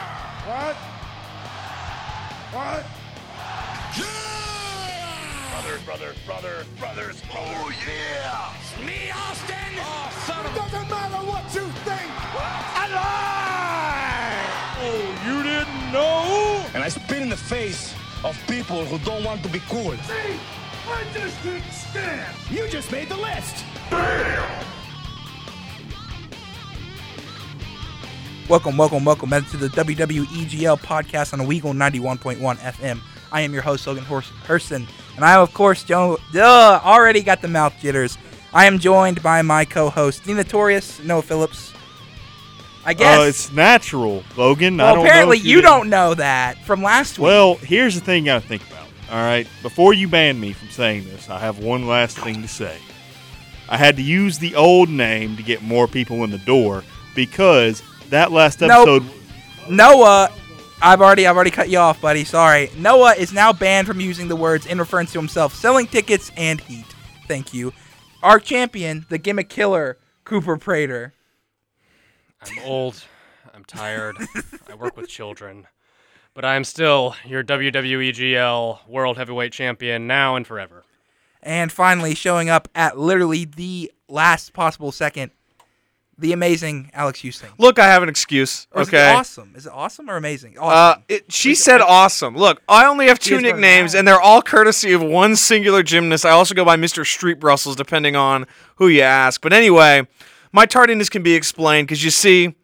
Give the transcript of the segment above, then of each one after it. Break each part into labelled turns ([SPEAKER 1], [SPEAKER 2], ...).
[SPEAKER 1] What? What?
[SPEAKER 2] Brothers, brothers, brothers, brothers. Oh, yeah. It's me, Austin. Oh, son of
[SPEAKER 1] Doesn't matter what you think.
[SPEAKER 2] Oh, you didn't know?
[SPEAKER 3] and I spit in the face of people who don't want to be cool.
[SPEAKER 1] I just didn't stand.
[SPEAKER 4] Uh,
[SPEAKER 3] You just made the list.
[SPEAKER 5] Welcome, welcome, welcome back to the WWEGL podcast on a Weagle 91.1 FM. I am your host, Logan Hors- Hurston, and I, of course, jo- duh, already got the mouth jitters. I am joined by my co host, the notorious Noah Phillips. I guess.
[SPEAKER 4] Uh, it's natural, Logan. I
[SPEAKER 5] well,
[SPEAKER 4] don't
[SPEAKER 5] apparently,
[SPEAKER 4] know if
[SPEAKER 5] you, don't know that from last week.
[SPEAKER 4] Well, here's the thing you got to think about. All right, before you ban me from saying this, I have one last thing to say. I had to use the old name to get more people in the door because that last episode.
[SPEAKER 5] Noah, I've already I've already cut you off, buddy. Sorry. Noah is now banned from using the words in reference to himself, selling tickets and heat. Thank you. Our champion, the gimmick killer, Cooper Prater.
[SPEAKER 6] I'm old. I'm tired. I work with children. But I'm still your WWEGL World Heavyweight Champion now and forever.
[SPEAKER 5] And finally showing up at literally the last possible second, the amazing Alex Houston.
[SPEAKER 7] Look, I have an excuse.
[SPEAKER 5] Or is
[SPEAKER 7] okay.
[SPEAKER 5] it awesome? Is it awesome or amazing?
[SPEAKER 7] Uh,
[SPEAKER 5] Awesome.
[SPEAKER 7] it, she said awesome. Look, I only have two
[SPEAKER 5] She's gonna
[SPEAKER 7] nicknames,
[SPEAKER 5] die.
[SPEAKER 7] and they're all courtesy of one singular gymnast. I also go by Mr. Street Brussels, depending on who you ask. But anyway, my tardiness can be explained because you see,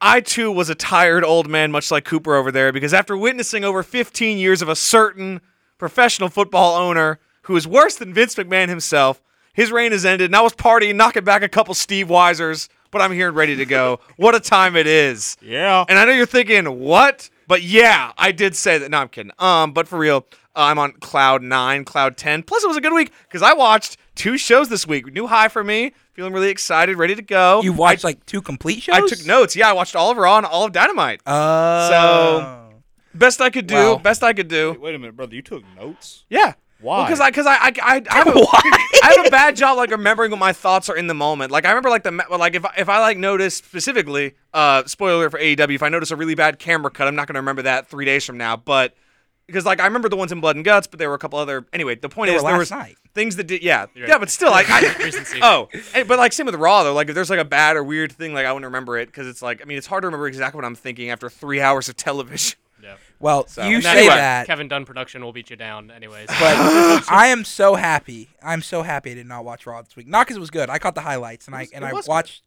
[SPEAKER 7] I too was a tired old man, much like Cooper over there, because after witnessing over 15 years of a certain professional football owner who is worse than Vince McMahon himself, his reign has ended, and I was partying, knocking back a couple Steve Weisers, but I'm here and ready to go. what a time it is.
[SPEAKER 4] Yeah.
[SPEAKER 7] And I know you're thinking, what? But yeah, I did say that. No, I'm kidding. Um, but for real, uh, I'm on cloud nine, cloud ten. Plus, it was a good week because I watched two shows this week. New high for me. Feeling really excited, ready to go.
[SPEAKER 5] you watched like two complete shows?
[SPEAKER 7] I took notes. Yeah, I watched all of Raw and all of Dynamite.
[SPEAKER 5] Oh.
[SPEAKER 7] So- best I could do.
[SPEAKER 5] Wow.
[SPEAKER 7] Best I could do.
[SPEAKER 4] Wait a minute, brother. You took notes?
[SPEAKER 7] Yeah.
[SPEAKER 4] Why?
[SPEAKER 7] Because I, because I, I, I, I have a, I have a bad job like remembering what my thoughts are in the moment. Like I remember like the ma- like if I, if I like notice specifically, uh, spoiler for AEW, if I notice a really bad camera cut, I'm not gonna remember that three days from now. But because like I remember the ones in Blood and Guts, but there were a couple other. Anyway, the point
[SPEAKER 5] They
[SPEAKER 7] is
[SPEAKER 5] were
[SPEAKER 7] there
[SPEAKER 5] last
[SPEAKER 7] was
[SPEAKER 5] night.
[SPEAKER 7] things that did. Yeah, yeah, but still, like I,
[SPEAKER 6] Recency.
[SPEAKER 7] oh, hey, but like same with Raw though. Like if there's like a bad or weird thing, like I wouldn't remember it because it's like I mean it's hard to remember exactly what I'm thinking after three hours of television.
[SPEAKER 5] Well, you
[SPEAKER 7] And
[SPEAKER 5] say
[SPEAKER 7] that's why
[SPEAKER 5] that.
[SPEAKER 6] Kevin Dunn production will beat you down anyways.
[SPEAKER 5] But I am so happy. I'm so happy I did not watch Raw this week. Not because it was good. I caught the highlights and I and I watched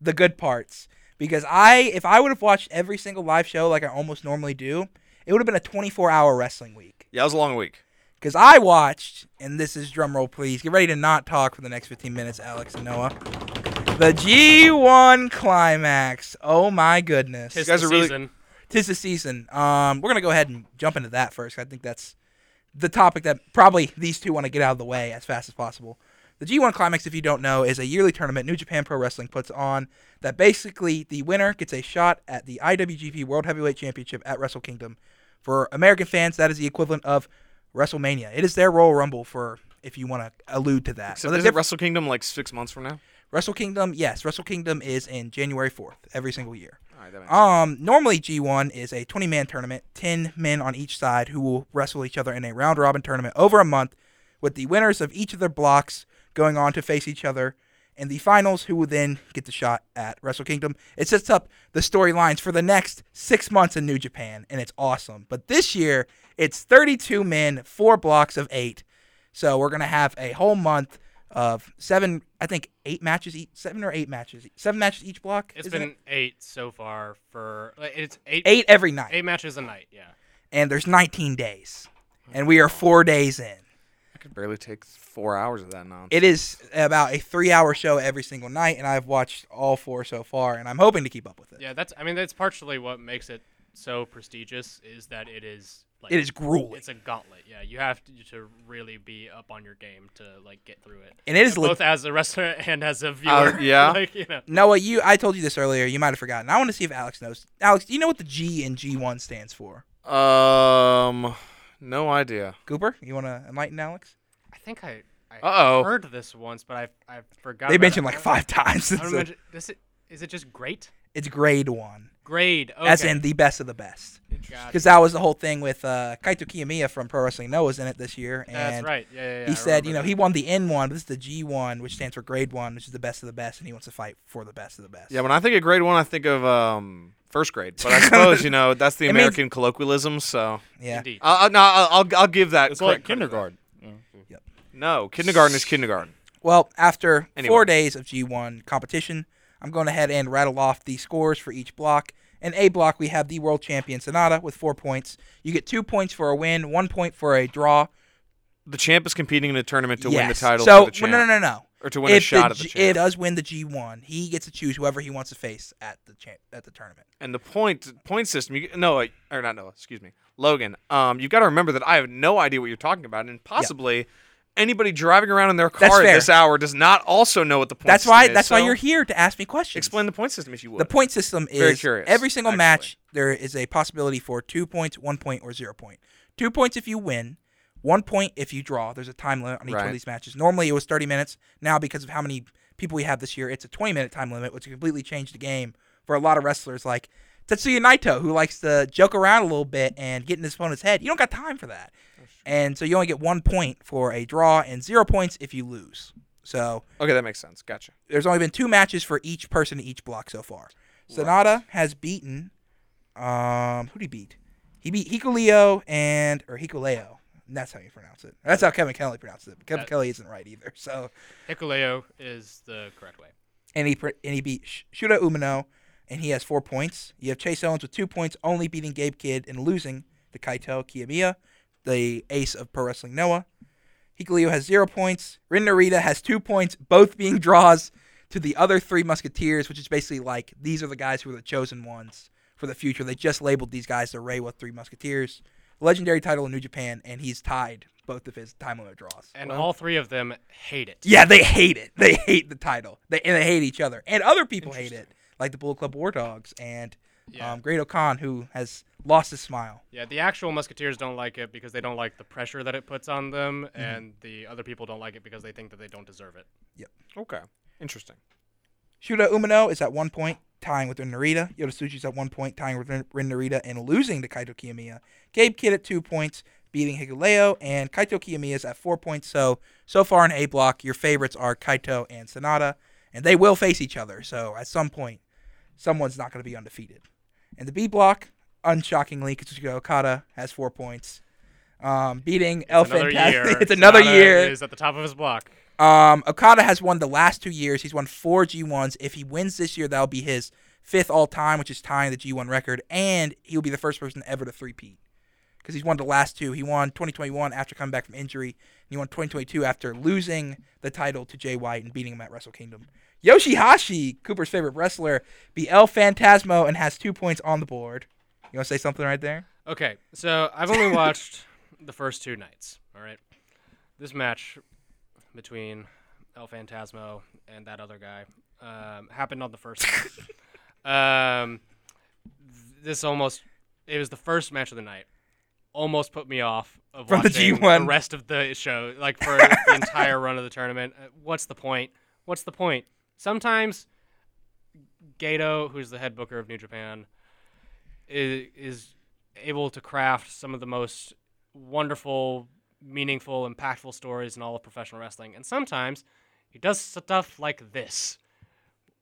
[SPEAKER 5] the good parts because I if I would have watched every single live show like I almost normally do, it would have been a 24-hour wrestling week.
[SPEAKER 7] Yeah, it was a long week.
[SPEAKER 5] Because I watched, and this is drum roll, please. Get ready to not talk for the next 15 minutes, Alex and Noah. The G1 climax. Oh my goodness!
[SPEAKER 6] Tis
[SPEAKER 7] guys
[SPEAKER 6] the
[SPEAKER 7] are really-
[SPEAKER 6] season.
[SPEAKER 5] tis the season. Um, we're gonna go ahead and jump into that first. 'cause I think that's the topic that probably these two want to get out of the way as fast as possible. The G1 Climax, if you don't know, is a yearly tournament New Japan Pro Wrestling puts on that basically the winner gets a shot at the IWGP World Heavyweight Championship at Wrestle Kingdom. For American fans, that is the equivalent of WrestleMania. It is their Royal Rumble for if you want to allude to that.
[SPEAKER 7] So
[SPEAKER 5] the
[SPEAKER 7] is
[SPEAKER 5] diff-
[SPEAKER 7] it Wrestle Kingdom like six months from now?
[SPEAKER 5] Wrestle Kingdom, yes, Wrestle Kingdom is in January 4th every single year.
[SPEAKER 7] All right, that makes
[SPEAKER 5] Um, normally G1 is a 20 man tournament, 10 men on each side who will wrestle each other in a round robin tournament over a month, with the winners of each of their blocks going on to face each other in the finals, who will then get the shot at Wrestle Kingdom. It sets up the storylines for the next six months in New Japan, and it's awesome. But this year, it's 32 men, four blocks of eight. So we're gonna have a whole month of seven, I think eight matches each, seven or eight matches, seven matches each block.
[SPEAKER 6] It's
[SPEAKER 5] isn't
[SPEAKER 6] been
[SPEAKER 5] it?
[SPEAKER 6] eight so far for like, it's eight
[SPEAKER 5] eight every night.
[SPEAKER 6] eight matches a night, yeah.
[SPEAKER 5] and there's 19 days, and we are four days in.
[SPEAKER 7] I could barely take four hours of that nonsense.
[SPEAKER 5] It is about a three-hour show every single night, and I've watched all four so far, and I'm hoping to keep up with it.
[SPEAKER 6] Yeah, that's I mean that's partially what makes it so prestigious is that it is like
[SPEAKER 5] It is grueling.
[SPEAKER 6] It's a gauntlet. Yeah, you have to, to really be up on your game to like get through it.
[SPEAKER 5] And it is Uh, le-
[SPEAKER 6] both as a wrestler and as a viewer.
[SPEAKER 7] yeah.
[SPEAKER 6] like, you know.
[SPEAKER 5] Noah, you I told you this earlier. You might have forgotten. I want to see if Alex knows. Alex, do you know what the G in G1 stands for?
[SPEAKER 7] Um, no idea.
[SPEAKER 5] Cooper, you want to enlighten Alex?
[SPEAKER 6] I think I, I
[SPEAKER 7] Uh-oh.
[SPEAKER 6] heard this once, but I I forgot.
[SPEAKER 5] They
[SPEAKER 6] about
[SPEAKER 5] mentioned
[SPEAKER 6] it.
[SPEAKER 5] like five times.
[SPEAKER 6] I don't
[SPEAKER 5] It's, a-
[SPEAKER 6] mention- this i- is it just great?
[SPEAKER 5] it's grade one.
[SPEAKER 6] Grade. Okay.
[SPEAKER 5] as in the best of the best.
[SPEAKER 6] Gotcha.
[SPEAKER 5] Because that was the whole thing with uh, Kaito Kiyomiya from Pro Wrestling Noah was in it this year, and
[SPEAKER 8] That's right. Yeah, yeah, yeah,
[SPEAKER 5] he
[SPEAKER 8] I
[SPEAKER 5] said, you know,
[SPEAKER 8] remember
[SPEAKER 5] he won the N one, but this is the G one, which stands for Grade One, which is the best of the best, and he wants to fight for the best of the best.
[SPEAKER 7] Yeah, when I think of grade one, I think of um, first grade. But I suppose you know that's the
[SPEAKER 5] It means-
[SPEAKER 7] American colloquialism. So
[SPEAKER 5] yeah.
[SPEAKER 8] Indeed.
[SPEAKER 7] I'll, I'll- no, I'll, I'll- I'll give that.
[SPEAKER 9] It's
[SPEAKER 7] correct
[SPEAKER 9] like
[SPEAKER 7] credit.
[SPEAKER 9] kindergarten.
[SPEAKER 7] No, kindergarten is kindergarten.
[SPEAKER 5] Well, after
[SPEAKER 7] Anyway.
[SPEAKER 5] four days of G1 competition, I'm going ahead and rattle off the scores for each block. In A block, we have the world champion Sonata with four points. You get two points for a win, one point for a draw.
[SPEAKER 7] The champ is competing in a tournament to win the
[SPEAKER 5] Yes.
[SPEAKER 7] title.
[SPEAKER 5] So
[SPEAKER 7] for the champ,
[SPEAKER 5] no, no, no, no.
[SPEAKER 7] Or to win a
[SPEAKER 5] if
[SPEAKER 7] shot at the
[SPEAKER 5] G-
[SPEAKER 7] champ.
[SPEAKER 5] if does win the G1, he gets to choose whoever he wants to face at the champ- at the tournament.
[SPEAKER 7] and the point point system. You, Noah or not Noah? Excuse me, Logan. Um, you've got to remember that I have no idea what you're talking about, and possibly anybody driving around in their
[SPEAKER 5] That's
[SPEAKER 7] car at
[SPEAKER 5] fair.
[SPEAKER 7] this hour does not also know what the point.
[SPEAKER 5] That's
[SPEAKER 7] system
[SPEAKER 5] why.
[SPEAKER 7] is,
[SPEAKER 5] That's
[SPEAKER 7] so
[SPEAKER 5] why you're here to ask me questions.
[SPEAKER 7] Explain the point system if you would.
[SPEAKER 5] The point system is
[SPEAKER 7] Very curious,
[SPEAKER 5] every single
[SPEAKER 7] actually.
[SPEAKER 5] match there is a possibility for two points, one point, or zero point. Two points if you win, one point if you draw. There's a time limit on each
[SPEAKER 7] Right.
[SPEAKER 5] of these matches. Normally it was 30 minutes. Now because of how many people we have this year, it's a 20 minute time limit, which completely changed the game for a lot of wrestlers like Tetsuya Naito, who likes to joke around a little bit and get in his opponent's head. You don't got time for that. And so you only get one point for a draw and zero points if you lose. So
[SPEAKER 7] Okay, that makes sense. Gotcha.
[SPEAKER 5] there's only been two matches for each person in each block so far. Sonata has beaten um who did he beat? He beat Hikuleo and or Hikuleo. And that's how you pronounce it. That's how Kevin Kelly pronounces it. Kevin
[SPEAKER 6] That-
[SPEAKER 5] Kelly isn't right either. So
[SPEAKER 6] Hikuleo is the correct way.
[SPEAKER 5] and he pr- and he beat Sh- Shuda Umino and he has four points. You have Chase Owens with two points, only beating Gabe Kidd and losing to Kaito Kiyomiya, the ace of Pro Wrestling Noah. Hikuleo has zero points. Rin Narita has two points, both being draws to the other three Musketeers, which is basically like these are the guys who are the chosen ones for the future. They just labeled these guys the Reiwa Three Musketeers, legendary title in New Japan, and he's tied both of his time limit draws.
[SPEAKER 6] And all three of them hate it.
[SPEAKER 5] Yeah, they hate it. They hate the title. They and they hate each other. And other people hate it, like the Bullet Club War Dogs and
[SPEAKER 6] Yeah.
[SPEAKER 5] um, Great O'Con, who has lost his smile.
[SPEAKER 6] Yeah, the actual Musketeers don't like it because they don't like the pressure that it puts on them,
[SPEAKER 5] Mm-hmm.
[SPEAKER 6] and the other people don't like it because they think that they don't deserve it.
[SPEAKER 7] Okay, interesting.
[SPEAKER 5] Shuda Umino is at one point, tying with Rin Narita. Yoda Tsuchi's at one point, tying with Rin Rin Narita and losing to Kaito Kiyomiya. Gabe Kidd at two points, beating Hikuleo, and Kaito Kiyomiya is at four points. So, so far in A block, your favorites are Kaito and Sonata, and they will face each other. So, at some point, someone's not going to be undefeated. And the B block, unshockingly, Katsuchika Okada has four points. Um, beating El
[SPEAKER 6] another
[SPEAKER 5] Fantastic.
[SPEAKER 6] year.
[SPEAKER 5] It's another
[SPEAKER 6] Sonata
[SPEAKER 5] year.
[SPEAKER 6] Is at the top of his block.
[SPEAKER 5] Um, Okada has won the last two years. He's won four G1s. If he wins this year, that'll be his fifth all time, which is tying the G1 record, and he'll be the first person ever to three-peat. Because he's won the last two. He won 2021 after coming back from injury, and he won 2022 after losing the title to Jay White and beating him at Wrestle Kingdom. Yoshihashi, Cooper's favorite wrestler, beat El Fantasmo and has two points on the board. You want to say something right there?
[SPEAKER 6] Okay, so I've only watched the first two nights. All right, this match between El Fantasmo and that other guy um, happened on the first. night. um, th- this almost it was the first match of the night. Almost put me off of
[SPEAKER 5] From the
[SPEAKER 6] watching
[SPEAKER 5] G1.
[SPEAKER 6] rest of the show, like for the entire run of the tournament. Uh, What's the point? What's the point? Sometimes Gato, who's the head booker of New Japan, is, is able to craft some of the most wonderful, meaningful, impactful stories in all of professional wrestling. And sometimes he does stuff like this,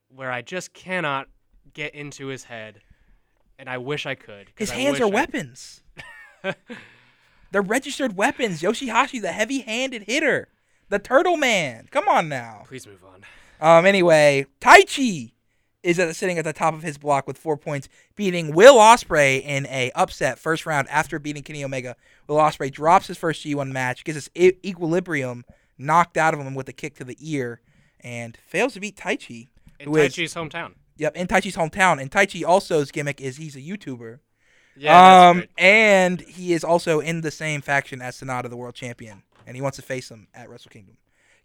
[SPEAKER 6] where I just cannot get into his head, and I wish I could.
[SPEAKER 5] His
[SPEAKER 6] 'cause I
[SPEAKER 5] hands
[SPEAKER 6] wish
[SPEAKER 5] are
[SPEAKER 6] I-
[SPEAKER 5] weapons. They're registered weapons. Yoshihashi, the heavy-handed hitter, the Turtle Man. Come on now.
[SPEAKER 6] Please move on.
[SPEAKER 5] Um. Anyway, Taichi is at, sitting at the top of his block with four points, beating Will Osprey in a upset first round after beating Kenny Omega. Will Osprey drops his first G1 match, gets his e- equilibrium knocked out of him with a kick to the ear, and fails to beat Taichi.
[SPEAKER 6] In
[SPEAKER 5] who is-
[SPEAKER 6] Taichi's hometown.
[SPEAKER 5] Yep, in Taichi's hometown. And Taichi also's gimmick is he's a YouTuber.
[SPEAKER 6] Yeah,
[SPEAKER 5] um,
[SPEAKER 6] that's great.
[SPEAKER 5] and he is also in the same faction as Sonata, the world champion, and he wants to face him at Wrestle Kingdom.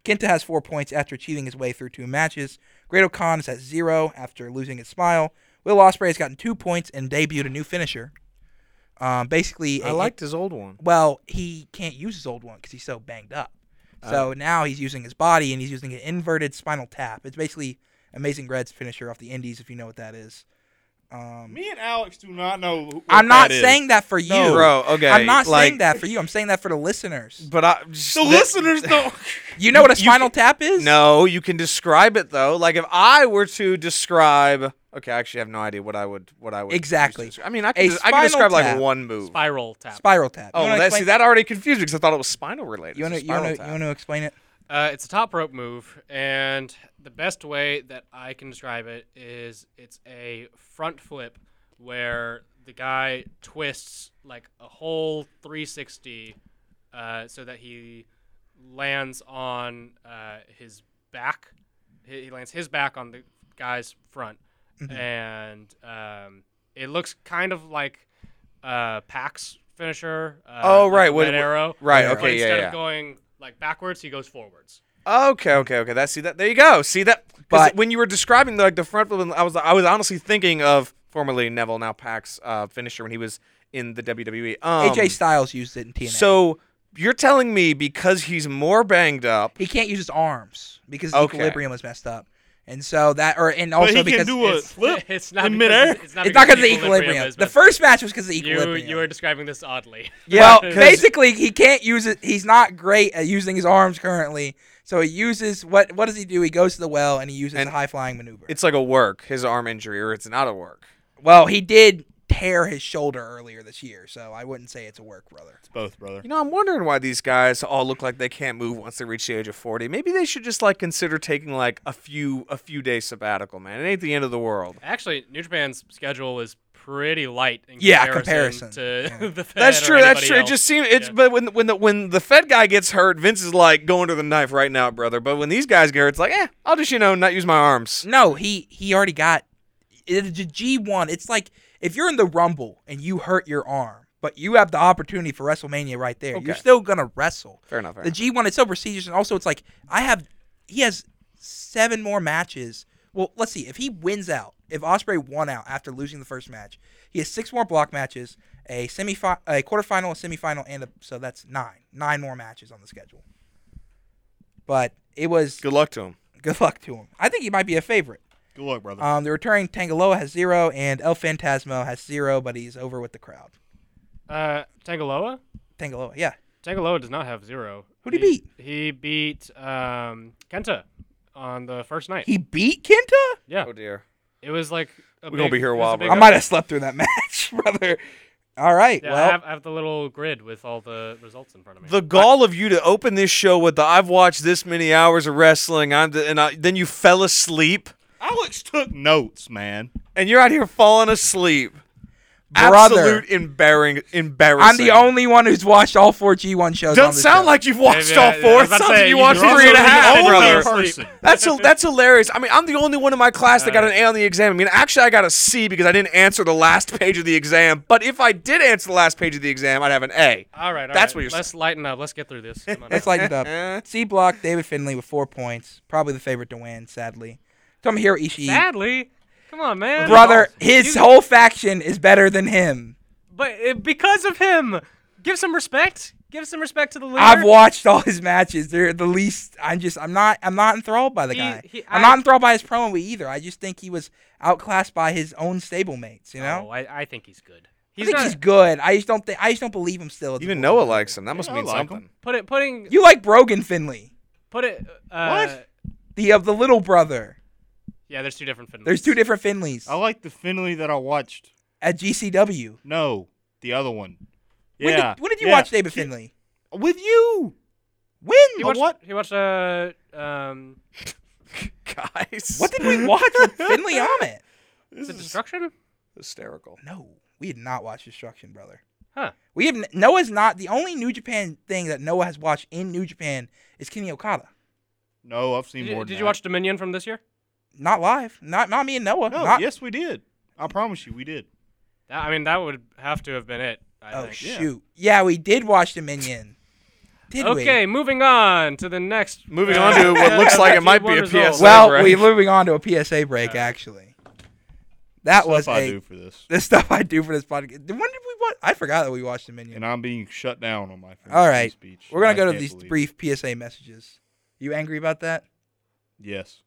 [SPEAKER 5] Kenta has four points after cheating his way through two matches. Great O'Con is at zero after losing his smile. Will Ospreay has gotten two points and debuted a new finisher. Um, basically,
[SPEAKER 7] I
[SPEAKER 5] a-
[SPEAKER 7] liked his old one.
[SPEAKER 5] well, he can't use his old one because he's so banged up.
[SPEAKER 6] Uh.
[SPEAKER 5] So now he's using his body and he's using an inverted spinal tap. It's basically Amazing Red's finisher off the Indies, if you know what that is. Um,
[SPEAKER 4] Me and Alex do not know. Who, what
[SPEAKER 5] I'm not
[SPEAKER 4] that is.
[SPEAKER 5] saying that for you,
[SPEAKER 4] No,
[SPEAKER 7] bro. Okay,
[SPEAKER 5] I'm not
[SPEAKER 7] like,
[SPEAKER 5] saying that for you. I'm saying that for the listeners.
[SPEAKER 7] But I
[SPEAKER 4] The listeners don't.
[SPEAKER 5] You know what a spinal tap is?
[SPEAKER 7] No, you can describe it though. Like if I were to describe, okay, I actually have no idea what I would what I would use to
[SPEAKER 5] Exactly.
[SPEAKER 7] describe- I mean, I
[SPEAKER 5] A
[SPEAKER 7] can, des- I can
[SPEAKER 5] spinal
[SPEAKER 7] describe
[SPEAKER 5] tap.
[SPEAKER 7] like one move.
[SPEAKER 6] Spiral tap.
[SPEAKER 5] Spiral tap.
[SPEAKER 7] oh,
[SPEAKER 5] you wanna
[SPEAKER 7] that, see,
[SPEAKER 5] explain-
[SPEAKER 7] that already confused me because I thought it was spinal related.
[SPEAKER 5] You want to
[SPEAKER 7] It's a
[SPEAKER 5] you want
[SPEAKER 7] spinal
[SPEAKER 5] to
[SPEAKER 7] tap.
[SPEAKER 5] you want to explain it?
[SPEAKER 6] Uh, it's a top rope move, and the best way that I can describe it is it's a front flip where the guy twists like a whole 360 uh, so that he lands on uh, his back. He, he lands his back on the guy's front,
[SPEAKER 7] Mm-hmm.
[SPEAKER 6] and um, it looks kind of like uh, Pax finisher. Uh,
[SPEAKER 7] Oh,
[SPEAKER 6] like
[SPEAKER 7] right,
[SPEAKER 6] the
[SPEAKER 7] what-
[SPEAKER 6] red
[SPEAKER 7] what-
[SPEAKER 6] arrow.
[SPEAKER 7] right,
[SPEAKER 6] but
[SPEAKER 7] okay, yeah,
[SPEAKER 6] Instead
[SPEAKER 7] yeah.
[SPEAKER 6] of going like backwards, he goes forwards.
[SPEAKER 7] Okay, okay, okay. That see that there you go. See that. But
[SPEAKER 5] But-
[SPEAKER 7] when you were describing like the front flip, I was I was honestly thinking of formerly Neville now Pac's uh, finisher when he was in the WWE. Um,
[SPEAKER 5] AJ Styles used it in TNA.
[SPEAKER 7] So you're telling me because he's more banged up.
[SPEAKER 5] he can't use his arms because his
[SPEAKER 7] Okay.
[SPEAKER 5] equilibrium was messed up, and so that or and
[SPEAKER 4] But
[SPEAKER 5] also
[SPEAKER 4] he
[SPEAKER 5] because
[SPEAKER 4] can do a flip
[SPEAKER 6] It's not
[SPEAKER 4] in
[SPEAKER 6] because
[SPEAKER 4] midair.
[SPEAKER 6] It's, it's not
[SPEAKER 5] it's not because
[SPEAKER 6] because
[SPEAKER 5] of the equilibrium.
[SPEAKER 6] is
[SPEAKER 5] The
[SPEAKER 6] messed
[SPEAKER 5] first match was because of the
[SPEAKER 6] up. you
[SPEAKER 5] equilibrium.
[SPEAKER 6] you are describing this oddly.
[SPEAKER 5] well,
[SPEAKER 7] Yeah, 'cause-
[SPEAKER 5] basically he can't use it. He's not great at using his arms currently, so he uses what? What does he do? He goes to the well and he uses
[SPEAKER 7] And
[SPEAKER 5] a high flying maneuver.
[SPEAKER 7] It's like a work, his arm injury, or it's not a work.
[SPEAKER 5] well, he did tear his shoulder earlier this year, so I wouldn't say it's a work, brother.
[SPEAKER 4] Both, brother.
[SPEAKER 7] You know, I'm wondering why these guys all look like they can't move once they reach the age of 40. Maybe they should just like consider taking like a few a few day sabbatical, man. It ain't the end of the world.
[SPEAKER 6] Actually, New Japan's schedule is pretty light in
[SPEAKER 5] Yeah,
[SPEAKER 6] comparison,
[SPEAKER 5] comparison.
[SPEAKER 6] to the Fed
[SPEAKER 7] That's
[SPEAKER 6] or
[SPEAKER 7] true. That's
[SPEAKER 6] anybody
[SPEAKER 7] true.
[SPEAKER 6] else.
[SPEAKER 7] It just seems it's but when when the when the Fed guy gets hurt, Vince is like going to the knife right now, brother. But when these guys get hurt, it's like, eh, I'll just you know not use my arms.
[SPEAKER 5] No, he he already got it's a G one. It's like if you're in the Rumble and you hurt your arm, but you have the opportunity for WrestleMania right there. You're
[SPEAKER 7] Okay.
[SPEAKER 5] still gonna wrestle.
[SPEAKER 7] Fair enough. Fair
[SPEAKER 5] the
[SPEAKER 7] enough.
[SPEAKER 5] G one it's so prestigious, and also it's like I have he has seven more matches. Well, let's see if he wins out. If Osprey won out after losing the first match, he has six more block matches, a semi a quarterfinal, a semifinal, and a, so that's nine, nine more matches on the schedule. But it was
[SPEAKER 7] Good luck to him.
[SPEAKER 5] good luck to him. I think he might be a favorite.
[SPEAKER 4] Good luck, brother.
[SPEAKER 5] Um, the returning Tangaloa has zero, and El Fantasmo has zero, but he's over with the crowd.
[SPEAKER 6] uh, Tangaloa.
[SPEAKER 5] Tangaloa, yeah.
[SPEAKER 6] Tangaloa does not have zero.
[SPEAKER 5] Who'd he
[SPEAKER 6] he beat? He beat um, Kenta on the first night.
[SPEAKER 5] He beat Kenta?
[SPEAKER 6] yeah,
[SPEAKER 7] Oh dear.
[SPEAKER 6] it was like a
[SPEAKER 7] We're gonna
[SPEAKER 6] big-
[SPEAKER 7] be here a
[SPEAKER 6] it was
[SPEAKER 7] while,
[SPEAKER 6] big
[SPEAKER 5] I
[SPEAKER 7] bro.
[SPEAKER 6] up-
[SPEAKER 5] might have slept through that match, brother. All right,
[SPEAKER 6] Yeah, I,
[SPEAKER 5] well,
[SPEAKER 6] have, I have the little grid with all the results in front of me.
[SPEAKER 7] The gall of you to open this show with the I've watched this many hours of wrestling. I'm the, and I, then you fell asleep
[SPEAKER 4] Alex took notes, man.
[SPEAKER 7] and you're out here falling asleep.
[SPEAKER 5] brother,
[SPEAKER 7] Absolute embarrassing. Embarrassing.
[SPEAKER 5] I'm the only one who's watched all four G1 shows. on
[SPEAKER 7] Doesn't
[SPEAKER 5] this
[SPEAKER 7] sound
[SPEAKER 5] show.
[SPEAKER 7] like you've watched
[SPEAKER 6] Yeah,
[SPEAKER 7] all
[SPEAKER 6] yeah,
[SPEAKER 7] four.
[SPEAKER 6] I
[SPEAKER 7] It
[SPEAKER 6] was about to
[SPEAKER 7] sounds like
[SPEAKER 6] say,
[SPEAKER 7] you
[SPEAKER 6] you're
[SPEAKER 7] watched
[SPEAKER 6] also
[SPEAKER 7] three and a
[SPEAKER 6] the
[SPEAKER 7] half,
[SPEAKER 6] only
[SPEAKER 7] brother.
[SPEAKER 4] person.
[SPEAKER 7] That's a, that's hilarious. I mean, I'm the only one in my class that got an A on the exam. I mean, actually, I got a C because I didn't answer the last page of the exam. But if I did answer the last page of the exam, I'd have an A.
[SPEAKER 6] all right, all
[SPEAKER 7] that's
[SPEAKER 6] right,
[SPEAKER 7] what you're
[SPEAKER 6] Let's lighten up. Let's get through this. Come on
[SPEAKER 5] Let's lighten it up. C block, David Finley with four points, probably the favorite to win. Sadly, Tomohiro Ishii,
[SPEAKER 6] Sadly, come on, man.
[SPEAKER 5] brother, his whole faction is better than him.
[SPEAKER 6] But uh, because of him, give some respect. Give some respect to the leader.
[SPEAKER 5] I've watched all his matches. They're the least. I'm just. I'm not. I'm not enthralled by the
[SPEAKER 6] He-
[SPEAKER 5] guy.
[SPEAKER 6] he-
[SPEAKER 5] I'm
[SPEAKER 6] I-
[SPEAKER 5] not enthralled by his promo either. I just think he was outclassed by his own stablemates. You know.
[SPEAKER 6] No, Oh, I, I think he's good.
[SPEAKER 5] I
[SPEAKER 6] He's
[SPEAKER 5] think
[SPEAKER 6] not
[SPEAKER 5] he's good. I just don't think. I just don't believe him still. as a
[SPEAKER 7] Even
[SPEAKER 5] world
[SPEAKER 7] Noah
[SPEAKER 5] champion.
[SPEAKER 7] likes him. That must
[SPEAKER 4] Yeah, I
[SPEAKER 7] mean
[SPEAKER 4] like
[SPEAKER 7] something.
[SPEAKER 4] him.
[SPEAKER 6] put it putting
[SPEAKER 5] You like Brogan Finley,
[SPEAKER 6] put it uh,
[SPEAKER 4] What?
[SPEAKER 5] the of the little brother.
[SPEAKER 6] Yeah, there's two different Finleys.
[SPEAKER 5] There's two different Finleys
[SPEAKER 4] I like the Finley that I watched.
[SPEAKER 5] at GCW.
[SPEAKER 4] No, the other one.
[SPEAKER 5] When
[SPEAKER 4] Yeah.
[SPEAKER 5] did, when did you
[SPEAKER 4] yeah.
[SPEAKER 5] watch David Finley?
[SPEAKER 4] With you.
[SPEAKER 5] When?
[SPEAKER 6] He watched,
[SPEAKER 4] what?
[SPEAKER 6] He watched uh um
[SPEAKER 7] Guys.
[SPEAKER 5] What did we watch with Finley Ahmet?
[SPEAKER 6] is it destruction?
[SPEAKER 7] Hysterical.
[SPEAKER 5] No, we had not watched Destruction, brother.
[SPEAKER 6] Huh.
[SPEAKER 5] We have n- Noah's not the only New Japan thing that Noah has watched in New Japan is Kenny Okada.
[SPEAKER 4] No, I've seen
[SPEAKER 6] Did,
[SPEAKER 4] more.
[SPEAKER 6] you,
[SPEAKER 4] than
[SPEAKER 6] did
[SPEAKER 4] that.
[SPEAKER 6] you watch Dominion from this year?
[SPEAKER 5] Not live. Not not me and Noah.
[SPEAKER 4] No.
[SPEAKER 5] Not-
[SPEAKER 4] yes, we did. I promise you, we did.
[SPEAKER 6] That, I mean, that would have to have been it. I
[SPEAKER 5] Oh
[SPEAKER 6] think.
[SPEAKER 5] shoot. Yeah. we did watch Dominion. Did
[SPEAKER 6] Okay,
[SPEAKER 5] we?
[SPEAKER 6] moving on to the next.
[SPEAKER 7] Moving on to what looks like it might be a PSA.
[SPEAKER 5] Well,
[SPEAKER 7] break.
[SPEAKER 5] we're moving on to a PSA break actually. That
[SPEAKER 4] Stuff
[SPEAKER 5] was
[SPEAKER 4] I
[SPEAKER 5] a
[SPEAKER 4] do for this,
[SPEAKER 5] the stuff I do for this podcast. When did we watch? I forgot that we watched Dominion.
[SPEAKER 4] and I'm being shut down on my. free
[SPEAKER 5] All right,
[SPEAKER 4] speech.
[SPEAKER 5] we're gonna
[SPEAKER 4] I
[SPEAKER 5] go to
[SPEAKER 4] can't
[SPEAKER 5] these
[SPEAKER 4] believe it.
[SPEAKER 5] brief PSA messages. You angry about that?
[SPEAKER 4] Yes.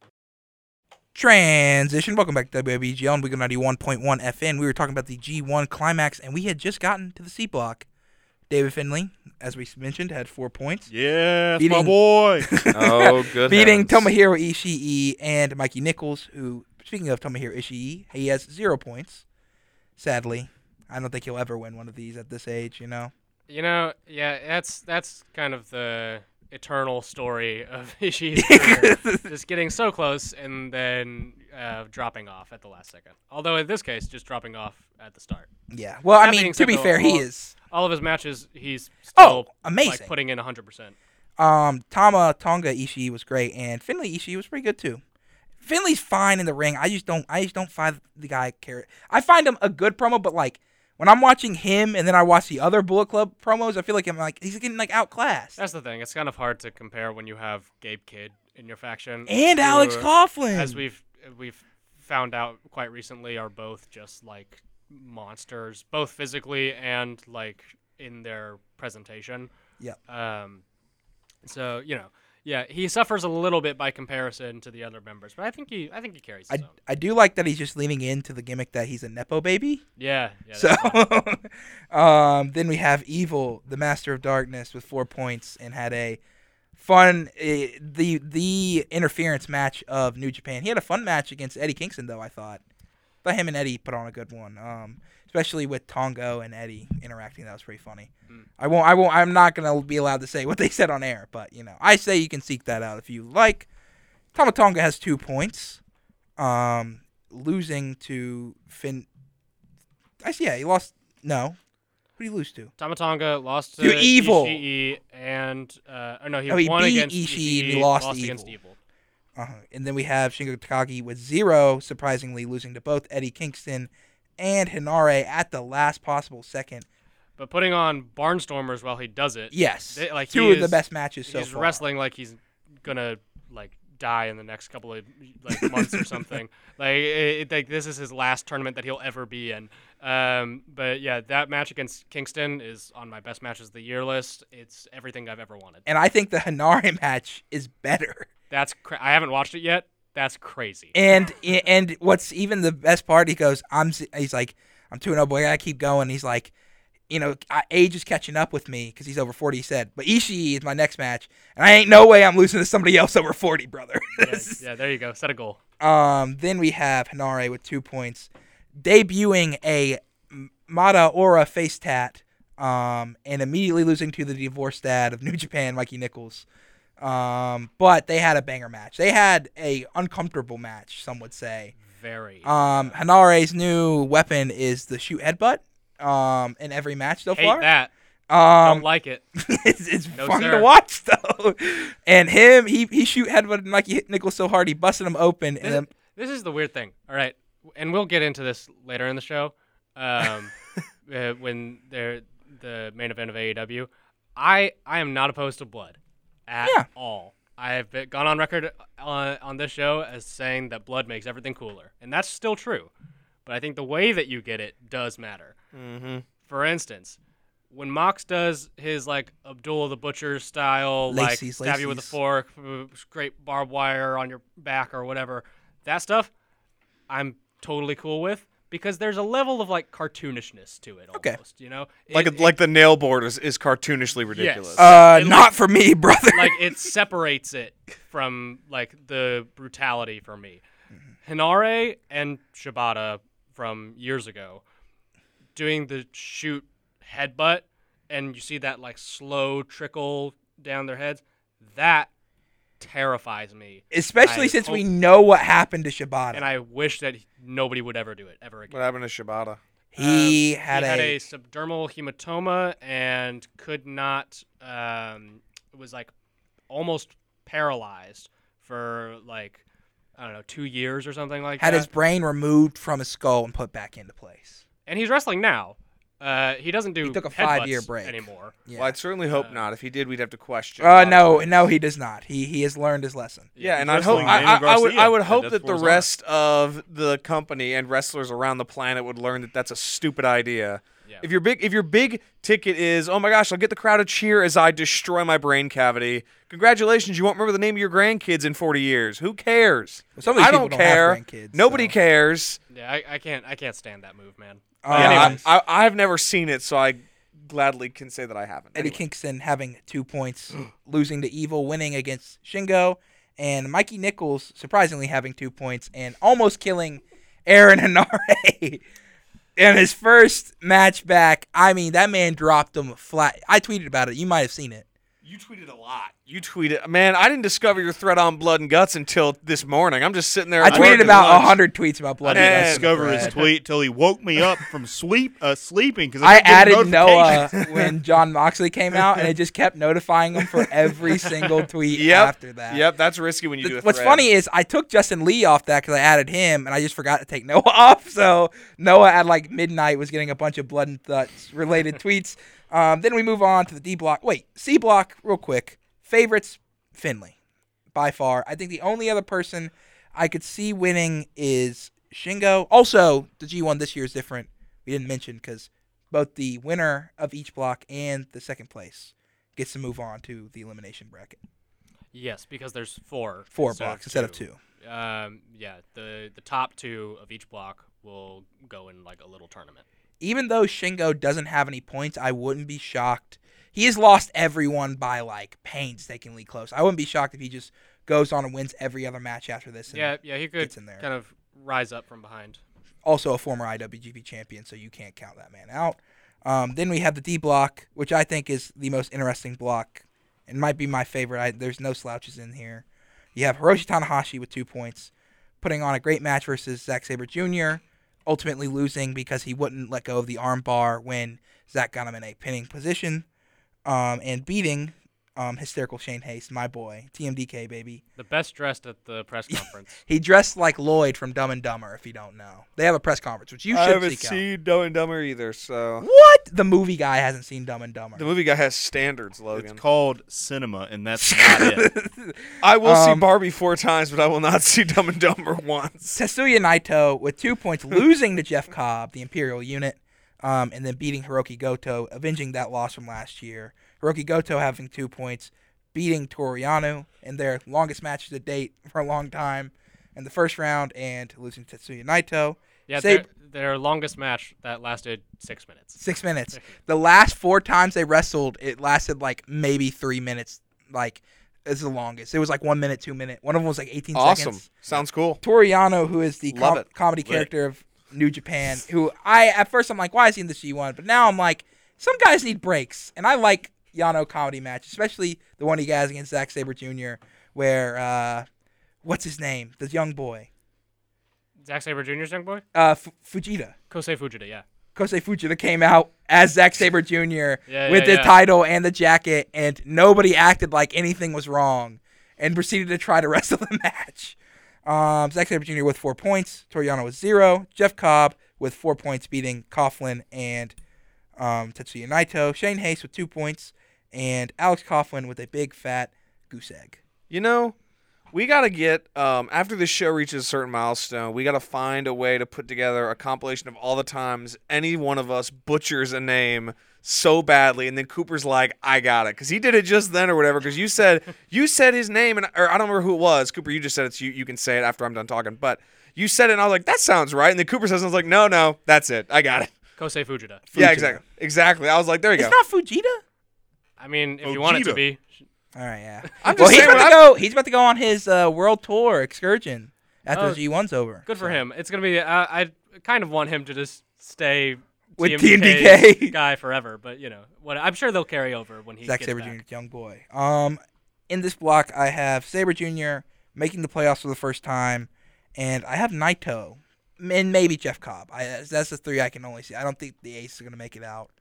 [SPEAKER 5] Transition. Welcome back to WBGL and Wiggle 91.1 FN. We were talking about the G1 climax, and we had just gotten to the C block. David Finley, as we mentioned, had four points.
[SPEAKER 4] Yes, my
[SPEAKER 5] Beating-
[SPEAKER 4] boy.
[SPEAKER 7] Oh, good.
[SPEAKER 5] beating
[SPEAKER 7] heavens.
[SPEAKER 5] Tomohiro Ishii and Mikey Nichols, who, speaking of Tomohiro Ishii, he has zero points. Sadly, I don't think he'll ever win one of these at this age, you know?
[SPEAKER 6] You know, yeah, that's that's kind of the eternal story of Ishii's career. just getting so close and then uh, dropping off at the last second. Although in this case, just dropping off at the start.
[SPEAKER 5] Yeah. Well, I
[SPEAKER 6] That
[SPEAKER 5] mean,
[SPEAKER 6] being
[SPEAKER 5] to
[SPEAKER 6] said,
[SPEAKER 5] be
[SPEAKER 6] though,
[SPEAKER 5] fair, he
[SPEAKER 6] all-
[SPEAKER 5] is.
[SPEAKER 6] All of his matches, he's
[SPEAKER 5] Oh,
[SPEAKER 6] still
[SPEAKER 5] amazing.
[SPEAKER 6] like putting in 100%.
[SPEAKER 5] Um, Tama Tonga Ishii was great, and Finley Ishii was pretty good too. Finley's fine in the ring. I just don't. I just don't find the guy care. I find him a good promo, but like when I'm watching him and then I watch the other Bullet Club promos, I feel like I'm like he's getting like outclassed.
[SPEAKER 6] That's the thing. It's kind of hard to compare when you have Gabe Kidd in your faction
[SPEAKER 5] and
[SPEAKER 6] who,
[SPEAKER 5] Alex Coughlin.
[SPEAKER 6] as we've we've found out quite recently, are both just like monsters, both physically and like in their presentation.
[SPEAKER 5] Yep.
[SPEAKER 6] Um, so you know, yeah, he suffers a little bit by comparison to the other members, but I think he I think he carries
[SPEAKER 5] I,
[SPEAKER 6] his own.
[SPEAKER 5] I do like that he's just leaning into the gimmick that he's a nepo baby.
[SPEAKER 6] Yeah. yeah
[SPEAKER 5] So,
[SPEAKER 6] that's-
[SPEAKER 5] um, then we have Evil, the Master of Darkness, with four points and had a fun eh, the the interference match of New Japan. He had a fun match against Eddie Kingston, though. I thought, but him and Eddie put on a good one. Um, especially with Tongo and Eddie interacting, that was pretty funny.
[SPEAKER 6] Hmm.
[SPEAKER 5] I won't. I won't. I'm not gonna be allowed to say what they said on air, but you know, I say you can seek that out if you like. Tamatonga has two points, um, losing to Finn. I see. Yeah, he lost. No, who did he lose to?
[SPEAKER 6] Tamatonga lost to
[SPEAKER 5] You evil.
[SPEAKER 6] Ishii and uh, oh no, he
[SPEAKER 5] Oh, he
[SPEAKER 6] won
[SPEAKER 5] beat
[SPEAKER 6] against
[SPEAKER 5] Ishii and he
[SPEAKER 6] Ishii,
[SPEAKER 5] lost to
[SPEAKER 6] against
[SPEAKER 5] Evil.
[SPEAKER 6] Evil.
[SPEAKER 5] Uh-huh. And then we have Shingo Takagi with zero, surprisingly losing to both Eddie Kingston and Hinare at the last possible second.
[SPEAKER 6] But putting on barnstormers while he does it,
[SPEAKER 5] Yes,
[SPEAKER 6] They- like,
[SPEAKER 5] two
[SPEAKER 6] he
[SPEAKER 5] of the
[SPEAKER 6] is-
[SPEAKER 5] best matches so
[SPEAKER 6] he's
[SPEAKER 5] far.
[SPEAKER 6] wrestling like he's gonna like die in the next couple of like months or something. Like it, it- like this is his last tournament that he'll ever be in. Um, but yeah, that match against Kingston is on my best matches of the year list. It's everything I've ever wanted.
[SPEAKER 5] and I think the Hinare match is better.
[SPEAKER 6] That's cra- I haven't watched it yet. That's crazy.
[SPEAKER 5] And and what's even the best part? He goes, "I'm." s- He's like, "I'm two and oh, boy, I gotta keep going." He's like, "You know, I- age is catching up with me because he's over forty." He said, "But Ishii is my next match, and I ain't no way I'm losing to somebody else over forty, brother."
[SPEAKER 6] yeah, yeah, there you go. Set a goal.
[SPEAKER 5] Um, then we have Hinare with two points, debuting a M- Mata Ora face tat, um, and immediately losing to the divorced dad of New Japan, Mikey Nichols. Um, but they had a banger match. They had a uncomfortable match, some would say.
[SPEAKER 6] Very
[SPEAKER 5] Um, Hanare's new weapon is the shoot headbutt. Um, in every match so
[SPEAKER 6] hate
[SPEAKER 5] far,
[SPEAKER 6] that.
[SPEAKER 5] um,
[SPEAKER 6] Don't like it.
[SPEAKER 5] it's, it's
[SPEAKER 6] No,
[SPEAKER 5] fun to
[SPEAKER 6] sir.
[SPEAKER 5] watch though. And him, he he shoot headbutted Mikey Nichols so hard he busted him open, and then
[SPEAKER 6] This is the weird thing. All right, and we'll get into this later in the show, um, uh, when they're the main event of E AEW. I I am not opposed to blood at
[SPEAKER 5] Yeah.
[SPEAKER 6] all. I have been, gone on record on, on this show as saying that blood makes everything cooler, and that's still true. But I think the way that you get it does matter.
[SPEAKER 5] Mm-hmm.
[SPEAKER 6] For instance, when Mox does his like Abdullah the Butcher style,
[SPEAKER 5] Laces,
[SPEAKER 6] like stab you with a
[SPEAKER 5] laces.
[SPEAKER 6] fork, f- scrape barbed wire on your back or whatever, that stuff, I'm totally cool with because there's a level of like cartoonishness to it almost.
[SPEAKER 5] Okay.
[SPEAKER 6] You know,
[SPEAKER 7] Like
[SPEAKER 6] It-
[SPEAKER 7] like the nail board is, is cartoonishly ridiculous.
[SPEAKER 5] Uh,
[SPEAKER 6] It
[SPEAKER 5] not for me, brother.
[SPEAKER 6] like it separates it from like the brutality for me. Hinare and Shibata from years ago doing the shoot headbutt and you see that like slow trickle down their heads. That terrifies me.
[SPEAKER 5] Especially
[SPEAKER 6] I
[SPEAKER 5] since we
[SPEAKER 6] hope-
[SPEAKER 5] know what happened to Shibata.
[SPEAKER 6] and I wish that nobody would ever do it ever again.
[SPEAKER 7] what happened to Shibata?
[SPEAKER 5] he
[SPEAKER 6] Um,
[SPEAKER 5] had,
[SPEAKER 6] he
[SPEAKER 5] a,
[SPEAKER 6] subdermal hematoma and could not um, was like almost paralyzed for like I don't know two years or something like
[SPEAKER 5] had
[SPEAKER 6] that.
[SPEAKER 5] his brain removed from his skull and put back into place.
[SPEAKER 6] and he's wrestling now. Uh, he doesn't do
[SPEAKER 5] He took a
[SPEAKER 6] headbutts
[SPEAKER 5] five-year break.
[SPEAKER 6] anymore.
[SPEAKER 5] Yeah.
[SPEAKER 7] Well, I'd certainly hope not. If he did, we'd have to question.
[SPEAKER 5] Uh,
[SPEAKER 7] a lot
[SPEAKER 5] no,
[SPEAKER 7] of things.
[SPEAKER 5] no, he does not. He he has learned his lesson.
[SPEAKER 7] Yeah,
[SPEAKER 4] He's
[SPEAKER 7] and I'd hope
[SPEAKER 4] wrestling
[SPEAKER 7] I, I,
[SPEAKER 4] Daniel
[SPEAKER 7] I would
[SPEAKER 4] Garcia.
[SPEAKER 7] I would hope
[SPEAKER 4] That's
[SPEAKER 7] that
[SPEAKER 4] for
[SPEAKER 7] the
[SPEAKER 4] his honor.
[SPEAKER 7] rest of the company and wrestlers around the planet would learn that that's a stupid idea. If your big if your big ticket is, oh my gosh, I'll get the crowd to cheer as I destroy my brain cavity. Congratulations, you won't remember the name of your grandkids in 40 years. Who cares?
[SPEAKER 5] some of these
[SPEAKER 7] I
[SPEAKER 5] people
[SPEAKER 7] don't
[SPEAKER 5] don't have
[SPEAKER 7] care.
[SPEAKER 5] grandkids,
[SPEAKER 7] Nobody
[SPEAKER 5] so-
[SPEAKER 7] cares.
[SPEAKER 10] Yeah, I, I can't I can't stand that move, man.
[SPEAKER 5] Uh,
[SPEAKER 7] yeah,
[SPEAKER 5] anyways,
[SPEAKER 7] I, I, I've never seen it, so I gladly can say that I haven't.
[SPEAKER 5] Eddie
[SPEAKER 7] Anyway.
[SPEAKER 5] Kingston having two points, losing to Evil, winning against Shingo, and Mikey Nichols surprisingly having two points and almost killing Aaron Hanare in his first match back. I mean, that man dropped him flat. I tweeted about it. You might have seen it.
[SPEAKER 7] You tweeted a lot. You tweeted, man. I didn't discover your thread on blood and guts until this morning. I'm just sitting there.
[SPEAKER 5] I
[SPEAKER 7] at work
[SPEAKER 5] tweeted
[SPEAKER 7] at
[SPEAKER 5] about
[SPEAKER 7] lunch.
[SPEAKER 5] hundred tweets about blood.
[SPEAKER 4] I didn't
[SPEAKER 5] and
[SPEAKER 7] Man.
[SPEAKER 4] discover
[SPEAKER 5] Guts.
[SPEAKER 4] his tweet till he woke me up from sleep uh, sleeping because
[SPEAKER 5] I
[SPEAKER 4] I, kept getting
[SPEAKER 5] added Noah
[SPEAKER 4] notifications.
[SPEAKER 5] when John Moxley came out, and it just kept notifying him for every single tweet
[SPEAKER 7] Yep.
[SPEAKER 5] after that.
[SPEAKER 7] Yep, that's risky when you do.
[SPEAKER 5] Th-
[SPEAKER 7] A
[SPEAKER 5] What's
[SPEAKER 7] thread.
[SPEAKER 5] funny is I took Justin Lee off that because I added him, and I just forgot to take Noah off. So Noah at like midnight was getting a bunch of blood and guts related tweets. Um, then we move on to the D block. Wait, C block, real quick. Favorites: Finley, by far. I think the only other person I could see winning is Shingo. Also, the G1 this year is different. We didn't mention because both the winner of each block and the second place gets to move on to the elimination bracket.
[SPEAKER 10] Yes, because there's four.
[SPEAKER 5] Four blocks instead of two.
[SPEAKER 10] two. Um, yeah, the the top two of each block will go in like a little tournament.
[SPEAKER 5] even though Shingo doesn't have any points, I wouldn't be shocked. He has lost everyone by like painstakingly close. I wouldn't be shocked if he just goes on and wins every other match after this. And
[SPEAKER 10] Yeah, yeah, he could
[SPEAKER 5] gets in there.
[SPEAKER 10] kind of rise up from behind.
[SPEAKER 5] Also a former IWGP champion, so you can't count that man out. Um, then we have the D block, which I think is the most interesting block and might be my favorite. I, there's no slouches in here. You have Hiroshi Tanahashi with two points, putting on a great match versus Zack Sabre Jr., ultimately losing because he wouldn't let go of the arm bar when Zack got him in a pinning position, um, and beating um, hysterical Shane Haste, my boy, TMDK baby.
[SPEAKER 10] The best dressed at the press conference.
[SPEAKER 5] He dressed like Lloyd from Dumb and Dumber, if you don't know. They have a press conference, which you
[SPEAKER 7] I
[SPEAKER 5] should
[SPEAKER 7] haven't
[SPEAKER 5] seek out.
[SPEAKER 7] seen Dumb and Dumber either, so
[SPEAKER 5] What? The movie guy hasn't seen Dumb and Dumber.
[SPEAKER 7] the movie guy has standards. Logan,
[SPEAKER 4] It's called cinema, and that's not it.
[SPEAKER 7] I will
[SPEAKER 5] Um,
[SPEAKER 7] see Barbie four times, but I will not see Dumb and Dumber once.
[SPEAKER 5] Tetsuya Naito with two points, losing to Jeff Cobb, the Imperial unit, um, and then beating Hiroki Goto, avenging that loss from last year. Hiroki Goto having two points, beating Toriano in their longest match to date for a long time in the first round, and losing to Tetsuya Naito.
[SPEAKER 10] Yeah,
[SPEAKER 5] Sab-
[SPEAKER 10] their, their longest match that lasted six minutes.
[SPEAKER 5] six minutes. The last four times they wrestled, it lasted like maybe three minutes. Like, it's the longest. It was like one minute, two minute. One of them was like 18
[SPEAKER 7] Awesome,
[SPEAKER 5] seconds.
[SPEAKER 7] sounds cool.
[SPEAKER 5] Toriano, who is the
[SPEAKER 7] Love
[SPEAKER 5] com-
[SPEAKER 7] it.
[SPEAKER 5] comedy character of New Japan, who I at first I'm like, why is he in the G1? But now I'm like, some guys need breaks, and I like Yano comedy match, especially the one he has against Zack Saber Jr., where uh, what's his name, the young boy,
[SPEAKER 10] Zack Saber Jr.'s young boy,
[SPEAKER 5] uh, F- Fujita.
[SPEAKER 10] Kosei Fujita. Yeah,
[SPEAKER 5] Kosei Fujita came out as Zack Saber Jr.
[SPEAKER 10] yeah,
[SPEAKER 5] with the
[SPEAKER 10] yeah.
[SPEAKER 5] title and the jacket, and nobody acted like anything was wrong, and proceeded to try to wrestle the match. Um, Zack Saber Jr. with four points, Toriano with zero, Jeff Cobb with four points, beating Coughlin and um, Tetsuya Naito, Shane Hayes with two points, and Alex Coughlin with a big fat goose egg.
[SPEAKER 7] You know, we got to get um, after this show reaches a certain milestone, we got to find a way to put together a compilation of all the times any one of us butchers a name so badly, and then Cooper's like, "I got it," because he did it just then or whatever. Because you said you said his name, and or I don't remember who it was. Cooper, you just said it's you. You can say it after I'm done talking, but. You said it, and I was like, "That sounds right." And then Cooper says, "I was like, no, no, that's it. I got it.
[SPEAKER 10] Kosei Fujita.
[SPEAKER 7] Yeah,
[SPEAKER 5] Fujita.
[SPEAKER 7] exactly, exactly." I was like, "There you
[SPEAKER 5] It's
[SPEAKER 7] go."
[SPEAKER 5] not Fujita.
[SPEAKER 10] I mean, if you want it to
[SPEAKER 4] Fujita.
[SPEAKER 10] be,
[SPEAKER 5] All right, yeah. well,
[SPEAKER 7] I'm just
[SPEAKER 5] he's
[SPEAKER 7] saying
[SPEAKER 5] about
[SPEAKER 7] what
[SPEAKER 5] to go. He's about to go on his uh, world tour excursion after
[SPEAKER 10] Oh,
[SPEAKER 5] the G1's over.
[SPEAKER 10] good for
[SPEAKER 5] So-
[SPEAKER 10] him. It's gonna be. Uh, I kind of want him to just stay
[SPEAKER 5] With
[SPEAKER 10] TMDK 's
[SPEAKER 5] TMDK.
[SPEAKER 10] guy forever, but you know, what I'm sure they'll carry over when he
[SPEAKER 5] Zack
[SPEAKER 10] gets
[SPEAKER 5] Saber
[SPEAKER 10] back.
[SPEAKER 5] Jr. young boy. Um, in this block, I have Saber Jr. making the playoffs for the first time, and I have Naito and maybe Jeff Cobb. I that's- that's the three I can only see. I don't think the Ace is gonna make it out.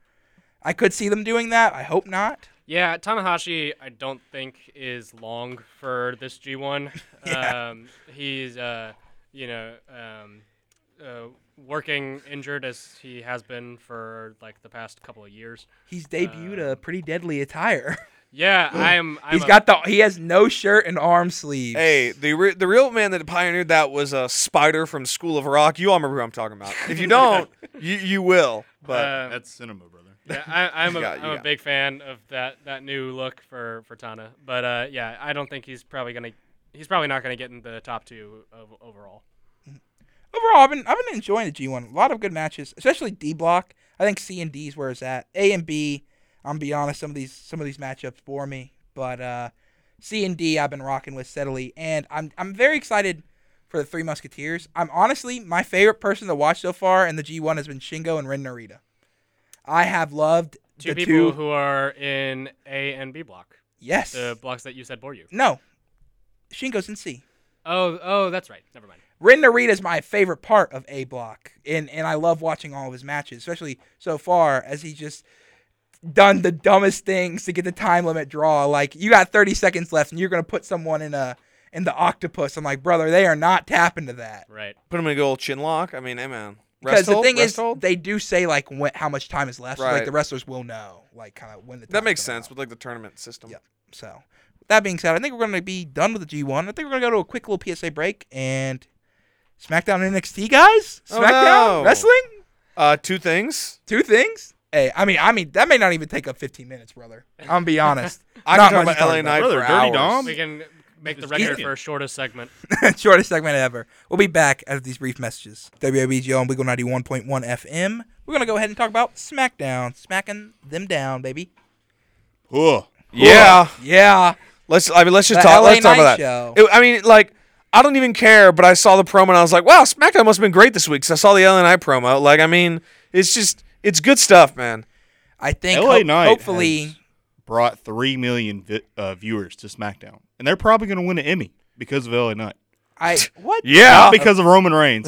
[SPEAKER 5] I could see them doing that. I hope not.
[SPEAKER 10] Yeah, Tanahashi, I don't think is long for this G1.
[SPEAKER 5] Yeah.
[SPEAKER 10] Um, he's, uh, you know, um,
[SPEAKER 6] uh, working injured as he has been for like the past couple of years.
[SPEAKER 5] He's debuted a pretty deadly attire.
[SPEAKER 6] Yeah, I'm. Uh, I'm
[SPEAKER 5] He's
[SPEAKER 6] a-
[SPEAKER 5] got the he has no shirt and arm sleeves.
[SPEAKER 7] Hey, the re- the real man that pioneered that was a spider from School of Rock. You all remember who I'm talking about. If you don't, you you will. But
[SPEAKER 6] uh,
[SPEAKER 4] That's cinema, brother.
[SPEAKER 6] yeah, I, I'm, a,
[SPEAKER 7] got- you
[SPEAKER 6] am a
[SPEAKER 7] got-
[SPEAKER 6] big fan of that, that new look for, for Tana, but uh, yeah, I don't think he's probably gonna he's probably not gonna get in the top two of, overall.
[SPEAKER 5] Overall, I've been I've been enjoying the G1. A lot of good matches, especially D block. I think C and D is where it's at. A and B, I'm gonna be honest, some of these some of these matchups bore me, but uh, C and D I've been rocking with steadily, and I'm I'm very excited for the Three Musketeers. I'm honestly my favorite person to watch so far in the G1 has been Shingo and Ren Narita. I have loved
[SPEAKER 6] Two
[SPEAKER 5] the two.
[SPEAKER 6] people who are in A and B block,
[SPEAKER 5] yes.
[SPEAKER 6] the blocks that you said bore you.
[SPEAKER 5] no. Shingo's in C.
[SPEAKER 6] Oh, oh, that's right. Never mind.
[SPEAKER 5] Ren Narita is my favorite part of A Block, and and I love watching all of his matches, especially so far as he just done the dumbest things to get the time limit draw. Like you got 30 seconds left, and you're gonna put someone in a in the octopus. I'm like, brother, they are not tapping to that.
[SPEAKER 6] Right.
[SPEAKER 7] put him in a good old chin lock. I mean, hey man.
[SPEAKER 5] Because
[SPEAKER 7] Rest
[SPEAKER 5] the
[SPEAKER 7] hold,
[SPEAKER 5] thing
[SPEAKER 7] rest
[SPEAKER 5] is,
[SPEAKER 7] hold.
[SPEAKER 5] they do say like when, how much time is left, so like
[SPEAKER 7] Right.
[SPEAKER 5] the wrestlers will know, like kind of when the
[SPEAKER 7] that
[SPEAKER 5] time's
[SPEAKER 7] makes
[SPEAKER 5] gonna
[SPEAKER 7] sense
[SPEAKER 5] run
[SPEAKER 7] with like the tournament system.
[SPEAKER 5] Yeah. out. So, with that being said, I think we're gonna be done with the G1. I think we're gonna go to a quick little PSA break and SmackDown and NXT guys,
[SPEAKER 7] Oh,
[SPEAKER 5] SmackDown
[SPEAKER 7] no.
[SPEAKER 5] wrestling.
[SPEAKER 7] Uh, two things.
[SPEAKER 5] Two things? Hey, I mean, I mean, that may not even take up 15 minutes, brother. I'm gonna be honest.
[SPEAKER 7] I
[SPEAKER 5] Not
[SPEAKER 7] can talk
[SPEAKER 5] much
[SPEAKER 7] about
[SPEAKER 5] to talk about.
[SPEAKER 7] LA Knight
[SPEAKER 4] Brother,
[SPEAKER 7] for
[SPEAKER 4] Dirty
[SPEAKER 7] hours.
[SPEAKER 4] Dom?
[SPEAKER 6] We can make the
[SPEAKER 4] Just
[SPEAKER 6] record
[SPEAKER 4] easy.
[SPEAKER 6] for shortest segment.
[SPEAKER 5] Shortest segment ever. We'll be back after these brief messages. WIBGO on Wiggle 91.1 FM. We're gonna go ahead and talk about SmackDown, smacking them down, baby.
[SPEAKER 4] Ugh.
[SPEAKER 7] Yeah.
[SPEAKER 5] Yeah.
[SPEAKER 7] Let's. I mean, let's just
[SPEAKER 5] The
[SPEAKER 7] talk.
[SPEAKER 5] LA
[SPEAKER 7] Let's talk about
[SPEAKER 5] Knight
[SPEAKER 7] that.
[SPEAKER 5] show.
[SPEAKER 7] It- I mean, like, I don't even care. But I saw the promo and I was like, wow, SmackDown must have been great this week. 'cause I saw the LNI promo. Like, I mean, it's just, it's good stuff, man.
[SPEAKER 5] I think
[SPEAKER 4] LA
[SPEAKER 5] ho-
[SPEAKER 4] Knight
[SPEAKER 5] hopefully
[SPEAKER 4] has brought three million vi- uh, viewers to SmackDown, and they're probably going to win an Emmy because of LA Knight.
[SPEAKER 5] I what?
[SPEAKER 4] Not because of Roman Reigns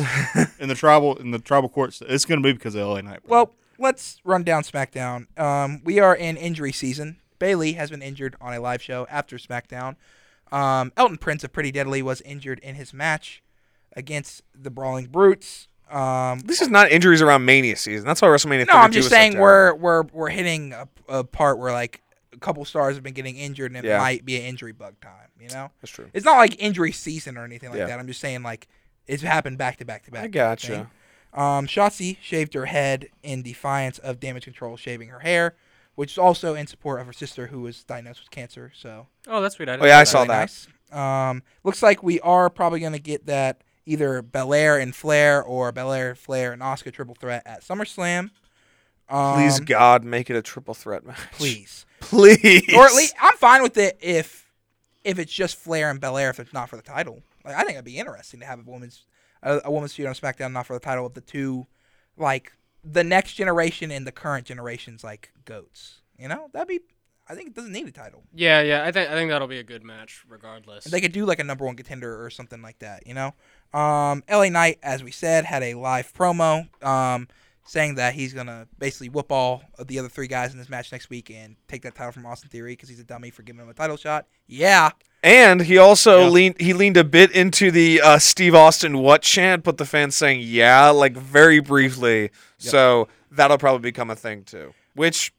[SPEAKER 4] in the tribal in the tribal courts. It's going to be because of LA Knight. bro.
[SPEAKER 5] Well, let's run down SmackDown. Um, we are in injury season. Bailey has been injured on a live show after SmackDown. Um, Elton Prince of Pretty Deadly was injured in his match against the Brawling Brutes. Um,
[SPEAKER 7] This is not injuries around Mania season. That's why WrestleMania.
[SPEAKER 5] no, I'm
[SPEAKER 7] 32
[SPEAKER 5] just
[SPEAKER 7] was
[SPEAKER 5] saying we're
[SPEAKER 7] September.
[SPEAKER 5] we're we're hitting a, a part where like a couple stars have been getting injured, and it
[SPEAKER 7] Yeah.
[SPEAKER 5] might be an injury bug time. You know,
[SPEAKER 7] That's true.
[SPEAKER 5] it's not like injury season or anything like
[SPEAKER 7] Yeah.
[SPEAKER 5] that. I'm just saying like it's happened back to back to back.
[SPEAKER 7] I
[SPEAKER 5] type of thing.
[SPEAKER 7] gotcha.
[SPEAKER 5] Um, Shotzi shaved her head in defiance of damage control shaving her hair, which is also in support of her sister who was diagnosed with cancer. So
[SPEAKER 6] Oh, that's sweet. I
[SPEAKER 7] Oh yeah, I
[SPEAKER 6] didn't know
[SPEAKER 7] saw
[SPEAKER 5] really
[SPEAKER 7] that.
[SPEAKER 5] nice. Um, looks like we are probably going to get that either Belair and Flair or Belair, Flair, and Oscar triple threat at SummerSlam. Um,
[SPEAKER 7] Please God, make it a triple threat match.
[SPEAKER 5] please,
[SPEAKER 7] please.
[SPEAKER 5] or at least I'm fine with it if if it's just Flair and Belair if it's not for the title. Like I think it'd be interesting to have a woman's a, a woman's feud on SmackDown not for the title of the two, like the next generation and the current generation's like goats. You know that'd be. I think it doesn't need a title.
[SPEAKER 6] that. Yeah, yeah. I think I think that'll be a good match regardless.
[SPEAKER 5] They could do like a number one contender or something like that, you know. Um, LA Knight, as we said, had a live promo um, saying that he's gonna basically whoop all of the other three guys in this match next week and take that title from Austin Theory because he's a dummy for giving him a title shot. Yeah,
[SPEAKER 7] And he also
[SPEAKER 4] Yeah.
[SPEAKER 7] leaned he leaned a bit into the uh, Steve Austin what chant, but the fans saying yeah, like very briefly. So that'll probably become a thing too. Which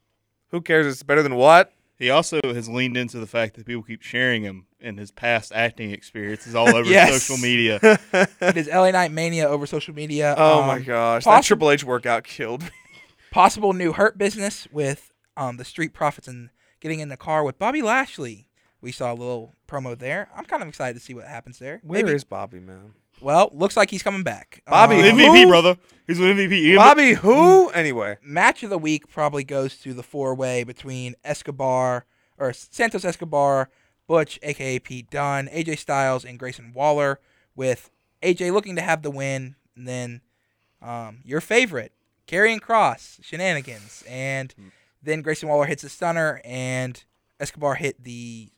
[SPEAKER 7] who cares? It's better than what?
[SPEAKER 4] He also has leaned into the fact that people keep sharing him and his past acting experiences all over
[SPEAKER 7] Yes.
[SPEAKER 4] social media.
[SPEAKER 5] it is LA Knight mania over social media.
[SPEAKER 7] Oh
[SPEAKER 5] Um,
[SPEAKER 7] my gosh. that
[SPEAKER 5] possi-
[SPEAKER 7] Triple H workout killed me.
[SPEAKER 5] possible new hurt business with um, the Street Profits and getting in the car with Bobby Lashley. We saw a little promo there. I'm kind of excited to see what happens there.
[SPEAKER 7] Where is
[SPEAKER 5] Maybe-
[SPEAKER 7] Bobby, man?
[SPEAKER 5] Well, looks like he's coming back.
[SPEAKER 7] Bobby,
[SPEAKER 5] Um,
[SPEAKER 4] MVP,
[SPEAKER 7] Who?
[SPEAKER 4] brother. He's an MVP.
[SPEAKER 7] Bobby who? Anyway.
[SPEAKER 5] match of the week probably goes to the four way between Escobar or Santos Escobar, Butch, aka Pete Dunne, AJ Styles, and Grayson Waller. With AJ looking to have the win, and then um, your favorite Karrion Cross shenanigans, and then Grayson Waller hits a stunner, and Escobar hit the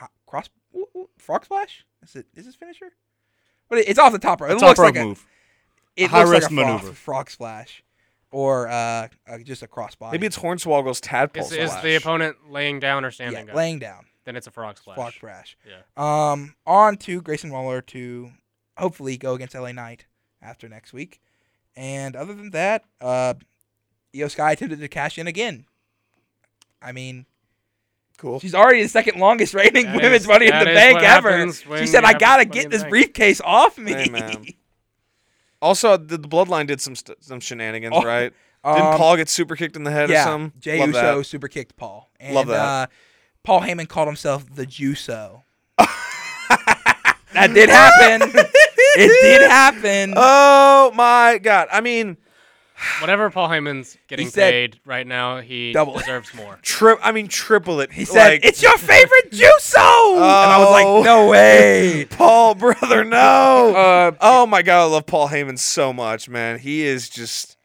[SPEAKER 5] uh, cross ooh, ooh, frog splash. Is it is his finisher? But it- it's off the top rope. It
[SPEAKER 4] Top
[SPEAKER 5] looks
[SPEAKER 4] rope
[SPEAKER 5] like a-
[SPEAKER 4] move.
[SPEAKER 5] it
[SPEAKER 4] high
[SPEAKER 5] looks like a
[SPEAKER 4] risk
[SPEAKER 5] frog,
[SPEAKER 4] maneuver.
[SPEAKER 5] frog splash, or uh, uh, just a crossbody.
[SPEAKER 7] Maybe it's Hornswoggle's tadpole.
[SPEAKER 6] is, is
[SPEAKER 7] slash.
[SPEAKER 6] the opponent laying down or
[SPEAKER 5] yeah,
[SPEAKER 6] standing up?
[SPEAKER 5] laying down,
[SPEAKER 6] then it's a frog splash.
[SPEAKER 5] frog splash.
[SPEAKER 6] Yeah.
[SPEAKER 5] Um, on to Grayson Waller to hopefully go against LA Knight after next week. And other than that, uh, Io Sky attempted to cash in again. I mean,
[SPEAKER 4] Cool.
[SPEAKER 5] She's already the second longest reigning
[SPEAKER 6] That
[SPEAKER 5] women's
[SPEAKER 6] is-
[SPEAKER 5] money in
[SPEAKER 6] that
[SPEAKER 5] the
[SPEAKER 6] is
[SPEAKER 5] bank
[SPEAKER 6] what
[SPEAKER 5] ever.
[SPEAKER 6] happens
[SPEAKER 5] She
[SPEAKER 6] when
[SPEAKER 5] said,
[SPEAKER 6] you
[SPEAKER 5] "I
[SPEAKER 6] have
[SPEAKER 5] gotta
[SPEAKER 6] Money
[SPEAKER 5] get
[SPEAKER 6] in the
[SPEAKER 5] this
[SPEAKER 6] Bank."
[SPEAKER 5] briefcase off me."
[SPEAKER 7] Hey, man. Also, the, the bloodline did some st- some shenanigans,
[SPEAKER 5] Oh,
[SPEAKER 7] right?
[SPEAKER 5] um,
[SPEAKER 7] Didn't Paul get super kicked in the head
[SPEAKER 5] yeah,
[SPEAKER 7] or something?
[SPEAKER 5] Jey
[SPEAKER 7] Love
[SPEAKER 5] Uso
[SPEAKER 7] that.
[SPEAKER 5] super kicked Paul. And,
[SPEAKER 7] Love that.
[SPEAKER 5] Uh, Paul Heyman called himself the Juso. that did happen. it did happen.
[SPEAKER 7] Oh my god! I mean,
[SPEAKER 6] Whatever Paul Heyman's getting
[SPEAKER 5] said-
[SPEAKER 6] paid right now, he
[SPEAKER 5] Double.
[SPEAKER 6] deserves more.
[SPEAKER 7] trip. I mean, triple it.
[SPEAKER 5] he said,
[SPEAKER 7] like,
[SPEAKER 5] "It's your favorite Juso," and I was
[SPEAKER 7] Oh.
[SPEAKER 5] like, "No way."
[SPEAKER 7] Paul, brother, no.
[SPEAKER 5] Uh,
[SPEAKER 7] oh my god, I love Paul Heyman so much, man. He is just,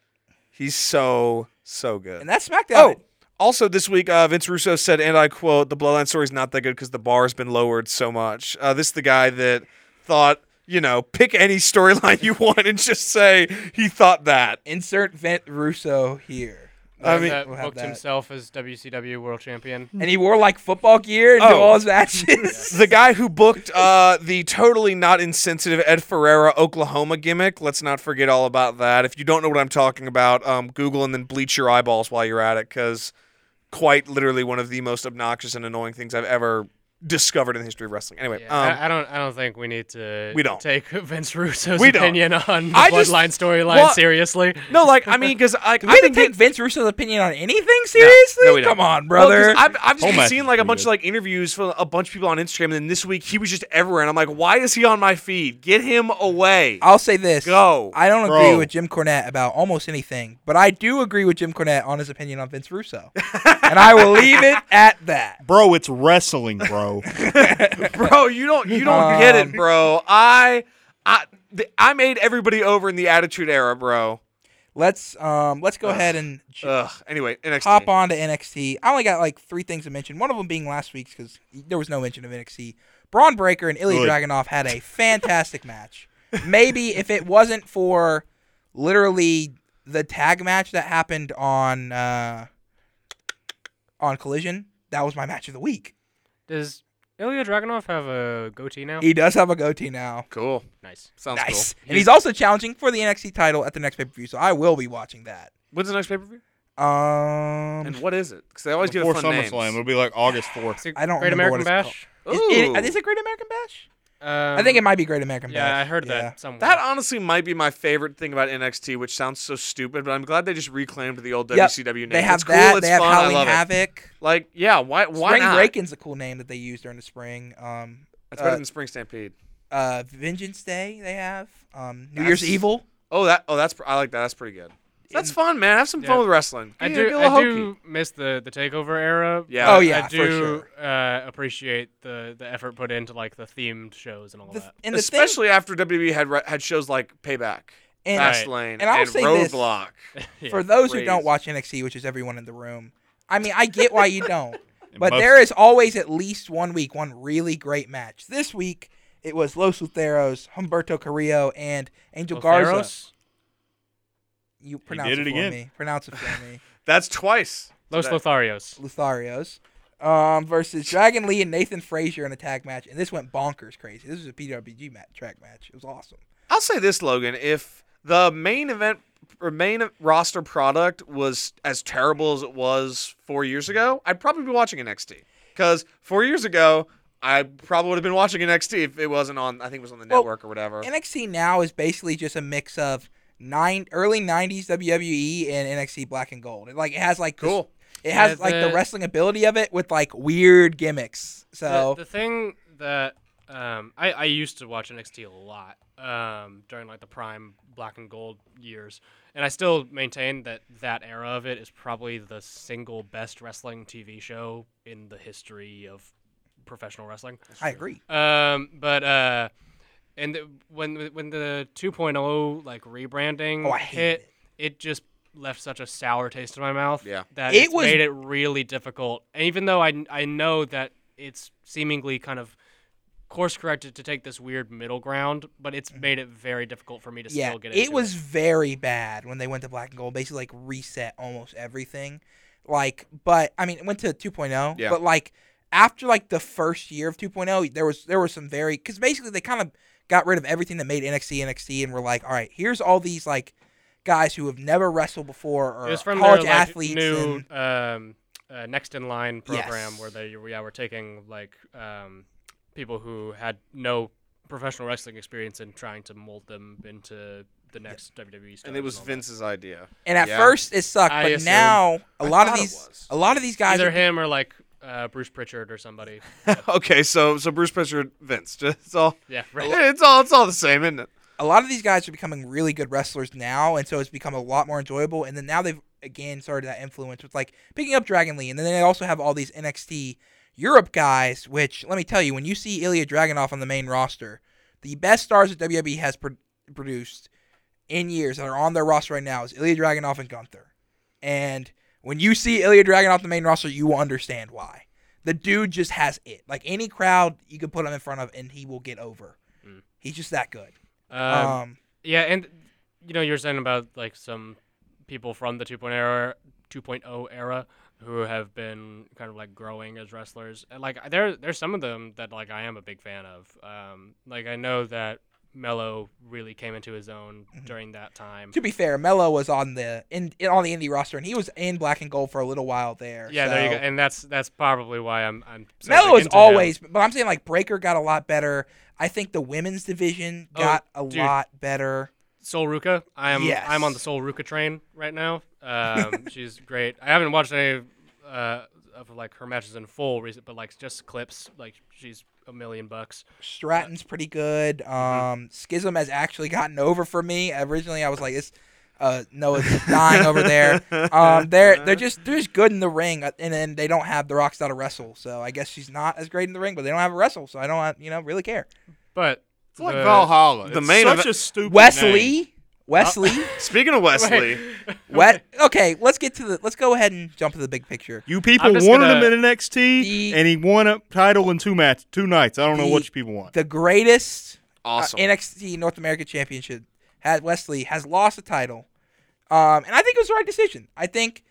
[SPEAKER 7] he's so so good.
[SPEAKER 5] And that SmackDown.
[SPEAKER 7] Oh, also this week, uh, Vince Russo said, and I quote, the Bloodline story's not that good because the bar has been lowered so much. Uh, this is the guy that thought, you know, pick any storyline you want and just say he thought that.
[SPEAKER 5] insert Vent Russo here.
[SPEAKER 7] I mean,
[SPEAKER 6] that
[SPEAKER 5] we'll have
[SPEAKER 6] booked
[SPEAKER 5] that.
[SPEAKER 6] himself as WCW World Champion.
[SPEAKER 5] And he wore like football gear into
[SPEAKER 7] Oh.
[SPEAKER 5] all his matches.
[SPEAKER 7] The guy who booked uh, the totally not insensitive Ed Ferrera Oklahoma gimmick. Let's not forget all about that. If you don't know what I'm talking about, um, Google and then bleach your eyeballs while you're at it because quite literally one of the most obnoxious and annoying things I've ever discovered in the history of wrestling. Anyway,
[SPEAKER 6] Yeah,
[SPEAKER 7] um,
[SPEAKER 6] I, I don't. I don't think we need to.
[SPEAKER 7] We don't.
[SPEAKER 6] take Vince Russo's
[SPEAKER 7] We don't.
[SPEAKER 6] opinion on the
[SPEAKER 7] I just-
[SPEAKER 6] bloodline storyline
[SPEAKER 7] Well,
[SPEAKER 6] seriously.
[SPEAKER 7] No, like I mean, because like
[SPEAKER 5] I
[SPEAKER 7] I've been
[SPEAKER 5] didn't take
[SPEAKER 7] getting-
[SPEAKER 5] Vince Russo's opinion on anything seriously.
[SPEAKER 7] no, we don't.
[SPEAKER 5] Come on,
[SPEAKER 7] Well,
[SPEAKER 5] brother.
[SPEAKER 7] 'cause I've, I've just
[SPEAKER 4] Whole
[SPEAKER 7] been
[SPEAKER 4] match
[SPEAKER 7] seeing
[SPEAKER 4] is
[SPEAKER 7] like a
[SPEAKER 4] pretty
[SPEAKER 7] bunch of
[SPEAKER 4] good.
[SPEAKER 7] like interviews from a bunch of people on Instagram, and then this week he was just everywhere, and I'm like, why is he on my feed? Get him away.
[SPEAKER 5] I'll say this.
[SPEAKER 7] Go,
[SPEAKER 5] I don't
[SPEAKER 4] bro.
[SPEAKER 5] agree with Jim Cornette about almost anything, but I do agree with Jim Cornette on his opinion on Vince Russo. and I will leave it at that.
[SPEAKER 4] Bro, it's wrestling, bro.
[SPEAKER 7] bro. You don't you don't get
[SPEAKER 5] Um,
[SPEAKER 7] it, bro. I I th- I made everybody over in the Attitude Era, bro.
[SPEAKER 5] Let's um let's go ahead and j-
[SPEAKER 7] Ugh. Anyway, NXT.
[SPEAKER 5] hop on to NXT. I only got like three things to mention. One of them being last week's because there was no mention of NXT. Braun Breaker and Ilya
[SPEAKER 4] Good.
[SPEAKER 5] Dragunov had a fantastic match. Maybe if it wasn't for literally the tag match that happened on uh, on Collision, that was my match of the week.
[SPEAKER 6] Does Ilya Dragunov have a goatee now?
[SPEAKER 5] He does have a goatee now.
[SPEAKER 7] Cool.
[SPEAKER 6] nice.
[SPEAKER 7] Sounds
[SPEAKER 5] Nice.
[SPEAKER 7] cool.
[SPEAKER 5] And he's also challenging for the NXT title at the next pay per view, so I will be watching that.
[SPEAKER 7] When's the next pay per view?
[SPEAKER 5] Um,
[SPEAKER 7] And what is it? Because they always give
[SPEAKER 4] Before
[SPEAKER 7] it fun names.
[SPEAKER 4] SummerSlam, it'll be like August 4th.
[SPEAKER 6] Is it
[SPEAKER 5] I don't
[SPEAKER 6] Great
[SPEAKER 5] remember what
[SPEAKER 6] American
[SPEAKER 5] it's
[SPEAKER 6] Bash.
[SPEAKER 5] is, it,
[SPEAKER 7] Ooh.
[SPEAKER 5] is it Great American Bash?
[SPEAKER 6] Um,
[SPEAKER 5] I think it might be Great American Bash.
[SPEAKER 6] Yeah, I heard
[SPEAKER 5] Yeah.
[SPEAKER 6] that somewhere.
[SPEAKER 7] That honestly might be my favorite thing about NXT, which sounds so stupid, but I'm glad they just reclaimed the old
[SPEAKER 5] Yep.
[SPEAKER 7] WCW name.
[SPEAKER 5] They have
[SPEAKER 7] it's cool,
[SPEAKER 5] that.
[SPEAKER 7] it's
[SPEAKER 5] they have
[SPEAKER 7] fun, I
[SPEAKER 5] Howling
[SPEAKER 7] love it.
[SPEAKER 5] Havoc.
[SPEAKER 7] Like, yeah, why why
[SPEAKER 5] spring
[SPEAKER 7] not?
[SPEAKER 5] Breakin's a cool name that they use during the spring. Um,
[SPEAKER 7] That's better
[SPEAKER 5] uh,
[SPEAKER 7] than Spring Stampede.
[SPEAKER 5] uh, Vengeance Day they have. Um, New
[SPEAKER 7] That's-
[SPEAKER 5] Year's Evil.
[SPEAKER 7] Oh, that oh that's pr- I like that. That's pretty good. That's
[SPEAKER 5] In-
[SPEAKER 7] fun, man. Have some fun
[SPEAKER 6] Yeah.
[SPEAKER 7] with wrestling.
[SPEAKER 6] I
[SPEAKER 7] Get-
[SPEAKER 6] do.
[SPEAKER 7] get a little
[SPEAKER 6] I
[SPEAKER 7] hokey.
[SPEAKER 6] do miss the the takeover era.
[SPEAKER 7] Yeah.
[SPEAKER 6] but
[SPEAKER 7] Oh,
[SPEAKER 5] yeah,
[SPEAKER 6] I
[SPEAKER 5] for
[SPEAKER 6] do
[SPEAKER 5] sure.
[SPEAKER 6] uh, appreciate the the effort put into like the themed shows and all
[SPEAKER 5] The-
[SPEAKER 6] that.
[SPEAKER 5] and the thing,
[SPEAKER 7] Especially after WWE had re- had shows like Payback,
[SPEAKER 5] and
[SPEAKER 6] Right.
[SPEAKER 7] Fastlane,
[SPEAKER 5] And I'll
[SPEAKER 7] and
[SPEAKER 5] say this.
[SPEAKER 7] Roadblock.
[SPEAKER 6] Yeah,
[SPEAKER 5] for those who don't
[SPEAKER 7] crazy.
[SPEAKER 5] watch NXT, which is everyone in the room, I mean, I get why you don't.
[SPEAKER 4] And
[SPEAKER 5] But
[SPEAKER 4] most-
[SPEAKER 5] there is always at least one week, one really great match. This week, it was Los Lutheros, Humberto Carrillo, and Angel Garza.
[SPEAKER 6] Garza.
[SPEAKER 5] You pronounce
[SPEAKER 4] did
[SPEAKER 5] it,
[SPEAKER 4] it
[SPEAKER 5] for
[SPEAKER 4] again.
[SPEAKER 5] me. Pronounce it for me.
[SPEAKER 7] That's twice.
[SPEAKER 6] Los
[SPEAKER 7] Today.
[SPEAKER 6] Lotharios.
[SPEAKER 5] Lutharios. Um, versus Dragon Lee and Nathan Frazier in a tag match, and this went bonkers crazy. This was a PWG mat- track match. It was awesome.
[SPEAKER 7] I'll say this, Logan. If the main event or main roster product was as terrible as it was four years ago, I'd probably be watching NXT. Because four years ago, I probably would have been watching NXT if it wasn't on. I think it was on the
[SPEAKER 5] Well,
[SPEAKER 7] network or whatever.
[SPEAKER 5] NXT now is basically just a mix of nine early '90s WWE E and NXT Black and Gold. It, like it has like this-
[SPEAKER 7] Cool.
[SPEAKER 5] it has
[SPEAKER 6] Yeah,
[SPEAKER 5] like the
[SPEAKER 6] the-
[SPEAKER 5] wrestling ability of it with like weird gimmicks. So
[SPEAKER 6] The, the thing that um, I, I used to watch NXT a lot um, during like the prime black and gold years, and I still maintain that that era of it is probably the single best wrestling TV show in the history of professional wrestling.
[SPEAKER 5] I agree.
[SPEAKER 6] Um, but uh, and the, when when the 2.0 like rebranding
[SPEAKER 5] Oh, I hated
[SPEAKER 6] hit, it. just left such a sour taste in my mouth.
[SPEAKER 7] Yeah.
[SPEAKER 6] that
[SPEAKER 5] It
[SPEAKER 6] it
[SPEAKER 5] was-
[SPEAKER 6] made it really difficult. And even though I I know that it's seemingly kind of course corrected to take this weird middle ground, but it's made it very difficult for me to
[SPEAKER 5] Mm-hmm. Yeah,
[SPEAKER 6] still get
[SPEAKER 5] it
[SPEAKER 6] into
[SPEAKER 5] was very bad when they went to black and gold. Basically, like reset almost everything. Like, but I mean, it went to oh, 2.0.
[SPEAKER 7] Yeah.
[SPEAKER 5] oh, But like after like the first year of 2.0, there was there were some very because basically they kind of got rid of everything that made NXT NXT, and we're like, all right, here's all these like guys who have never wrestled before or
[SPEAKER 6] It was from
[SPEAKER 5] Uh, college
[SPEAKER 6] their like,
[SPEAKER 5] athletes.
[SPEAKER 6] new
[SPEAKER 5] and,
[SPEAKER 6] um, uh, next in line program
[SPEAKER 5] Yes.
[SPEAKER 6] where they yeah were taking like um, people who had no professional wrestling experience and trying to mold them into the next WWE.
[SPEAKER 7] And it was
[SPEAKER 6] stars all
[SPEAKER 7] Vince's idea.
[SPEAKER 5] and at
[SPEAKER 7] Yeah.
[SPEAKER 5] first it sucked,
[SPEAKER 6] I
[SPEAKER 5] but
[SPEAKER 6] assume-
[SPEAKER 5] now a lot of
[SPEAKER 7] thought it
[SPEAKER 5] these
[SPEAKER 7] was.
[SPEAKER 5] a lot of these
[SPEAKER 6] that.
[SPEAKER 5] guys
[SPEAKER 6] either
[SPEAKER 5] are
[SPEAKER 6] him or like uh, Bruce Pritchard or somebody.
[SPEAKER 7] okay, so so Bruce Pritchard, Vince, just, it's all
[SPEAKER 6] Yeah, right.
[SPEAKER 7] it's all it's all the same, isn't it?
[SPEAKER 5] a lot of these guys are becoming really good wrestlers now, and so it's become a lot more enjoyable. And then now they've again started that influence with like picking up Dragon Lee, and then they also have all these NXT Europe guys. Which let me tell you, when you see Ilya Dragunov on the main roster, the best stars that WWE has pro- produced in years that are on their roster right now is Ilya Dragunov and Gunther. And when you see Ilya Dragunov the main roster, you will understand why. The dude just has it. Like any crowd you can put him in front of, and he will get over. He's just that good.
[SPEAKER 6] Um,
[SPEAKER 5] um
[SPEAKER 6] Yeah, and you know you're saying about like some people from the 2.0 era, 2.0 era who have been kind of like growing as wrestlers. And like there there's some of them that like I am a big fan of. Um like I know that Mello really came into his own
[SPEAKER 5] Mm-hmm.
[SPEAKER 6] during that time.
[SPEAKER 5] To be fair, Mello was on the in, in- on the indie roster, and he was in black and gold for a little while there.
[SPEAKER 6] Yeah, there you go.
[SPEAKER 5] oh, so-
[SPEAKER 6] And that's that's probably why I'm I'm so
[SPEAKER 5] Mello
[SPEAKER 6] big
[SPEAKER 5] is
[SPEAKER 6] into him.
[SPEAKER 5] always, but I'm saying like Breaker got a lot better. I think the women's division
[SPEAKER 6] Oh,
[SPEAKER 5] got a
[SPEAKER 6] dude.
[SPEAKER 5] lot better.
[SPEAKER 6] Sol Ruka. I am
[SPEAKER 5] Yes.
[SPEAKER 6] I'm on the Sol Ruka train right now. Um, she's great. I haven't watched any uh, of like her matches in full recent, but like just clips. Like she's a million bucks.
[SPEAKER 5] Stratton's pretty good.
[SPEAKER 6] Uh, mm-hmm.
[SPEAKER 5] Um, Schism has actually gotten over for me. Originally, I was like, "This uh, Noah's dying over there." Um, they're they're just they're just good in the ring, uh, and then they don't have the Rockstar to wrestle. So I guess she's not as great in the ring, but they don't have a wrestle, so I don't uh, you know really care.
[SPEAKER 6] But
[SPEAKER 2] It's like
[SPEAKER 6] the-
[SPEAKER 2] Valhalla.
[SPEAKER 7] the
[SPEAKER 2] it's
[SPEAKER 7] main
[SPEAKER 4] Such
[SPEAKER 7] event-
[SPEAKER 4] a stupid name.
[SPEAKER 5] Wesley, Wesley.
[SPEAKER 7] Speaking of Wesley,
[SPEAKER 5] What? Okay, let's get to the. Let's go ahead and jump to the big picture.
[SPEAKER 4] You people
[SPEAKER 6] just
[SPEAKER 4] wanted
[SPEAKER 6] gonna-
[SPEAKER 4] him in NXT,
[SPEAKER 5] The-
[SPEAKER 4] and he won a title in two match, two nights. I don't know
[SPEAKER 5] The-
[SPEAKER 4] what you people want.
[SPEAKER 5] The greatest uh,
[SPEAKER 7] awesome.
[SPEAKER 5] NXT North American Championship had Wesley has lost a title, um, and I think it was the right decision. I think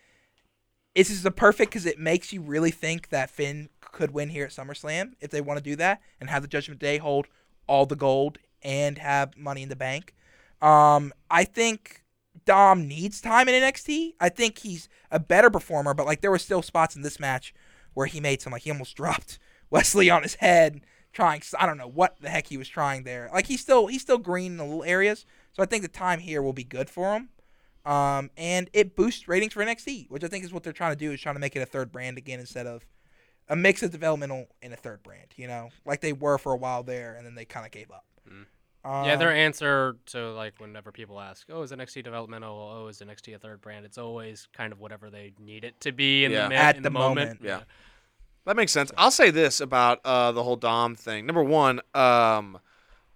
[SPEAKER 5] this is the perfect because it makes you really think that Finn could win here at SummerSlam if they want to do that and have the Judgment Day hold all the gold and have Money in the Bank. Um, I think Dom needs time in NXT. I think he's a better performer, but like there were still spots in this match where he made some like he almost dropped Wesley on his head trying I don't know what the heck he was trying there. Like he's still he's still green in the little areas, so I think the time here will be good for him. Um, and it boosts ratings for NXT, which I think is what they're trying to do is trying to make it a third brand again instead of a mix of developmental and a third brand. You know, like they were for a while there, and then they kind of gave up.
[SPEAKER 7] Mm.
[SPEAKER 6] yeah,
[SPEAKER 7] Uh.
[SPEAKER 5] Um,
[SPEAKER 6] their answer to like whenever people ask, "Oh, is NXT developmental? Oh, is NXT a third brand?" It's always kind of whatever they need it to be in
[SPEAKER 7] Yeah.
[SPEAKER 6] the mi-
[SPEAKER 5] At
[SPEAKER 6] in
[SPEAKER 5] the
[SPEAKER 6] the moment.
[SPEAKER 5] moment.
[SPEAKER 7] Yeah. That makes sense. I'll say this about uh, the whole Dom thing. Number one, um,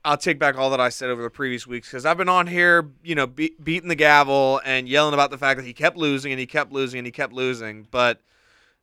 [SPEAKER 7] I'll take back all that I said over the previous weeks because I've been on here, you know, be- beating the gavel and yelling about the fact that he kept losing and he kept losing and he kept losing. But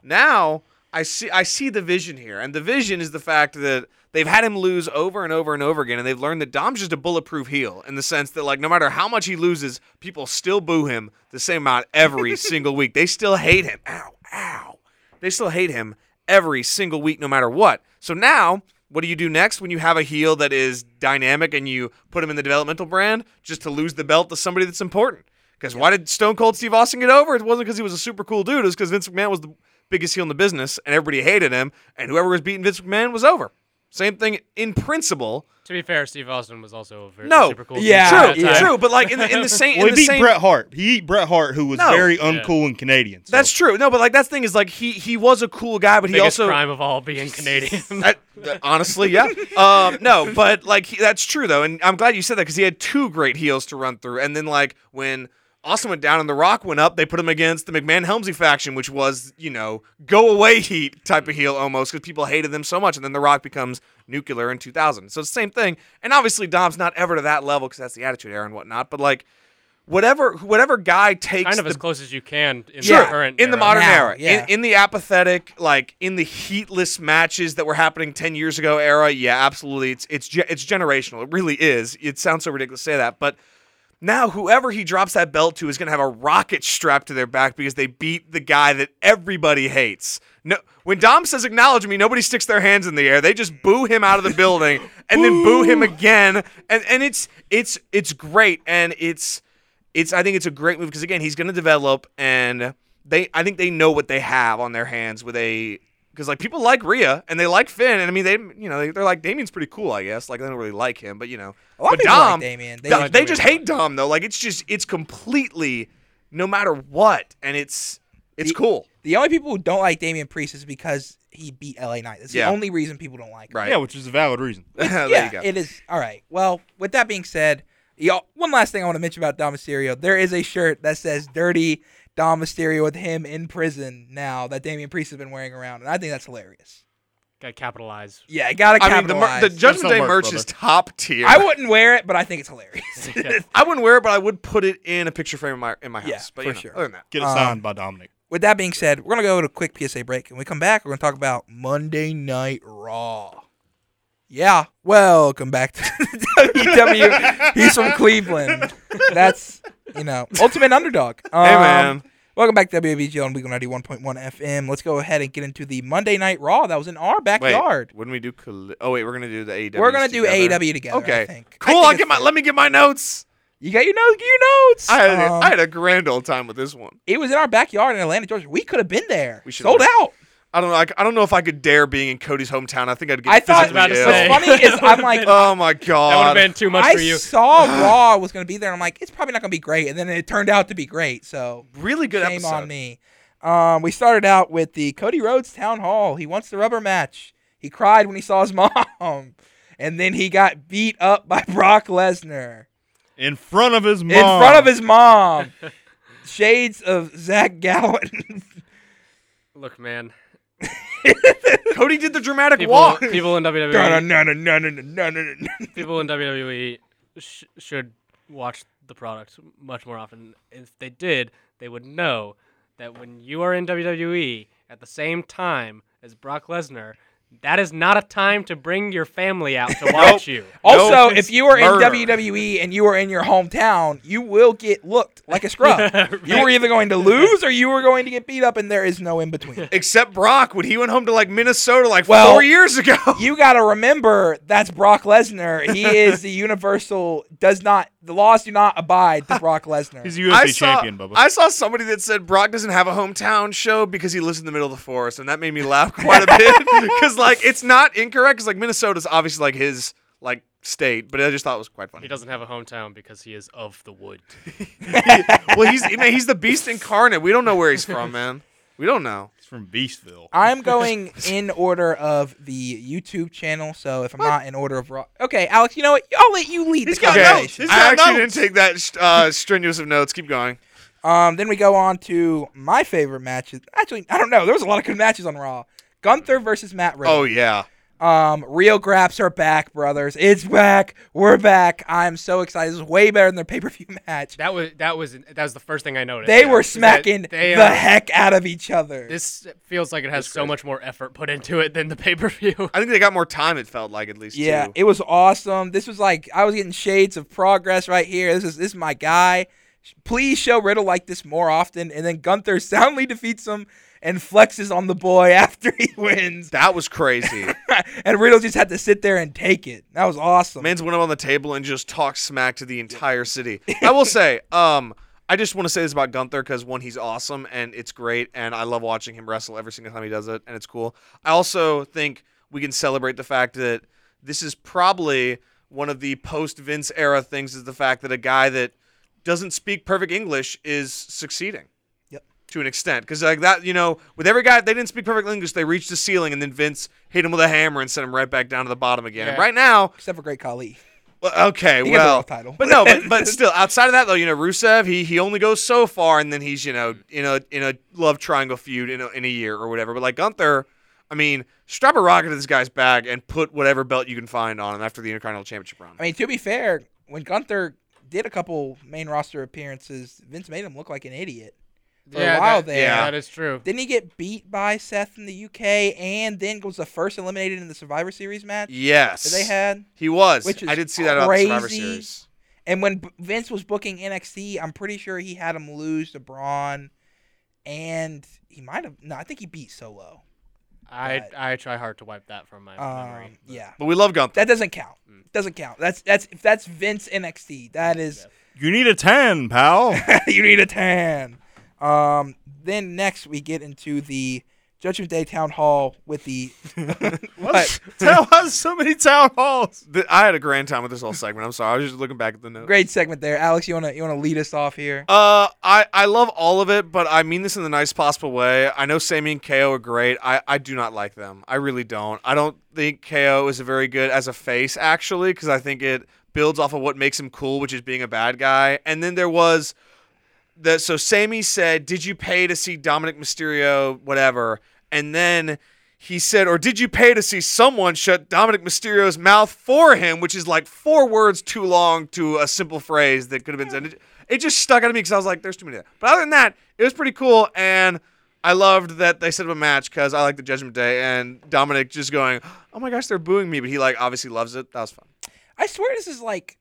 [SPEAKER 7] now I see I see the vision here, and the vision is the fact that they've had him lose over and over and over again, and they've learned that Dom's just a bulletproof heel in the sense that like no matter how much he loses, people still boo him the same amount every single week. They still hate him. Ow, ow. They still hate him every single week, no matter what. So now. What do you do next when you have a heel that is dynamic and you put him in the developmental brand just to lose the belt to somebody that's important? Because why did Stone Cold Steve Austin get over? It wasn't because he was a super cool dude. It was because Vince McMahon was the biggest heel in the business, and everybody hated him. And whoever was beating Vince McMahon was over. Same thing in principle.
[SPEAKER 6] To be fair, Steve Austin was also a very
[SPEAKER 7] No,
[SPEAKER 6] super cool.
[SPEAKER 5] yeah,
[SPEAKER 6] dude at
[SPEAKER 7] true,
[SPEAKER 6] that time.
[SPEAKER 7] true. But like in the, in the same,
[SPEAKER 4] Well,
[SPEAKER 7] in
[SPEAKER 4] he
[SPEAKER 7] the
[SPEAKER 4] beat
[SPEAKER 7] same,
[SPEAKER 4] Bret Hart. He beat Bret Hart, who was
[SPEAKER 7] No.
[SPEAKER 4] very uncool and Canadian. So.
[SPEAKER 7] that's true. No, but like that's the thing is like he he was a cool guy, but he
[SPEAKER 6] Biggest
[SPEAKER 7] also
[SPEAKER 6] crime of all being Canadian.
[SPEAKER 7] I- th- honestly, yeah. Um, no, but like he, that's true though, and I'm glad you said that because he had two great heels to run through, and then like when Austin went down and The Rock went up, they put him against the McMahon Helmsley faction, which was you know go away heat type of heel almost because people hated them so much, and then The Rock becomes nuclear in 2000. So it's the same thing, and obviously Dom's not ever to that level because that's the Attitude Era and whatnot, but like. Whatever, whatever guy takes
[SPEAKER 6] kind of
[SPEAKER 7] the
[SPEAKER 6] as close as you can in
[SPEAKER 7] Sure.
[SPEAKER 6] the current
[SPEAKER 7] in the
[SPEAKER 6] era.
[SPEAKER 7] modern
[SPEAKER 5] Now,
[SPEAKER 7] era,
[SPEAKER 5] yeah.
[SPEAKER 7] in, in the apathetic, like in the heatless matches that were happening ten years ago era, yeah, absolutely, it's it's ge- it's generational. It really is. It sounds so ridiculous to say that, but Now, whoever he drops that belt to is going to have a rocket strapped to their back because they beat the guy that everybody hates. No, when Dom says acknowledge me, nobody sticks their hands in the air. They just boo him out of the building and then boo him again. And and it's it's it's great and it's it's I think it's a great move because again, he's going to develop and they I think they know what they have on their hands with a because like people like Rhea and they like Finn and I mean they you know they, they're like Damien's pretty cool I guess like they don't really like him but you know
[SPEAKER 5] A lot of
[SPEAKER 7] but
[SPEAKER 5] people like
[SPEAKER 7] Dom
[SPEAKER 5] Damien. They
[SPEAKER 7] Dom-
[SPEAKER 5] like
[SPEAKER 7] they
[SPEAKER 5] Damien
[SPEAKER 7] just
[SPEAKER 5] a lot.
[SPEAKER 7] hate Dom though like it's just it's completely no matter what and it's it's
[SPEAKER 5] The-
[SPEAKER 7] cool
[SPEAKER 5] The only people who don't like Damian Priest is because he beat LA Knight. That's
[SPEAKER 7] Yeah.
[SPEAKER 5] the only reason people don't like him.
[SPEAKER 7] right
[SPEAKER 4] Yeah, which is a valid reason.
[SPEAKER 7] there
[SPEAKER 5] yeah,
[SPEAKER 7] you go
[SPEAKER 5] it is. All right. Well, with that being said, y'all, one last thing I want to mention about Dom Mysterio. There is a shirt that says "Dirty Dom Mysterio" with him in prison now that Damian Priest has been wearing around, and I think that's hilarious.
[SPEAKER 10] Gotta capitalize.
[SPEAKER 5] Yeah, I gotta
[SPEAKER 7] I mean the, mer-
[SPEAKER 5] capitalize.
[SPEAKER 7] the Judgment
[SPEAKER 4] some
[SPEAKER 7] Day
[SPEAKER 4] work,
[SPEAKER 7] merch
[SPEAKER 4] brother.
[SPEAKER 7] is top tier
[SPEAKER 5] I wouldn't wear it, but I think it's hilarious.
[SPEAKER 7] I wouldn't wear it but I would put it in a picture frame in my in my house
[SPEAKER 5] Yeah,
[SPEAKER 7] but
[SPEAKER 5] for
[SPEAKER 7] you know,
[SPEAKER 5] sure.
[SPEAKER 7] other than that
[SPEAKER 4] Get it
[SPEAKER 5] Um,
[SPEAKER 4] signed by Dominic.
[SPEAKER 5] with that being said, we're gonna go to a quick PSA break, and when we come back, we're gonna talk about Monday Night Raw. Yeah, welcome back to WW. He's from Cleveland. That's you know ultimate underdog. Um,
[SPEAKER 7] hey man
[SPEAKER 5] Welcome back to WBG on Week 91.1 FM. Let's go ahead and get into the Monday Night Raw that was in our
[SPEAKER 7] wait
[SPEAKER 5] backyard.
[SPEAKER 7] wouldn't we do colli- oh wait we're gonna do the AEW
[SPEAKER 5] We're gonna do
[SPEAKER 7] together.
[SPEAKER 5] AEW together.
[SPEAKER 7] okay
[SPEAKER 5] I think. I
[SPEAKER 7] cool
[SPEAKER 5] think
[SPEAKER 7] I'll
[SPEAKER 5] it's
[SPEAKER 7] get my
[SPEAKER 5] fair.
[SPEAKER 7] let me get my notes.
[SPEAKER 5] You got your notes. Get your notes.
[SPEAKER 7] I had,
[SPEAKER 5] Um,
[SPEAKER 7] I had a grand old time with this one.
[SPEAKER 5] it was in our backyard in Atlanta, Georgia. We could have been there.
[SPEAKER 7] We should've
[SPEAKER 5] sold
[SPEAKER 7] been.
[SPEAKER 5] out.
[SPEAKER 7] I don't know. I, I don't know if I could dare being in Cody's hometown. I think I'd get
[SPEAKER 5] I thought.
[SPEAKER 7] physically
[SPEAKER 5] What's
[SPEAKER 7] ill.
[SPEAKER 5] funny is I'm like.
[SPEAKER 7] oh my
[SPEAKER 10] That would
[SPEAKER 7] god.
[SPEAKER 10] have been too much
[SPEAKER 5] I
[SPEAKER 10] for you.
[SPEAKER 5] saw Raw was going to be there, and I'm like, it's probably not going to be great. And then it turned out to be great. So
[SPEAKER 7] really good
[SPEAKER 5] shame
[SPEAKER 7] episode.
[SPEAKER 5] on me. Um, we started out with the Cody Rhodes town hall. He wants the rubber match. He cried when he saw his mom, and then he got beat up by Brock Lesnar
[SPEAKER 4] In front of his mom.
[SPEAKER 5] in front of his mom. Shades of Zach Gowen.
[SPEAKER 10] Look, man.
[SPEAKER 7] Cody did the dramatic
[SPEAKER 10] People,
[SPEAKER 7] walk.
[SPEAKER 10] people in WWE.
[SPEAKER 5] That's
[SPEAKER 10] people in WWE sh- should watch the product much more often. If they did, they would know that when you are in WWE at the same time as Brock Lesnar, that is not a time to bring your family out to watch you.
[SPEAKER 5] Also,
[SPEAKER 7] it's
[SPEAKER 5] if you are in
[SPEAKER 7] murder.
[SPEAKER 5] WWE and you are in your hometown, you will get looked like a scrub. You were either going to lose or you were going to get beat up, and there is no in between.
[SPEAKER 7] Except Brock, when he went home to like Minnesota like
[SPEAKER 5] Well-
[SPEAKER 7] four years ago.
[SPEAKER 5] You got to remember that's Brock Lesnar. He is the universal, does not, the laws do not abide to Brock
[SPEAKER 4] He's
[SPEAKER 5] Lesnar.
[SPEAKER 4] a UFC
[SPEAKER 7] I saw,
[SPEAKER 4] champion, Bubba.
[SPEAKER 7] I saw somebody that said Brock doesn't have a hometown show because he lives in the middle of the forest, and that made me laugh quite a bit. Because like it's not incorrect. Because like Minnesota's obviously like his like state, but I just thought it was quite funny.
[SPEAKER 10] He doesn't have a hometown because he is of the wood.
[SPEAKER 7] well, he's man, he's the beast incarnate. We don't know where he's from, man. We don't know.
[SPEAKER 4] It's from Beastville.
[SPEAKER 5] I'm going in order of the YouTube channel, so if I'm not in order of Raw. Okay, Alex, you know what? I'll let you lead the
[SPEAKER 4] got notes.
[SPEAKER 5] conversation.
[SPEAKER 4] He's
[SPEAKER 7] I
[SPEAKER 4] got
[SPEAKER 7] actually
[SPEAKER 4] notes.
[SPEAKER 7] didn't take that uh, strenuous of notes. Keep going.
[SPEAKER 5] Um, then we go on to my favorite matches. Actually, I don't know. There was a lot of good matches on Raw. Gunther versus Matt Riddle.
[SPEAKER 7] Oh yeah,
[SPEAKER 5] Um, Rio Graps are back, brothers. It's back. We're back. I'm so excited. This is way better than their pay per view match.
[SPEAKER 10] That was that was that was the first thing I noticed.
[SPEAKER 5] They were
[SPEAKER 10] Is that
[SPEAKER 5] smacking
[SPEAKER 10] they
[SPEAKER 5] the
[SPEAKER 10] are-
[SPEAKER 5] heck out of each other.
[SPEAKER 10] This feels like it has so much more effort put into it than the pay per view.
[SPEAKER 7] I think they got more time. It felt like at least.
[SPEAKER 5] yeah,
[SPEAKER 7] two.
[SPEAKER 5] it was awesome. This was like I was getting shades of progress right here. This is this is my guy. Please show Riddle like this more often. And then Gunther soundly defeats him and flexes on the boy after he wins.
[SPEAKER 7] that was crazy.
[SPEAKER 5] and Riddle just had to sit there and take it. That was awesome.
[SPEAKER 7] Man's went up on the table and just talked smack to the entire city. I will say, um, I just want to say this about Gunther because one, he's awesome and it's great, and I love watching him wrestle every single time he does it, and it's cool. I also think we can celebrate the fact that this is probably one of the post Vince era things is the fact that a guy that doesn't speak perfect English is succeeding.
[SPEAKER 5] Yep.
[SPEAKER 7] To an extent, because like that, you know, with every guy, they didn't speak perfect English. They reached the ceiling, and then Vince hit him with a hammer and sent him right back down to the bottom again. And
[SPEAKER 10] Yeah.
[SPEAKER 7] right now,
[SPEAKER 5] Except for Great Khali.
[SPEAKER 7] well, okay,
[SPEAKER 5] He got the
[SPEAKER 7] well,
[SPEAKER 5] world title.
[SPEAKER 7] but no, but but still, outside of that though, you know, Rusev, he he only goes so far, and then he's you know in a in a love triangle feud in a, in a year or whatever. But like Gunther, I mean, strap a rocket to this guy's back and put whatever belt you can find on him after the Intercontinental Championship run.
[SPEAKER 5] I mean, to be fair, when Gunther did a couple main roster appearances, Vince made him look like an idiot for a while
[SPEAKER 10] that,
[SPEAKER 5] there.
[SPEAKER 7] yeah.
[SPEAKER 10] that is true.
[SPEAKER 5] Didn't he get beat by Seth in the UK and then was the first eliminated in the Survivor Series match
[SPEAKER 7] yes,
[SPEAKER 5] that they had?
[SPEAKER 7] He was.
[SPEAKER 5] Which is
[SPEAKER 7] I did see that on the Survivor
[SPEAKER 5] crazy.
[SPEAKER 7] Series.
[SPEAKER 5] And when B- Vince was booking NXT, I'm pretty sure he had him lose to Braun, and he might have. No, I think he beat Solo.
[SPEAKER 6] I
[SPEAKER 5] But-
[SPEAKER 6] I try hard to wipe that from my memory.
[SPEAKER 5] Um,
[SPEAKER 6] but-
[SPEAKER 5] yeah,
[SPEAKER 7] But we love Gunther.
[SPEAKER 5] that doesn't count. Doesn't count. That's that's if that's Vince NXT, that is
[SPEAKER 4] You need a tan, pal.
[SPEAKER 5] you need a tan. Um, then next we get into the Judgment Day Town Hall with the what?
[SPEAKER 4] Tell us so many town halls.
[SPEAKER 7] Th- I had a grand time with this whole segment. I'm sorry. I was just looking back at the notes.
[SPEAKER 5] great segment there, Alex. You wanna you wanna lead us off here?
[SPEAKER 7] Uh, I, I love all of it, but I mean this in the nice possible way. I know Sammy and KO are great. I, I do not like them. I really don't. I don't think KO is very good as a face, actually, because I think it builds off of what makes him cool, which is being a bad guy. And then there was that so Sammy said, "Did you pay to see Dominic Mysterio whatever?" And then he said, "Or did you pay to see someone shut Dominic Mysterio's mouth for him?" Which is like four words too long to a simple phrase that could have been said. It, it just stuck out of me because I was like, "There's too many." Of that. But other than that, it was pretty cool, and I loved that they set up a match because I like the Judgment Day and Dominic just going, "Oh my gosh, they're booing me," but he like obviously loves it. That was fun.
[SPEAKER 5] I swear this is like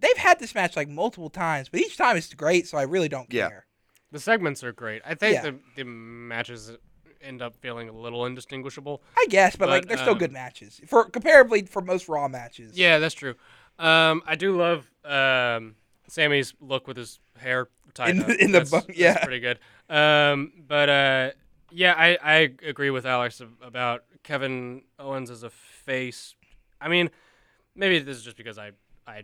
[SPEAKER 5] they've had this match like multiple times, but each time it's great, so I really don't
[SPEAKER 7] Yeah.
[SPEAKER 5] care.
[SPEAKER 6] The segments are great. I think
[SPEAKER 5] Yeah.
[SPEAKER 6] the the matches end up feeling a little indistinguishable.
[SPEAKER 5] I guess, but, like
[SPEAKER 6] But,
[SPEAKER 5] they're still
[SPEAKER 6] um,
[SPEAKER 5] good matches for comparably for most Raw matches.
[SPEAKER 6] Yeah, that's true. Um, I do love um, Sammy's look with his hair tied
[SPEAKER 5] In
[SPEAKER 6] up.
[SPEAKER 5] the- in the
[SPEAKER 6] That's-
[SPEAKER 5] bun-
[SPEAKER 6] that's
[SPEAKER 5] yeah.
[SPEAKER 6] pretty good. Um, but uh, yeah, I, I agree with Alex ab- about Kevin Owens as a face. I mean, maybe this is just because I I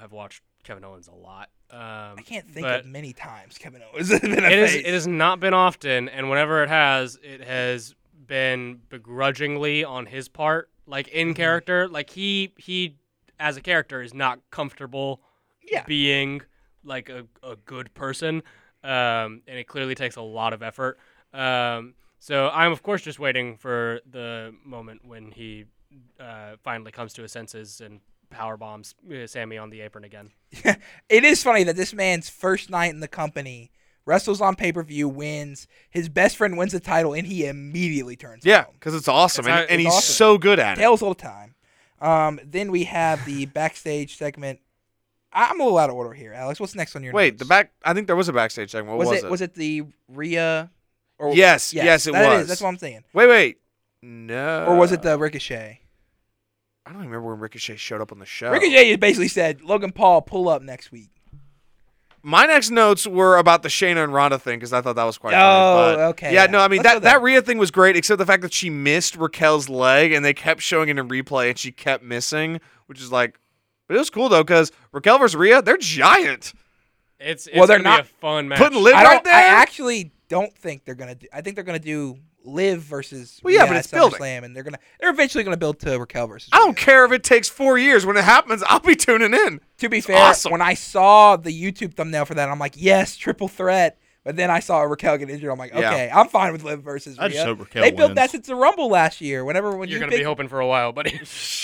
[SPEAKER 6] have watched Kevin Owens a lot. Um,
[SPEAKER 5] I can't think
[SPEAKER 6] but
[SPEAKER 5] of many times Kevin Owens has been a
[SPEAKER 6] it is
[SPEAKER 5] face.
[SPEAKER 6] it has not been often, and whenever it has, it has been begrudgingly on his part, like in
[SPEAKER 5] Mm-hmm.
[SPEAKER 6] character. Like he he as a character is not comfortable
[SPEAKER 5] Yeah.
[SPEAKER 6] being like a, a good person. Um, and it clearly takes a lot of effort. Um, so I'm of course just waiting for the moment when he uh, finally comes to his senses and power bombs uh, Sammy on the apron again.
[SPEAKER 5] it is funny that this man's first night in the company wrestles on pay per view, wins. His best friend wins the title, and he immediately turns.
[SPEAKER 7] Yeah,
[SPEAKER 5] heel.
[SPEAKER 7] because it's awesome,
[SPEAKER 6] It's
[SPEAKER 7] and,
[SPEAKER 6] not-
[SPEAKER 7] and
[SPEAKER 6] it's
[SPEAKER 7] he's
[SPEAKER 5] awesome.
[SPEAKER 7] so good at it.
[SPEAKER 5] tails all the time. Um, then we have the backstage segment. I- I'm a little out of order here, Alex. What's next on your
[SPEAKER 7] Wait,
[SPEAKER 5] notes?
[SPEAKER 7] the back. I think there was a backstage segment. What was,
[SPEAKER 5] was, it, was it the Rhea? Or
[SPEAKER 7] Yes, yes, it
[SPEAKER 5] that is-
[SPEAKER 7] was. Uh,
[SPEAKER 5] that's what I'm saying.
[SPEAKER 7] Wait, wait. No.
[SPEAKER 5] Or was it the Ricochet?
[SPEAKER 7] I don't remember when Ricochet showed up on the show.
[SPEAKER 5] Ricochet basically said Logan Paul pull up next week.
[SPEAKER 7] My next notes were about the Shayna and Ronda thing because I thought that was quite.
[SPEAKER 5] Oh,
[SPEAKER 7] funny, but-
[SPEAKER 5] okay,
[SPEAKER 7] Yeah,
[SPEAKER 5] yeah.
[SPEAKER 7] no, I mean
[SPEAKER 5] Let's go
[SPEAKER 7] that that
[SPEAKER 5] there.
[SPEAKER 7] Rhea thing was great, except the fact that she missed Raquel's leg and they kept showing it in replay and she kept missing, which is like. But it was cool though because Raquel versus Rhea, they're giant.
[SPEAKER 6] It's, it's
[SPEAKER 5] Well, they're
[SPEAKER 6] gonna
[SPEAKER 5] not
[SPEAKER 6] be a fun match.
[SPEAKER 7] Putting lid
[SPEAKER 5] I
[SPEAKER 7] right
[SPEAKER 5] don't.
[SPEAKER 7] there.
[SPEAKER 5] I actually don't think they're gonna. Do, I think they're gonna do Liv versus.
[SPEAKER 7] Well, yeah,
[SPEAKER 5] Rhea
[SPEAKER 7] but
[SPEAKER 5] at
[SPEAKER 7] it's building.
[SPEAKER 5] SummerSlam, and they're gonna. They're eventually gonna build to Raquel versus.
[SPEAKER 7] I don't
[SPEAKER 5] Rhea.
[SPEAKER 7] care if it takes four years. When it happens, I'll be tuning in.
[SPEAKER 5] To be fair,
[SPEAKER 7] awesome.
[SPEAKER 5] when I saw the YouTube thumbnail for that, I'm like, yes, triple threat. But then I saw Raquel get injured. I'm like,
[SPEAKER 7] Yeah.
[SPEAKER 5] okay, I'm fine with Liv versus Rhea.
[SPEAKER 4] I just hope Raquel
[SPEAKER 5] they built that
[SPEAKER 4] wins.
[SPEAKER 5] since the Rumble last year. Whenever when
[SPEAKER 6] You're
[SPEAKER 5] you
[SPEAKER 6] gonna be
[SPEAKER 5] picked-
[SPEAKER 6] hoping for a while, buddy.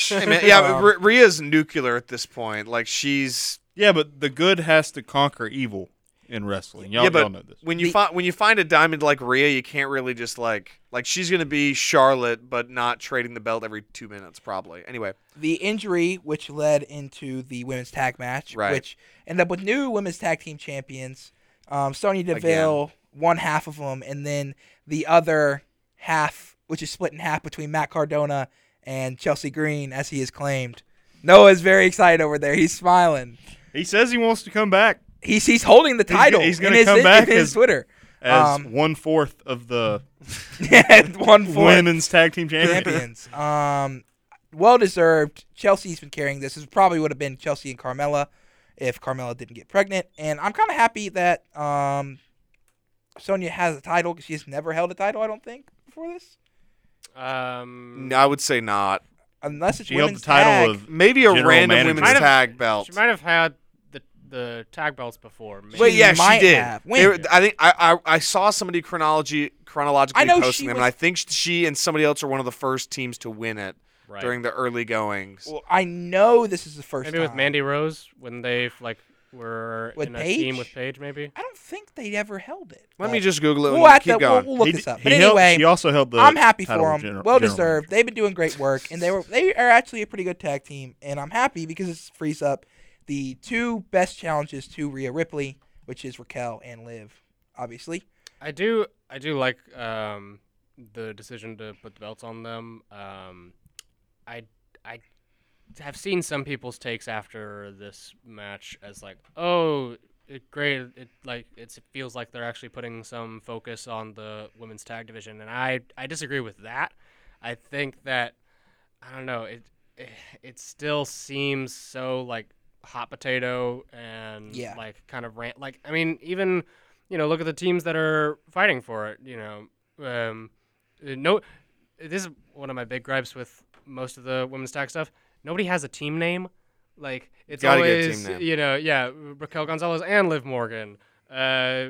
[SPEAKER 7] Hey, man, yeah,
[SPEAKER 5] Um,
[SPEAKER 7] R- Rhea's nuclear at this point. Like she's
[SPEAKER 4] Yeah, but the good has to conquer evil in wrestling. Y'all,
[SPEAKER 7] yeah, but
[SPEAKER 4] y'all know this.
[SPEAKER 7] when you
[SPEAKER 5] The-
[SPEAKER 7] find when you find a diamond like Rhea, you can't really just like like she's gonna be Charlotte, but not trading the belt every two minutes probably. Anyway,
[SPEAKER 5] the injury, which led into the women's tag match,
[SPEAKER 7] Right.
[SPEAKER 5] which ended up with new women's tag team champions. Um, Sonya Deville, one half of them, and then the other half, which is split in half between Matt Cardona and Chelsea Green, as he has claimed. Noah is very excited over there. He's smiling.
[SPEAKER 4] He says he wants to come back
[SPEAKER 5] He's he's holding the
[SPEAKER 4] gonna-
[SPEAKER 5] title.
[SPEAKER 4] he's
[SPEAKER 5] in
[SPEAKER 4] gonna
[SPEAKER 5] his,
[SPEAKER 4] come
[SPEAKER 5] in
[SPEAKER 4] back
[SPEAKER 5] his
[SPEAKER 4] as-
[SPEAKER 5] Twitter.
[SPEAKER 4] as
[SPEAKER 5] Um,
[SPEAKER 4] one fourth of the
[SPEAKER 5] one fourth.
[SPEAKER 4] women's tag team champion.
[SPEAKER 5] champions. Um, well deserved. Chelsea's been carrying this. This probably would have been Chelsea and Carmella if Carmella didn't get pregnant. And I'm kind of happy that um, Sonya has a title because she's never held a title. I don't think before this,
[SPEAKER 6] Um,
[SPEAKER 7] n- Mm, I would say not.
[SPEAKER 5] unless it's
[SPEAKER 4] She held the
[SPEAKER 5] women's
[SPEAKER 4] title
[SPEAKER 5] tag.
[SPEAKER 4] of
[SPEAKER 7] Maybe a
[SPEAKER 4] General
[SPEAKER 7] random
[SPEAKER 4] manager.
[SPEAKER 7] women's
[SPEAKER 4] Might have-
[SPEAKER 7] tag belt.
[SPEAKER 6] She might have had the the tag belts before. Maybe.
[SPEAKER 7] Wait,
[SPEAKER 5] She
[SPEAKER 7] yeah, she
[SPEAKER 5] might
[SPEAKER 7] did.
[SPEAKER 5] have.
[SPEAKER 7] They
[SPEAKER 5] When?
[SPEAKER 7] were- I think I, I I saw somebody chronology chronologically
[SPEAKER 5] I know
[SPEAKER 7] posting
[SPEAKER 5] she
[SPEAKER 7] them,
[SPEAKER 5] was-
[SPEAKER 7] and I think she and somebody else are one of the first teams to win it
[SPEAKER 6] Right.
[SPEAKER 7] during the early goings.
[SPEAKER 5] Well, I know this is the first.
[SPEAKER 6] maybe with
[SPEAKER 5] time.
[SPEAKER 6] Mandy Rose when they like were
[SPEAKER 5] With
[SPEAKER 6] in a team with
[SPEAKER 5] Paige?
[SPEAKER 6] Paige. Maybe
[SPEAKER 5] I don't think they ever held it.
[SPEAKER 7] Let
[SPEAKER 5] but
[SPEAKER 7] me just Google it.
[SPEAKER 5] We'll,
[SPEAKER 7] and
[SPEAKER 5] have
[SPEAKER 7] keep
[SPEAKER 5] to, we'll,
[SPEAKER 7] going.
[SPEAKER 5] we'll look
[SPEAKER 4] He d-
[SPEAKER 5] this up.
[SPEAKER 4] he
[SPEAKER 5] But
[SPEAKER 4] held-
[SPEAKER 5] anyway,
[SPEAKER 4] she also held the.
[SPEAKER 5] I'm happy
[SPEAKER 4] title
[SPEAKER 5] for
[SPEAKER 4] of
[SPEAKER 5] them.
[SPEAKER 4] gener-
[SPEAKER 5] well
[SPEAKER 4] general
[SPEAKER 5] deserved. They've been doing great work, and they were they are actually a pretty good tag team. And I'm happy because it frees up the two best challenges to Rhea Ripley, which is Raquel and Liv, obviously.
[SPEAKER 6] I do I do like um, the decision to put the belts on them. Um, I I have seen some people's takes after this match as like, oh, it, great, it like it's, it feels like they're actually putting some focus on the women's tag division, and I I disagree with that. I think that I don't know it it, it still seems so like hot potato and
[SPEAKER 5] Yeah.
[SPEAKER 6] like kind of rant like I mean even you know look at the teams that are fighting for it you know um uh, no this is one of my big gripes with most of the women's tag stuff nobody has a team name like it's
[SPEAKER 7] Gotta get a
[SPEAKER 6] always
[SPEAKER 7] team name.
[SPEAKER 6] you know yeah Raquel Gonzalez and Liv Morgan uh, uh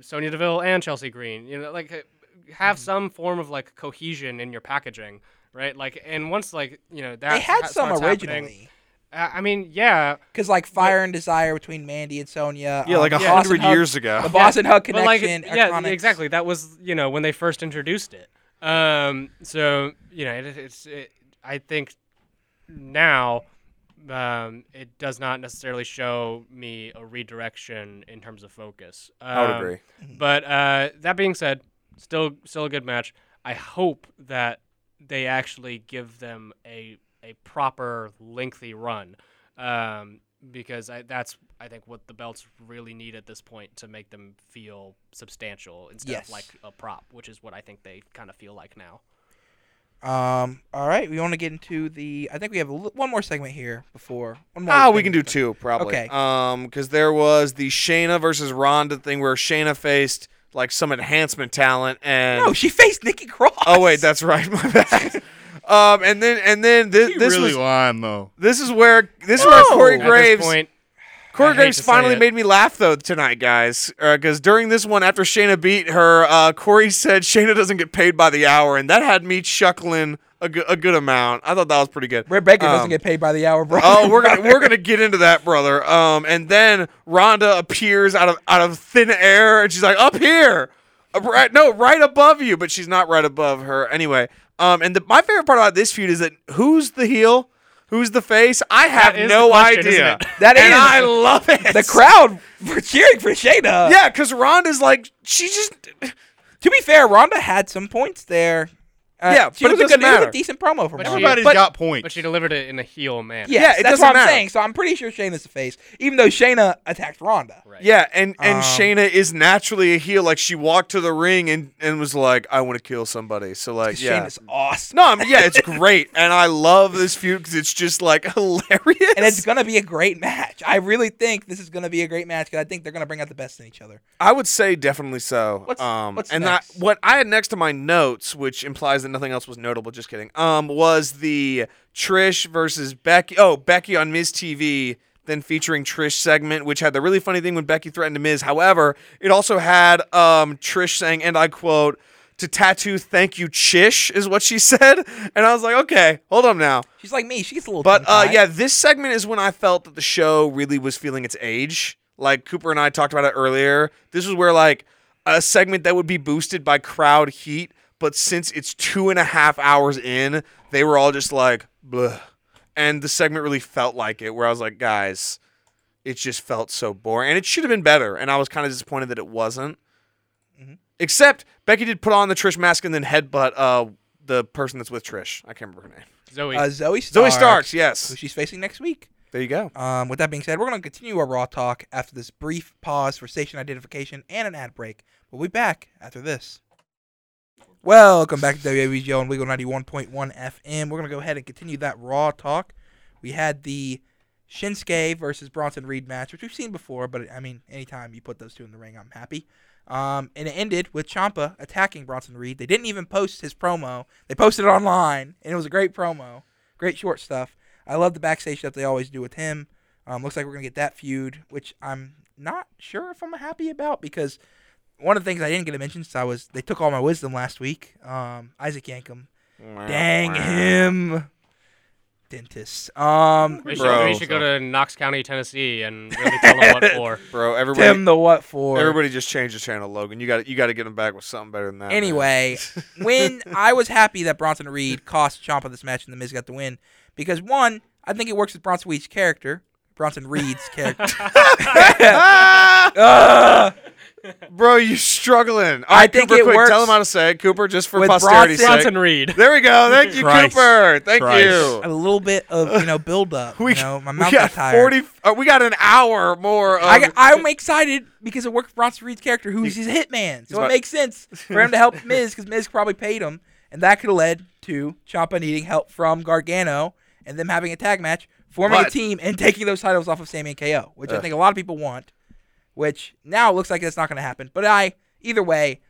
[SPEAKER 6] Sonia Deville and Chelsea Green you know like uh, have some form of like cohesion in your packaging right like and once like you know that
[SPEAKER 5] they had
[SPEAKER 6] that
[SPEAKER 5] some
[SPEAKER 6] starts happening-
[SPEAKER 5] originally.
[SPEAKER 6] I I mean yeah
[SPEAKER 5] Because, like, Fire and Desire between Mandy and Sonya.
[SPEAKER 7] Yeah,
[SPEAKER 5] um,
[SPEAKER 7] like a
[SPEAKER 5] the Boss
[SPEAKER 7] hundred
[SPEAKER 5] and Hug-
[SPEAKER 7] years ago.
[SPEAKER 5] The Boss and Hug
[SPEAKER 6] But, like,
[SPEAKER 5] connection.
[SPEAKER 6] yeah,
[SPEAKER 5] Iconics.
[SPEAKER 6] exactly. That was you know when they first introduced it. Um, so you know it, it's it, I think now um, it does not necessarily show me a redirection in terms of focus. Um,
[SPEAKER 7] I would agree.
[SPEAKER 6] But uh, that being said, still still a good match. I hope that they actually give them a a proper lengthy run, um, because I, that's I think what the belts really need at this point to make them feel substantial instead
[SPEAKER 5] Yes.
[SPEAKER 6] of like a prop, which is what I think they kind of feel like now.
[SPEAKER 5] Um, all right, we want to get into the. I think we have a li- one more segment here before. One more
[SPEAKER 7] Ah, we
[SPEAKER 5] thing.
[SPEAKER 7] can do two probably.
[SPEAKER 5] Okay.
[SPEAKER 7] Um, because there was the Shayna versus Ronda thing where Shayna faced like some enhancement talent and
[SPEAKER 5] No, Oh, she faced Nikki Cross.
[SPEAKER 7] oh wait, that's right, my bad. um, and then and then thi-
[SPEAKER 4] You
[SPEAKER 7] this
[SPEAKER 4] really
[SPEAKER 7] was
[SPEAKER 4] lying though.
[SPEAKER 7] this is where this is where
[SPEAKER 5] No!
[SPEAKER 7] Corey
[SPEAKER 5] At this
[SPEAKER 7] Graves
[SPEAKER 6] point,
[SPEAKER 7] Corey
[SPEAKER 6] I hate
[SPEAKER 7] Graves
[SPEAKER 6] to say
[SPEAKER 7] finally
[SPEAKER 6] it.
[SPEAKER 7] made me laugh though tonight, guys, because during this one, after Shayna beat her, uh, Corey said Shayna doesn't get paid by the hour, and that had me chuckling a good a good amount. I thought that was pretty good.
[SPEAKER 5] Britt Baker doesn't
[SPEAKER 7] Um,
[SPEAKER 5] get paid by the hour, bro.
[SPEAKER 7] Oh, we're gonna we're gonna get into that, brother. Um, and then Rhonda appears out of out of thin air, and she's like, "Up here, Uh, right? No, right above you." But she's not right above her anyway. Um, and the, my favorite part about this feud is that who's the heel, who's the face? I have
[SPEAKER 6] That is
[SPEAKER 7] no
[SPEAKER 6] the question, isn't
[SPEAKER 7] idea.
[SPEAKER 6] it?
[SPEAKER 5] That is-
[SPEAKER 7] and I love it.
[SPEAKER 5] the crowd were cheering for Shayna.
[SPEAKER 7] yeah, because Rhonda's like she just
[SPEAKER 5] To be fair, Ronda had some points there. Uh,
[SPEAKER 7] Yeah,
[SPEAKER 5] she
[SPEAKER 7] but it
[SPEAKER 5] was a
[SPEAKER 7] doesn't
[SPEAKER 5] good, it was
[SPEAKER 7] matter.
[SPEAKER 5] a decent promo from Ronda.
[SPEAKER 6] But she-
[SPEAKER 4] Everybody's
[SPEAKER 7] But-
[SPEAKER 4] got points.
[SPEAKER 6] but she delivered it in a heel
[SPEAKER 5] Yes,
[SPEAKER 6] manner.
[SPEAKER 7] Yeah, it
[SPEAKER 5] that's
[SPEAKER 7] doesn't
[SPEAKER 5] what I'm
[SPEAKER 7] matter.
[SPEAKER 5] saying. So I'm pretty sure Shayna's the face, even though Shayna attacked Ronda.
[SPEAKER 6] Right.
[SPEAKER 7] yeah, and and
[SPEAKER 5] Um,
[SPEAKER 7] Shayna is naturally a heel. Like she walked to the ring and and was like, "I want to kill somebody." So like, yeah.
[SPEAKER 5] Shayna's awesome,
[SPEAKER 7] No, I mean, yeah, it's great, and I love this feud because it's just like hilarious.
[SPEAKER 5] and it's gonna be a great match. I really think this is gonna be a great match because I think they're gonna bring out the best in each other.
[SPEAKER 7] I would say definitely so.
[SPEAKER 5] What's-
[SPEAKER 7] um,
[SPEAKER 5] what's
[SPEAKER 7] and
[SPEAKER 5] next?
[SPEAKER 7] I, what I had next to my notes, which implies that nothing else was notable. Just kidding. Um, was the Trish versus Becky? Oh, Becky on Miz TV, then featuring Trish segment, which had the really funny thing when Becky threatened to Miz. However, it also had um Trish saying, and I quote. To tattoo, thank you, Chish, is what she said. And I was like, okay, hold on now.
[SPEAKER 5] She's like me; she gets a little.
[SPEAKER 7] But uh,
[SPEAKER 5] tongue-tied.
[SPEAKER 7] yeah, this segment is when I felt that the show really was feeling its age. Like Cooper and I talked about it earlier. This is where like a segment that would be boosted by crowd heat, but since it's two and a half hours in, they were all just like, bleh. And the segment really felt like it, where I was like, guys, it just felt so boring. And it should have been better. And I was kind of disappointed that it wasn't. Mm-hmm. Except Becky did put on the Trish mask and then headbutt uh, the person that's with Trish. I can't remember her name.
[SPEAKER 6] Zoe.
[SPEAKER 5] uh, Zoe Starks,
[SPEAKER 7] Zoe Starks,
[SPEAKER 5] who
[SPEAKER 7] yes.
[SPEAKER 5] she's facing next week.
[SPEAKER 7] There you go.
[SPEAKER 5] Um, with that being said, we're going to continue our Raw talk after this brief pause for station identification and an ad break. We'll be back after this. Welcome back to WABGO and Wiggle 91.1 FM. We're going to go ahead and continue that Raw talk. We had the Shinsuke versus Bronson Reed match, which we've seen before, but I mean, anytime you put those two in the ring, I'm happy. Um, and it ended with Champa attacking Bronson Reed. They didn't even post his promo. They posted it online, and it was a great promo. Great short stuff. I love the backstage stuff they always do with him. Um, looks like we're gonna get that feud, which I'm not sure if I'm happy about because one of the things I didn't get to mention since I was they took all my wisdom last week. Um, Isaac Yankum, dang him, dentist. Um,
[SPEAKER 6] we,
[SPEAKER 7] Bro.
[SPEAKER 6] should, we should go to Knox County, Tennessee, and really tell them what for.
[SPEAKER 7] Bro, everybody
[SPEAKER 5] Tim the what for?
[SPEAKER 7] Everybody just change the channel, Logan. You got you got to get him back with something better than that. man.
[SPEAKER 5] Anyway, when I was happy that Bronson Reed cost Ciampa this match and The Miz got the win because one, I think it works with Bronson Reed's character. Bronson Reed's character.
[SPEAKER 7] Ah, Bro, you struggling. All
[SPEAKER 5] I
[SPEAKER 7] right,
[SPEAKER 5] think
[SPEAKER 7] Cooper,
[SPEAKER 5] it
[SPEAKER 7] quick,
[SPEAKER 5] works
[SPEAKER 7] Tell him how to say it, Cooper, just for
[SPEAKER 5] with
[SPEAKER 7] posterity's
[SPEAKER 5] Bronson-
[SPEAKER 7] sake.
[SPEAKER 6] Johnson Reed.
[SPEAKER 7] There we go. Thank you,
[SPEAKER 4] Christ.
[SPEAKER 7] Cooper. Thank
[SPEAKER 4] Christ.
[SPEAKER 7] you.
[SPEAKER 5] a little bit of you know build up.
[SPEAKER 7] We,
[SPEAKER 5] you know, my
[SPEAKER 7] we
[SPEAKER 5] mouth
[SPEAKER 7] got
[SPEAKER 5] got tired.
[SPEAKER 7] 40. Uh, we got an hour more. Of,
[SPEAKER 5] I, got- I'm excited because it worked with Bronson Reed's character, who's his hitman. So
[SPEAKER 7] about-
[SPEAKER 5] it makes sense for him to help Miz because Miz probably paid him, and that could have led to Ciampa needing help from Gargano and them having a tag match, forming a
[SPEAKER 7] But-
[SPEAKER 5] team, and taking those titles off of Sammy and KO, which I think a lot of people want. Which now it looks like that's not going to happen. But I, either way,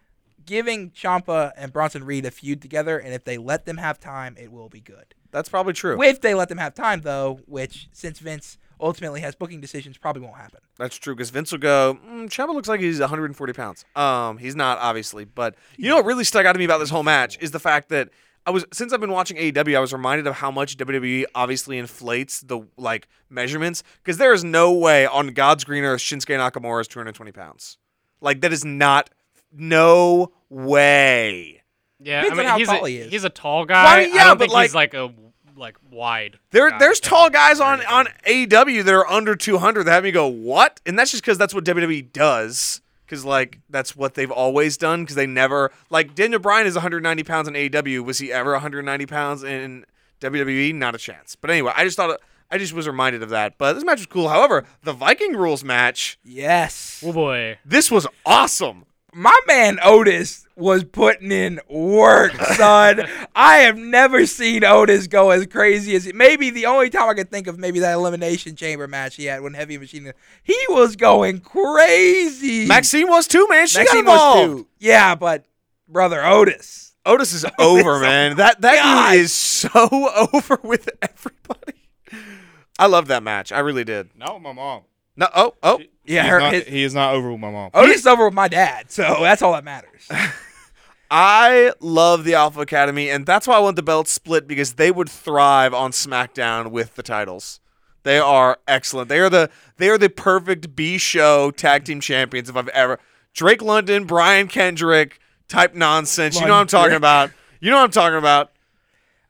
[SPEAKER 5] giving Ciampa and Bronson Reed a feud together, and if they let them have time, it will be good.
[SPEAKER 7] That's probably true.
[SPEAKER 5] If they let them have time, though, which since Vince ultimately has booking decisions, probably won't happen.
[SPEAKER 7] That's true because Vince will go. Mm, Ciampa looks like he's 140 pounds. Um, he's not obviously, but you know what really stuck out to me about this whole match is the fact that I was since I've been watching AEW, I was reminded of how much WWE obviously inflates the like measurements because there is no way on God's green earth Shinsuke Nakamura is 220 pounds. Like that is not no way.
[SPEAKER 6] Yeah,
[SPEAKER 5] Depends
[SPEAKER 6] I
[SPEAKER 5] on
[SPEAKER 6] mean
[SPEAKER 5] how
[SPEAKER 6] he's
[SPEAKER 5] tall
[SPEAKER 6] a,
[SPEAKER 5] he is.
[SPEAKER 6] he's a tall guy.
[SPEAKER 7] yeah,
[SPEAKER 6] I don't
[SPEAKER 7] but
[SPEAKER 6] think he's like a like wide.
[SPEAKER 7] There,
[SPEAKER 6] guy.
[SPEAKER 7] there's tall guys on on AEW that are under 200 that have me go what, and that's just because that's what WWE does. Because like that's what they've always done. Because they never like Daniel Bryan is 190 pounds in AEW. Was he ever 190 pounds in WWE? Not a chance. But anyway, I just thought I just was reminded of that. But this match was cool. However, the Viking rules match.
[SPEAKER 5] Yes.
[SPEAKER 6] Oh boy.
[SPEAKER 7] This was awesome.
[SPEAKER 5] My man Otis was putting in work, son. I have never seen Otis go as crazy as maybe the only time I could think of maybe that elimination chamber match he had when Heavy Machine. He was going crazy.
[SPEAKER 7] Maxine was too, man. She
[SPEAKER 5] Maxine
[SPEAKER 7] got
[SPEAKER 5] was
[SPEAKER 7] involved.
[SPEAKER 5] too. Yeah, but brother Otis.
[SPEAKER 7] Otis is over, man. That that
[SPEAKER 5] God.
[SPEAKER 7] dude is so over with everybody. I loved that match. I really did.
[SPEAKER 4] Not with my mom.
[SPEAKER 7] No, oh, oh,
[SPEAKER 5] Yeah,
[SPEAKER 4] He's
[SPEAKER 5] her,
[SPEAKER 4] not-
[SPEAKER 5] his-
[SPEAKER 4] he is not over with my mom.
[SPEAKER 5] Otis is over with my dad, so that's all that matters.
[SPEAKER 7] I love the Alpha Academy, and that's why I want the belt split because they would thrive on SmackDown with the titles. They are excellent. They are the they are the perfect B show tag team champions if I've ever Drake London, Brian Kendrick type nonsense. You know what I'm talking about. You know what I'm talking about.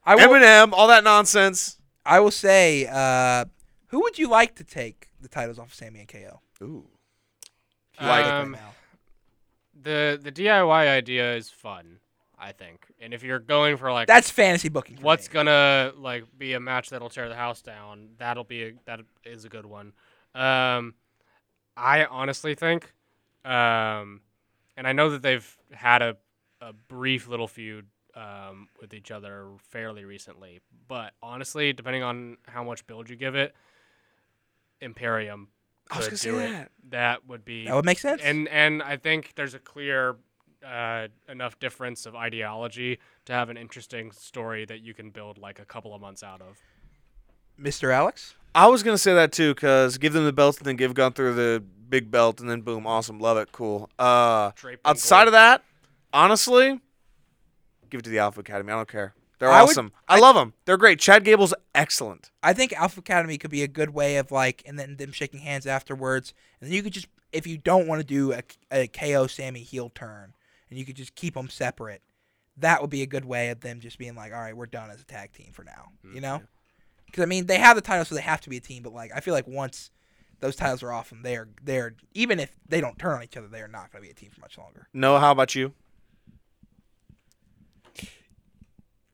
[SPEAKER 5] I will,
[SPEAKER 7] Eminem, all that nonsense.
[SPEAKER 5] I will say, uh, who would you like to take the titles off of Sammy and KO?
[SPEAKER 7] Like-
[SPEAKER 5] Right
[SPEAKER 6] Um,
[SPEAKER 5] now.
[SPEAKER 6] the the DIY idea is fun, I think. And if you're going for like
[SPEAKER 5] That's fantasy booking. for
[SPEAKER 6] what's
[SPEAKER 5] me.
[SPEAKER 6] gonna like be a match that'll tear the house down, that'll be a, that is a good one. Um, I honestly think, um, and I know that they've had a a brief little feud um, with each other fairly recently, but honestly, depending on how much build you give it, Imperium.
[SPEAKER 7] was
[SPEAKER 6] could do
[SPEAKER 7] gonna say
[SPEAKER 6] it.
[SPEAKER 7] that.
[SPEAKER 6] That would be
[SPEAKER 5] that would make sense.
[SPEAKER 6] and and I think there's a clear uh, enough difference of ideology to have an interesting story that you can build like a couple of months out of.
[SPEAKER 5] Mr. Alex,
[SPEAKER 7] I was gonna say that too, cause give them the belts and then give Gunther the big belt and then boom, awesome, love it, cool. Uh,
[SPEAKER 6] Draped in
[SPEAKER 7] outside
[SPEAKER 6] gold.
[SPEAKER 7] of that, honestly, give it to the Alpha Academy. I don't care. They're
[SPEAKER 5] I would-
[SPEAKER 7] awesome. I love them. They're great. Chad Gable's excellent.
[SPEAKER 5] I think Alpha Academy could be a good way of like, and then them shaking hands afterwards, and then you could just, if you don't want to do a, a KO Sammy heel turn, and you could just keep them separate. That would be a good way of them just being like, all right, we're done as a tag team for now, you know? Because I mean, they have the title, so they have to be a team. But like, I feel like once those titles are off them, they're they're even if they don't turn on each other, they are not going to be a team for much longer.
[SPEAKER 7] No, how about you?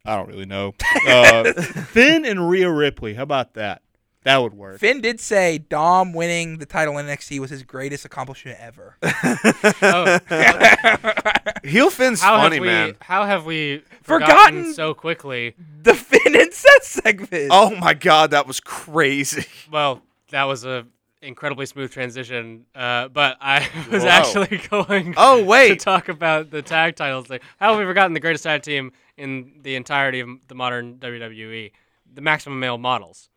[SPEAKER 4] I don't really know. Uh, Finn and Rhea Ripley. How about that? That would work.
[SPEAKER 5] Finn did say Dom winning the title in NXT was his greatest accomplishment ever.
[SPEAKER 6] Oh,
[SPEAKER 7] Heel Finn's
[SPEAKER 6] how
[SPEAKER 7] funny,
[SPEAKER 6] have we?
[SPEAKER 7] man.
[SPEAKER 6] How have we
[SPEAKER 5] Forgotten-
[SPEAKER 6] forgotten, so quickly?
[SPEAKER 5] the Finn and Seth segment.
[SPEAKER 7] Oh my God, that was crazy.
[SPEAKER 6] Well, that was a incredibly smooth transition, uh, but I was
[SPEAKER 7] Whoa.
[SPEAKER 6] actually going.
[SPEAKER 7] Oh,
[SPEAKER 6] to
[SPEAKER 7] wait.
[SPEAKER 6] talk about the tag titles. Like, how have we forgotten the greatest tag team in the entirety of the modern WWE? The Maximum Male Models.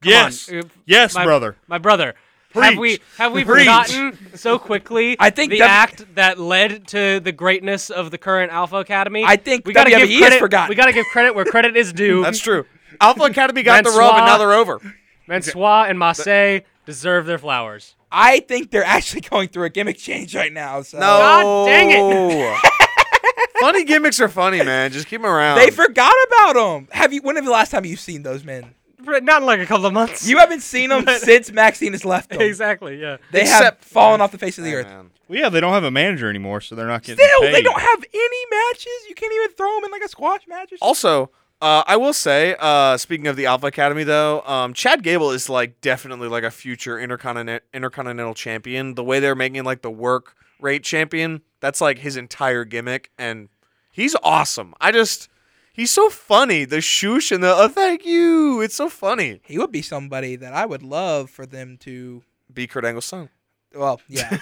[SPEAKER 6] Come on,
[SPEAKER 4] yes,
[SPEAKER 6] uh,
[SPEAKER 4] yes,
[SPEAKER 6] my-
[SPEAKER 4] brother.
[SPEAKER 6] my brother. Have we
[SPEAKER 4] Preach.
[SPEAKER 6] have we
[SPEAKER 4] Preach.
[SPEAKER 6] forgotten so quickly?
[SPEAKER 5] I think
[SPEAKER 6] the
[SPEAKER 5] W-
[SPEAKER 6] act that led to the greatness of the current Alpha Academy.
[SPEAKER 5] I think
[SPEAKER 6] we gotta give
[SPEAKER 5] WWE has
[SPEAKER 6] credit.
[SPEAKER 5] forgotten.
[SPEAKER 6] We got to give credit where credit is due.
[SPEAKER 7] That's true. Alpha Academy got the
[SPEAKER 6] Mansoor.
[SPEAKER 7] rub, and now they're over.
[SPEAKER 6] Mansois and Marseille deserve their flowers.
[SPEAKER 5] I think they're actually going through a gimmick change right now. So
[SPEAKER 7] No.
[SPEAKER 6] God dang
[SPEAKER 7] it. funny gimmicks are funny, man. Just keep them around.
[SPEAKER 5] they forgot about them. Have you? When was the last time you've seen those men?
[SPEAKER 6] not in like a couple of months.
[SPEAKER 5] You haven't seen them since Maxine has left them.
[SPEAKER 6] exactly. Yeah.
[SPEAKER 5] They have
[SPEAKER 7] Except- Uh,
[SPEAKER 5] fallen off the face of the earth.
[SPEAKER 7] Man.
[SPEAKER 4] Well, yeah, they don't have a manager anymore, so they're not getting
[SPEAKER 5] Still,
[SPEAKER 4] paid.
[SPEAKER 5] they don't have any matches. You can't even throw them in like a squash match. Or something.
[SPEAKER 7] Also, uh, I will say, uh, speaking of the Alpha Academy, though, um, Chad Gable is like definitely like a future intercontinental intercontinental champion. The way they're making like the work rate champion, that's like his entire gimmick, and he's awesome. I just he's so funny. The shoosh and the oh, thank you, it's so funny.
[SPEAKER 5] he would be somebody that I would love for them to.
[SPEAKER 7] Be Kurt Angle's son.
[SPEAKER 5] Well, yeah,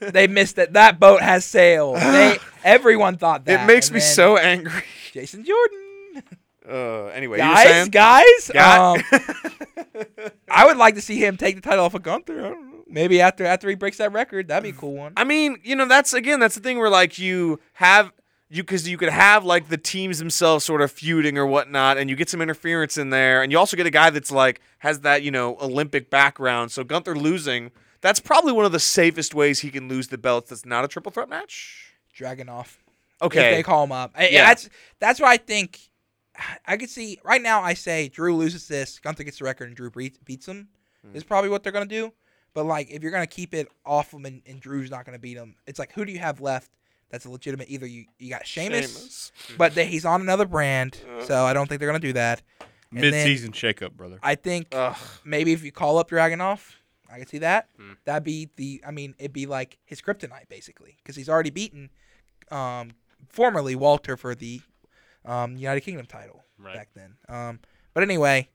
[SPEAKER 5] they missed it. That boat has sailed. They, everyone thought that.
[SPEAKER 7] it makes
[SPEAKER 5] and
[SPEAKER 7] me
[SPEAKER 5] then
[SPEAKER 7] so angry.
[SPEAKER 5] Jason Jordan.
[SPEAKER 7] Uh, anyway, you were
[SPEAKER 5] guys,
[SPEAKER 7] saying?
[SPEAKER 5] guys.
[SPEAKER 7] Guy-
[SPEAKER 5] Um, I would like to see him take the title off of Gunther. I don't know. Maybe after after he breaks that record, that'd be a cool one.
[SPEAKER 7] I mean, you know, that's again, that's the thing where like you have you because you could have like the teams themselves sort of feuding or whatnot, and you get some interference in there, and you also get a guy that's like has that you know Olympic background. So Gunther losing, that's probably one of the safest ways he can lose the belts. That's not a triple threat match.
[SPEAKER 5] Dragon off. if they
[SPEAKER 7] Okay,
[SPEAKER 5] call him up. I-
[SPEAKER 7] Yeah.
[SPEAKER 5] That's that's why I think I could see right now. I say Drew loses this, Gunther gets the record, and Drew beats, beats him. Is probably what they're gonna do. But like, if you're gonna keep it off him and, and Drew's not gonna beat him, it's like who do you have left? That's a legitimate. Either you you got Sheamus, Uh. but they, he's on another brand, so I don't think they're gonna do that. And then
[SPEAKER 4] Mid-season shakeup, brother.
[SPEAKER 5] I think
[SPEAKER 7] Ugh.
[SPEAKER 5] maybe if you call up Dragonoff, I could see that.
[SPEAKER 6] Hmm.
[SPEAKER 5] That'd be the. I mean, it'd be like his kryptonite basically, because he's already beaten, um, formerly Walter for the, um, United Kingdom title back then. Um, but anyway,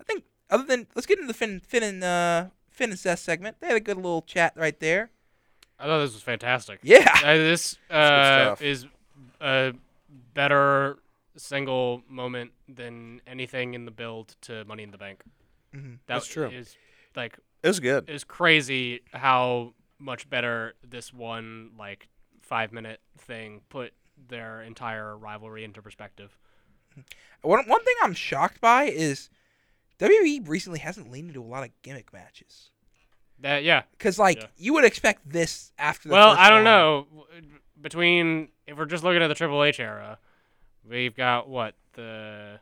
[SPEAKER 5] I think other than let's get into the Finn, Finn and uh, Finn and Seth segment. They had a good little chat right there.
[SPEAKER 6] I thought this was fantastic.
[SPEAKER 5] Yeah.
[SPEAKER 6] Uh, this uh,
[SPEAKER 7] stuff.
[SPEAKER 6] is a better single moment than anything in the build to Money in the Bank. That
[SPEAKER 7] That's true.
[SPEAKER 6] Is like
[SPEAKER 7] it was good.
[SPEAKER 6] it's crazy how much better this one like five minute thing put their entire rivalry into perspective.
[SPEAKER 5] One one thing I'm shocked by is WWE recently hasn't leaned into a lot of gimmick matches.
[SPEAKER 6] That yeah.
[SPEAKER 5] Cause like
[SPEAKER 6] Yeah.
[SPEAKER 5] you would expect this after. the
[SPEAKER 6] well,
[SPEAKER 5] first
[SPEAKER 6] I don't
[SPEAKER 5] one.
[SPEAKER 6] know. W- Between if we're just looking at the Triple H era, we've got what the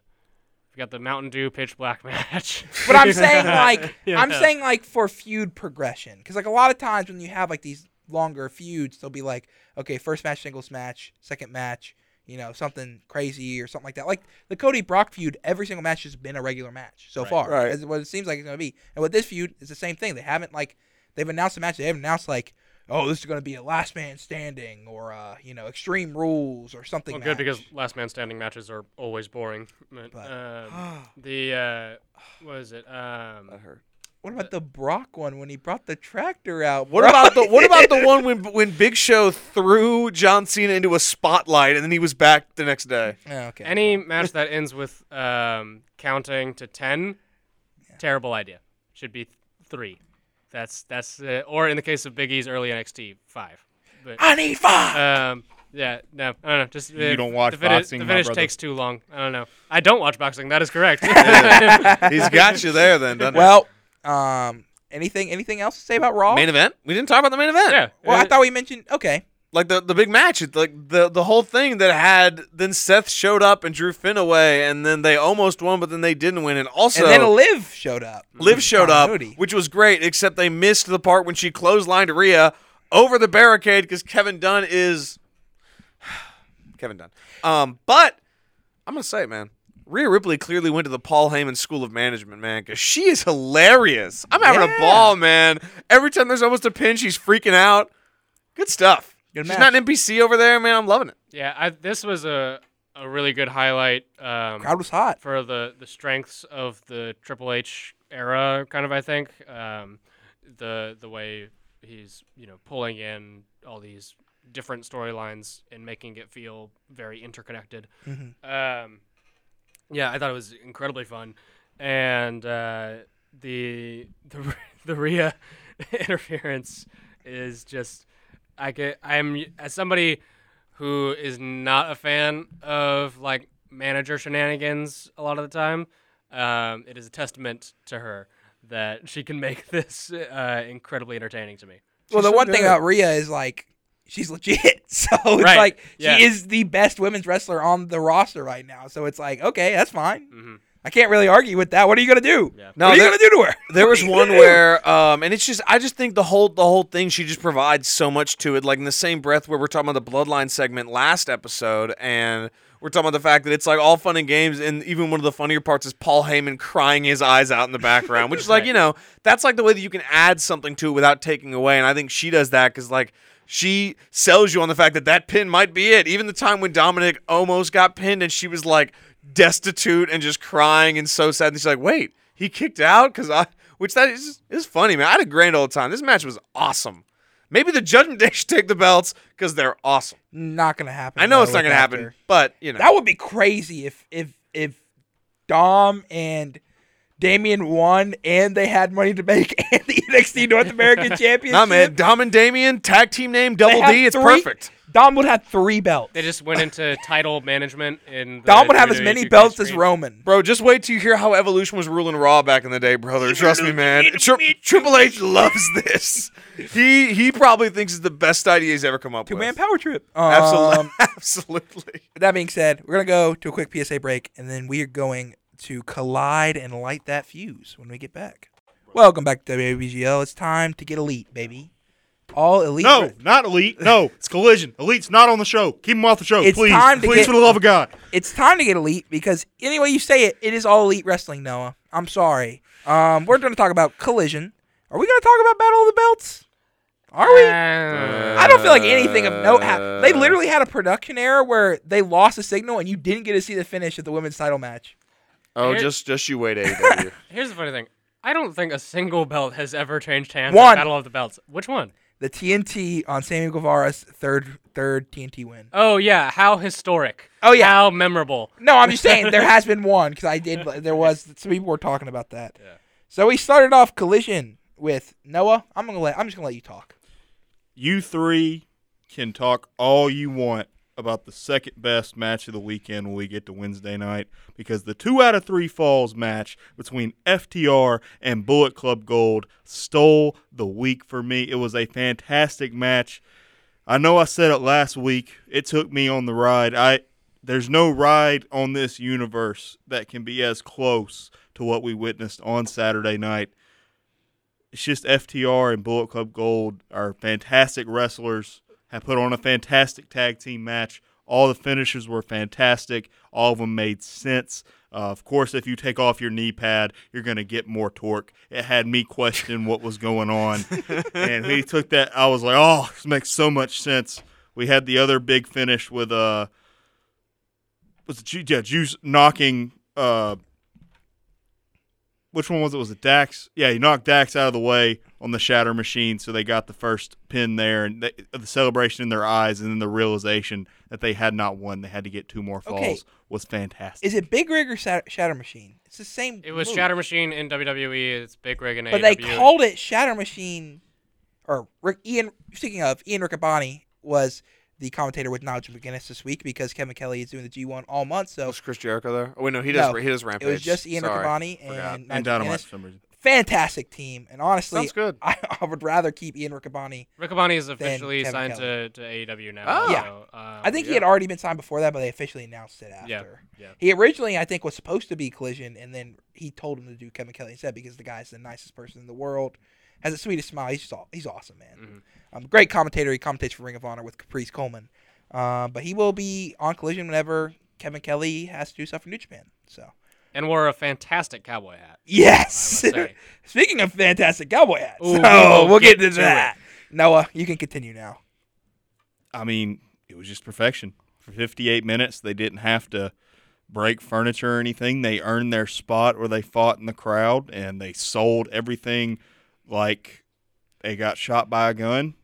[SPEAKER 6] we've got the Mountain Dew pitch black match.
[SPEAKER 5] But I'm saying like
[SPEAKER 6] Yeah.
[SPEAKER 5] I'm saying like for feud progression, because like a lot of times when you have like these longer feuds, they'll be like, okay, first match singles match, second match, you know, something crazy or something like that. Like the Cody Brock feud, every single match has been a regular match so far.
[SPEAKER 7] Right.
[SPEAKER 5] That's what it seems like it's gonna be. And with this feud, it's the same thing. They haven't like they've announced a match. They haven't announced like. Oh, this is going to be a last man standing, or uh, you know, extreme rules, or something.
[SPEAKER 6] well, good because
[SPEAKER 5] match.
[SPEAKER 6] last man standing matches are always boring. But, um, the uh, what is it? Um,
[SPEAKER 7] That hurt.
[SPEAKER 5] what about the Brock one when he brought the tractor out?
[SPEAKER 7] What about the what about the one when when Big Show threw John Cena into a spotlight and then he was back the next day?
[SPEAKER 5] Oh, okay.
[SPEAKER 6] any match that ends with um, counting to ten, terrible idea. Should be th- three. That's that's uh, or in the case of Biggie's early NXT five. But
[SPEAKER 5] I need five.
[SPEAKER 6] Um. Yeah. No. I don't know. Just
[SPEAKER 4] You
[SPEAKER 6] uh,
[SPEAKER 4] don't watch
[SPEAKER 6] the finish,
[SPEAKER 4] boxing,
[SPEAKER 6] The
[SPEAKER 4] my
[SPEAKER 6] finish
[SPEAKER 4] brother.
[SPEAKER 6] takes too long. I don't know. I don't watch boxing. That is correct.
[SPEAKER 7] He's got you there then, doesn't he?
[SPEAKER 5] Well, um, anything anything else to say about Raw?
[SPEAKER 7] main event. We didn't talk about the main event.
[SPEAKER 6] yeah.
[SPEAKER 5] well, I
[SPEAKER 6] Uh,
[SPEAKER 5] thought we mentioned. Okay,
[SPEAKER 7] like the the big match. It's like the the whole thing that had then Seth showed up and drew Finn away, and then they almost won, but then they didn't win. And also,
[SPEAKER 5] and then Mm-hmm. Liv showed up.
[SPEAKER 7] Mm-hmm. Liv showed up,
[SPEAKER 5] Continuity.
[SPEAKER 7] which was great, except they missed the part when she clotheslined Rhea over the barricade because Kevin Dunn is Kevin Dunn. Um, but I'm gonna say, it, man. Rhea Ripley clearly went to the Paul Heyman School of Management, man, because she is hilarious. I'm having
[SPEAKER 5] Yeah.
[SPEAKER 7] a ball, man. Every time there's almost a pin, she's freaking out. Good stuff.
[SPEAKER 5] Good
[SPEAKER 7] she's
[SPEAKER 5] match.
[SPEAKER 7] not an NPC over there, man. I'm loving it.
[SPEAKER 6] yeah. I, this was a a really good highlight. Um,
[SPEAKER 5] Crowd was hot.
[SPEAKER 6] for the the strengths of the Triple H era, kind of. I think um, the the way he's you know pulling in all these different storylines and making it feel very interconnected. Um, yeah, I thought it was incredibly fun, and uh, the the the Rhea interference is just I get I'm as somebody who is not a fan of like manager shenanigans a lot of the time, um, it is a testament to her that she can make this uh, incredibly entertaining to me.
[SPEAKER 5] Well, the one thing about Rhea is like she's legit. So it's
[SPEAKER 6] Right,
[SPEAKER 5] like
[SPEAKER 6] yeah.
[SPEAKER 7] Mm-hmm.
[SPEAKER 5] she is the best women's wrestler on the roster right now. So it's like okay, that's fine. I can't really argue with that. What are you gonna do? what
[SPEAKER 7] No,
[SPEAKER 5] are you
[SPEAKER 7] there-
[SPEAKER 5] gonna do to her?
[SPEAKER 7] There
[SPEAKER 5] What
[SPEAKER 7] was
[SPEAKER 5] are you
[SPEAKER 7] one
[SPEAKER 5] gonna do?
[SPEAKER 7] where, um, and it's just, I just think the whole the whole thing. She just provides so much to it. Like in the same breath, where we're talking about the bloodline segment last episode, and we're talking about the fact that it's like all fun and games, and even one of the funnier parts is Paul Heyman crying his eyes out in the background, which is like you know that's like the way that you can add something to it without taking away. And I think she does that because like. She sells you on the fact that that pin might be it. Even the time when Dominic almost got pinned and she was like destitute and just crying and so sad. And she's like, wait, he kicked out because I, which that is is funny, man. I had a grand old time. This match was awesome. Maybe the Judgment Day should take the belts because they're awesome.
[SPEAKER 5] Not gonna happen.
[SPEAKER 7] I know it's
[SPEAKER 5] though,
[SPEAKER 7] not gonna
[SPEAKER 5] with
[SPEAKER 7] happen,
[SPEAKER 5] Dr.
[SPEAKER 7] but you know,
[SPEAKER 5] That would be crazy if if if Dom and Damien won and they had money to make and the NXT North American Championship.
[SPEAKER 7] nah, man. Dom and Damien tag team name
[SPEAKER 5] They
[SPEAKER 7] Double
[SPEAKER 5] have
[SPEAKER 7] D. It's
[SPEAKER 5] three-
[SPEAKER 7] perfect.
[SPEAKER 5] Dom would have three belts.
[SPEAKER 10] They just went into title management and
[SPEAKER 5] Dom would have as many belts as Roman.
[SPEAKER 7] Bro, just wait till you hear how Evolution was ruling Raw back in the day, brother. Trust me, man. Tri- Triple H loves this. He he probably thinks it's the best idea he's ever come up
[SPEAKER 5] Two man
[SPEAKER 7] with.
[SPEAKER 5] power trip.
[SPEAKER 7] Absolutely,
[SPEAKER 5] Um,
[SPEAKER 7] absolutely.
[SPEAKER 5] that being said, we're gonna go to a quick PSA break, and then we are going to collide and light that fuse when we get back. Welcome back to WBGL. It's time to get elite, baby. All elite.
[SPEAKER 4] No, not Elite. No, it's Collision. Elite's not on the show. Keep him off the show,
[SPEAKER 5] It's
[SPEAKER 4] please.
[SPEAKER 5] time to
[SPEAKER 4] please,
[SPEAKER 5] get-
[SPEAKER 4] for the love of God.
[SPEAKER 5] It's time to get elite because any way you say it, it is all elite wrestling. Noah, I'm sorry. Um, we're gonna talk about collision. Are we gonna talk about Battle of the Belts? Are we?
[SPEAKER 10] Uh,
[SPEAKER 5] I don't feel like anything of note. happened. They literally had a production error where they lost a signal and you didn't get to see the finish of the women's title match.
[SPEAKER 7] Oh,
[SPEAKER 10] Here-
[SPEAKER 7] just just you wait, AEW.
[SPEAKER 10] Here's the funny thing. I don't think a single belt has ever changed hands.
[SPEAKER 5] One.
[SPEAKER 10] At Battle of the Belts. Which one?
[SPEAKER 5] The TNT on Sammy Guevara's third third TNT win.
[SPEAKER 10] Oh yeah, how historic.
[SPEAKER 5] Oh, yeah.
[SPEAKER 10] how memorable.
[SPEAKER 5] No, I'm just saying there has been one because I did. There was some people were talking about that. So we started off collision with Noah. I'm gonna let. I'm just gonna let you talk.
[SPEAKER 4] You three can talk all you want about the second best match of the weekend when we get to Wednesday night because the two out of three falls match between FTR and Bullet Club Gold stole the week for me. It was a fantastic match. I know I said it last week. It took me on the ride. I there's no ride on this universe that can be as close to what we witnessed on Saturday night. It's just FTR and Bullet Club Gold are fantastic wrestlers. Have put on a fantastic tag team match. All the finishes were fantastic. All of them made sense. Uh, of course, if you take off your knee pad, you're going to get more torque. It had me question what was going on, and he took that. I was like, "Oh, this makes so much sense." We had the other big finish with uh, was it Ju- yeah, Juice knocking uh, which one was it? Was it Dax? Yeah, he knocked Dax out of the way on the shatter machine, so they got the first pin there, and they, the celebration in their eyes, and then the realization that they had not won, they had to get two more falls,
[SPEAKER 5] Okay.
[SPEAKER 4] was fantastic.
[SPEAKER 5] Is it Big Rig or Sat- Shatter Machine? It's the same.
[SPEAKER 10] It was
[SPEAKER 5] move.
[SPEAKER 10] Shatter Machine in WWE. It's Big Rig in AEW.
[SPEAKER 5] but they called it Shatter Machine. Or Rick, Ian. Speaking of Ian Riccaboni was the commentator with Nigel McGuinness this week because Kevin Kelly is doing the G1 all month. So
[SPEAKER 7] was Chris Jericho there? Oh wait, no, he does.
[SPEAKER 5] No,
[SPEAKER 7] he does rampage.
[SPEAKER 5] it was just Ian
[SPEAKER 7] Sorry.
[SPEAKER 5] Riccaboni
[SPEAKER 7] Forgot.
[SPEAKER 5] and
[SPEAKER 4] and
[SPEAKER 5] Nigel
[SPEAKER 4] Dynamite for
[SPEAKER 5] McGuinness.
[SPEAKER 4] some reason.
[SPEAKER 5] Fantastic team, and honestly,
[SPEAKER 7] Sounds good.
[SPEAKER 5] I, I would rather keep Ian Riccaboni.
[SPEAKER 10] Riccaboni is officially
[SPEAKER 5] Kevin
[SPEAKER 10] signed
[SPEAKER 5] Kelly.
[SPEAKER 10] to, to AEW now.
[SPEAKER 7] Oh.
[SPEAKER 5] Yeah.
[SPEAKER 10] so, um,
[SPEAKER 5] I think he had already been signed before that, but they officially announced it after.
[SPEAKER 10] Yeah, yeah.
[SPEAKER 5] He originally, I think, was supposed to be Collision, and then he told him to do Kevin Kelly instead because the guy's the nicest person in the world, has the sweetest smile. He's just aw- he's awesome, man.
[SPEAKER 10] Mm-hmm.
[SPEAKER 5] Um, great commentator. He commentates for Ring of Honor with Caprice Coleman, uh, but he will be on Collision whenever Kevin Kelly has to do stuff for New Japan. So
[SPEAKER 10] and wore a fantastic cowboy hat.
[SPEAKER 5] yes.
[SPEAKER 10] say.
[SPEAKER 5] Speaking of fantastic cowboy hats,
[SPEAKER 10] Ooh,
[SPEAKER 5] so
[SPEAKER 10] we'll
[SPEAKER 5] we'll get,
[SPEAKER 10] get
[SPEAKER 5] to
[SPEAKER 10] to
[SPEAKER 5] that. Noah, you can continue now.
[SPEAKER 4] I mean, it was just perfection. For 58 minutes, they didn't have to break furniture or anything. They earned their spot where they fought in the crowd and they sold everything like they got shot by a gun.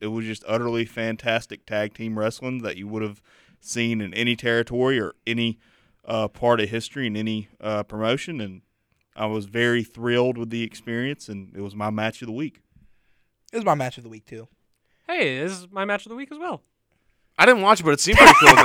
[SPEAKER 4] It was just utterly fantastic tag team wrestling that you would have seen in any territory or any uh, part of history in any uh, promotion. And I was very thrilled with the experience, and it was my match of the week.
[SPEAKER 5] It was my match of the week too.
[SPEAKER 10] Hey, this is my match of the week as well.
[SPEAKER 7] I didn't watch it, but it seemed pretty cool, man.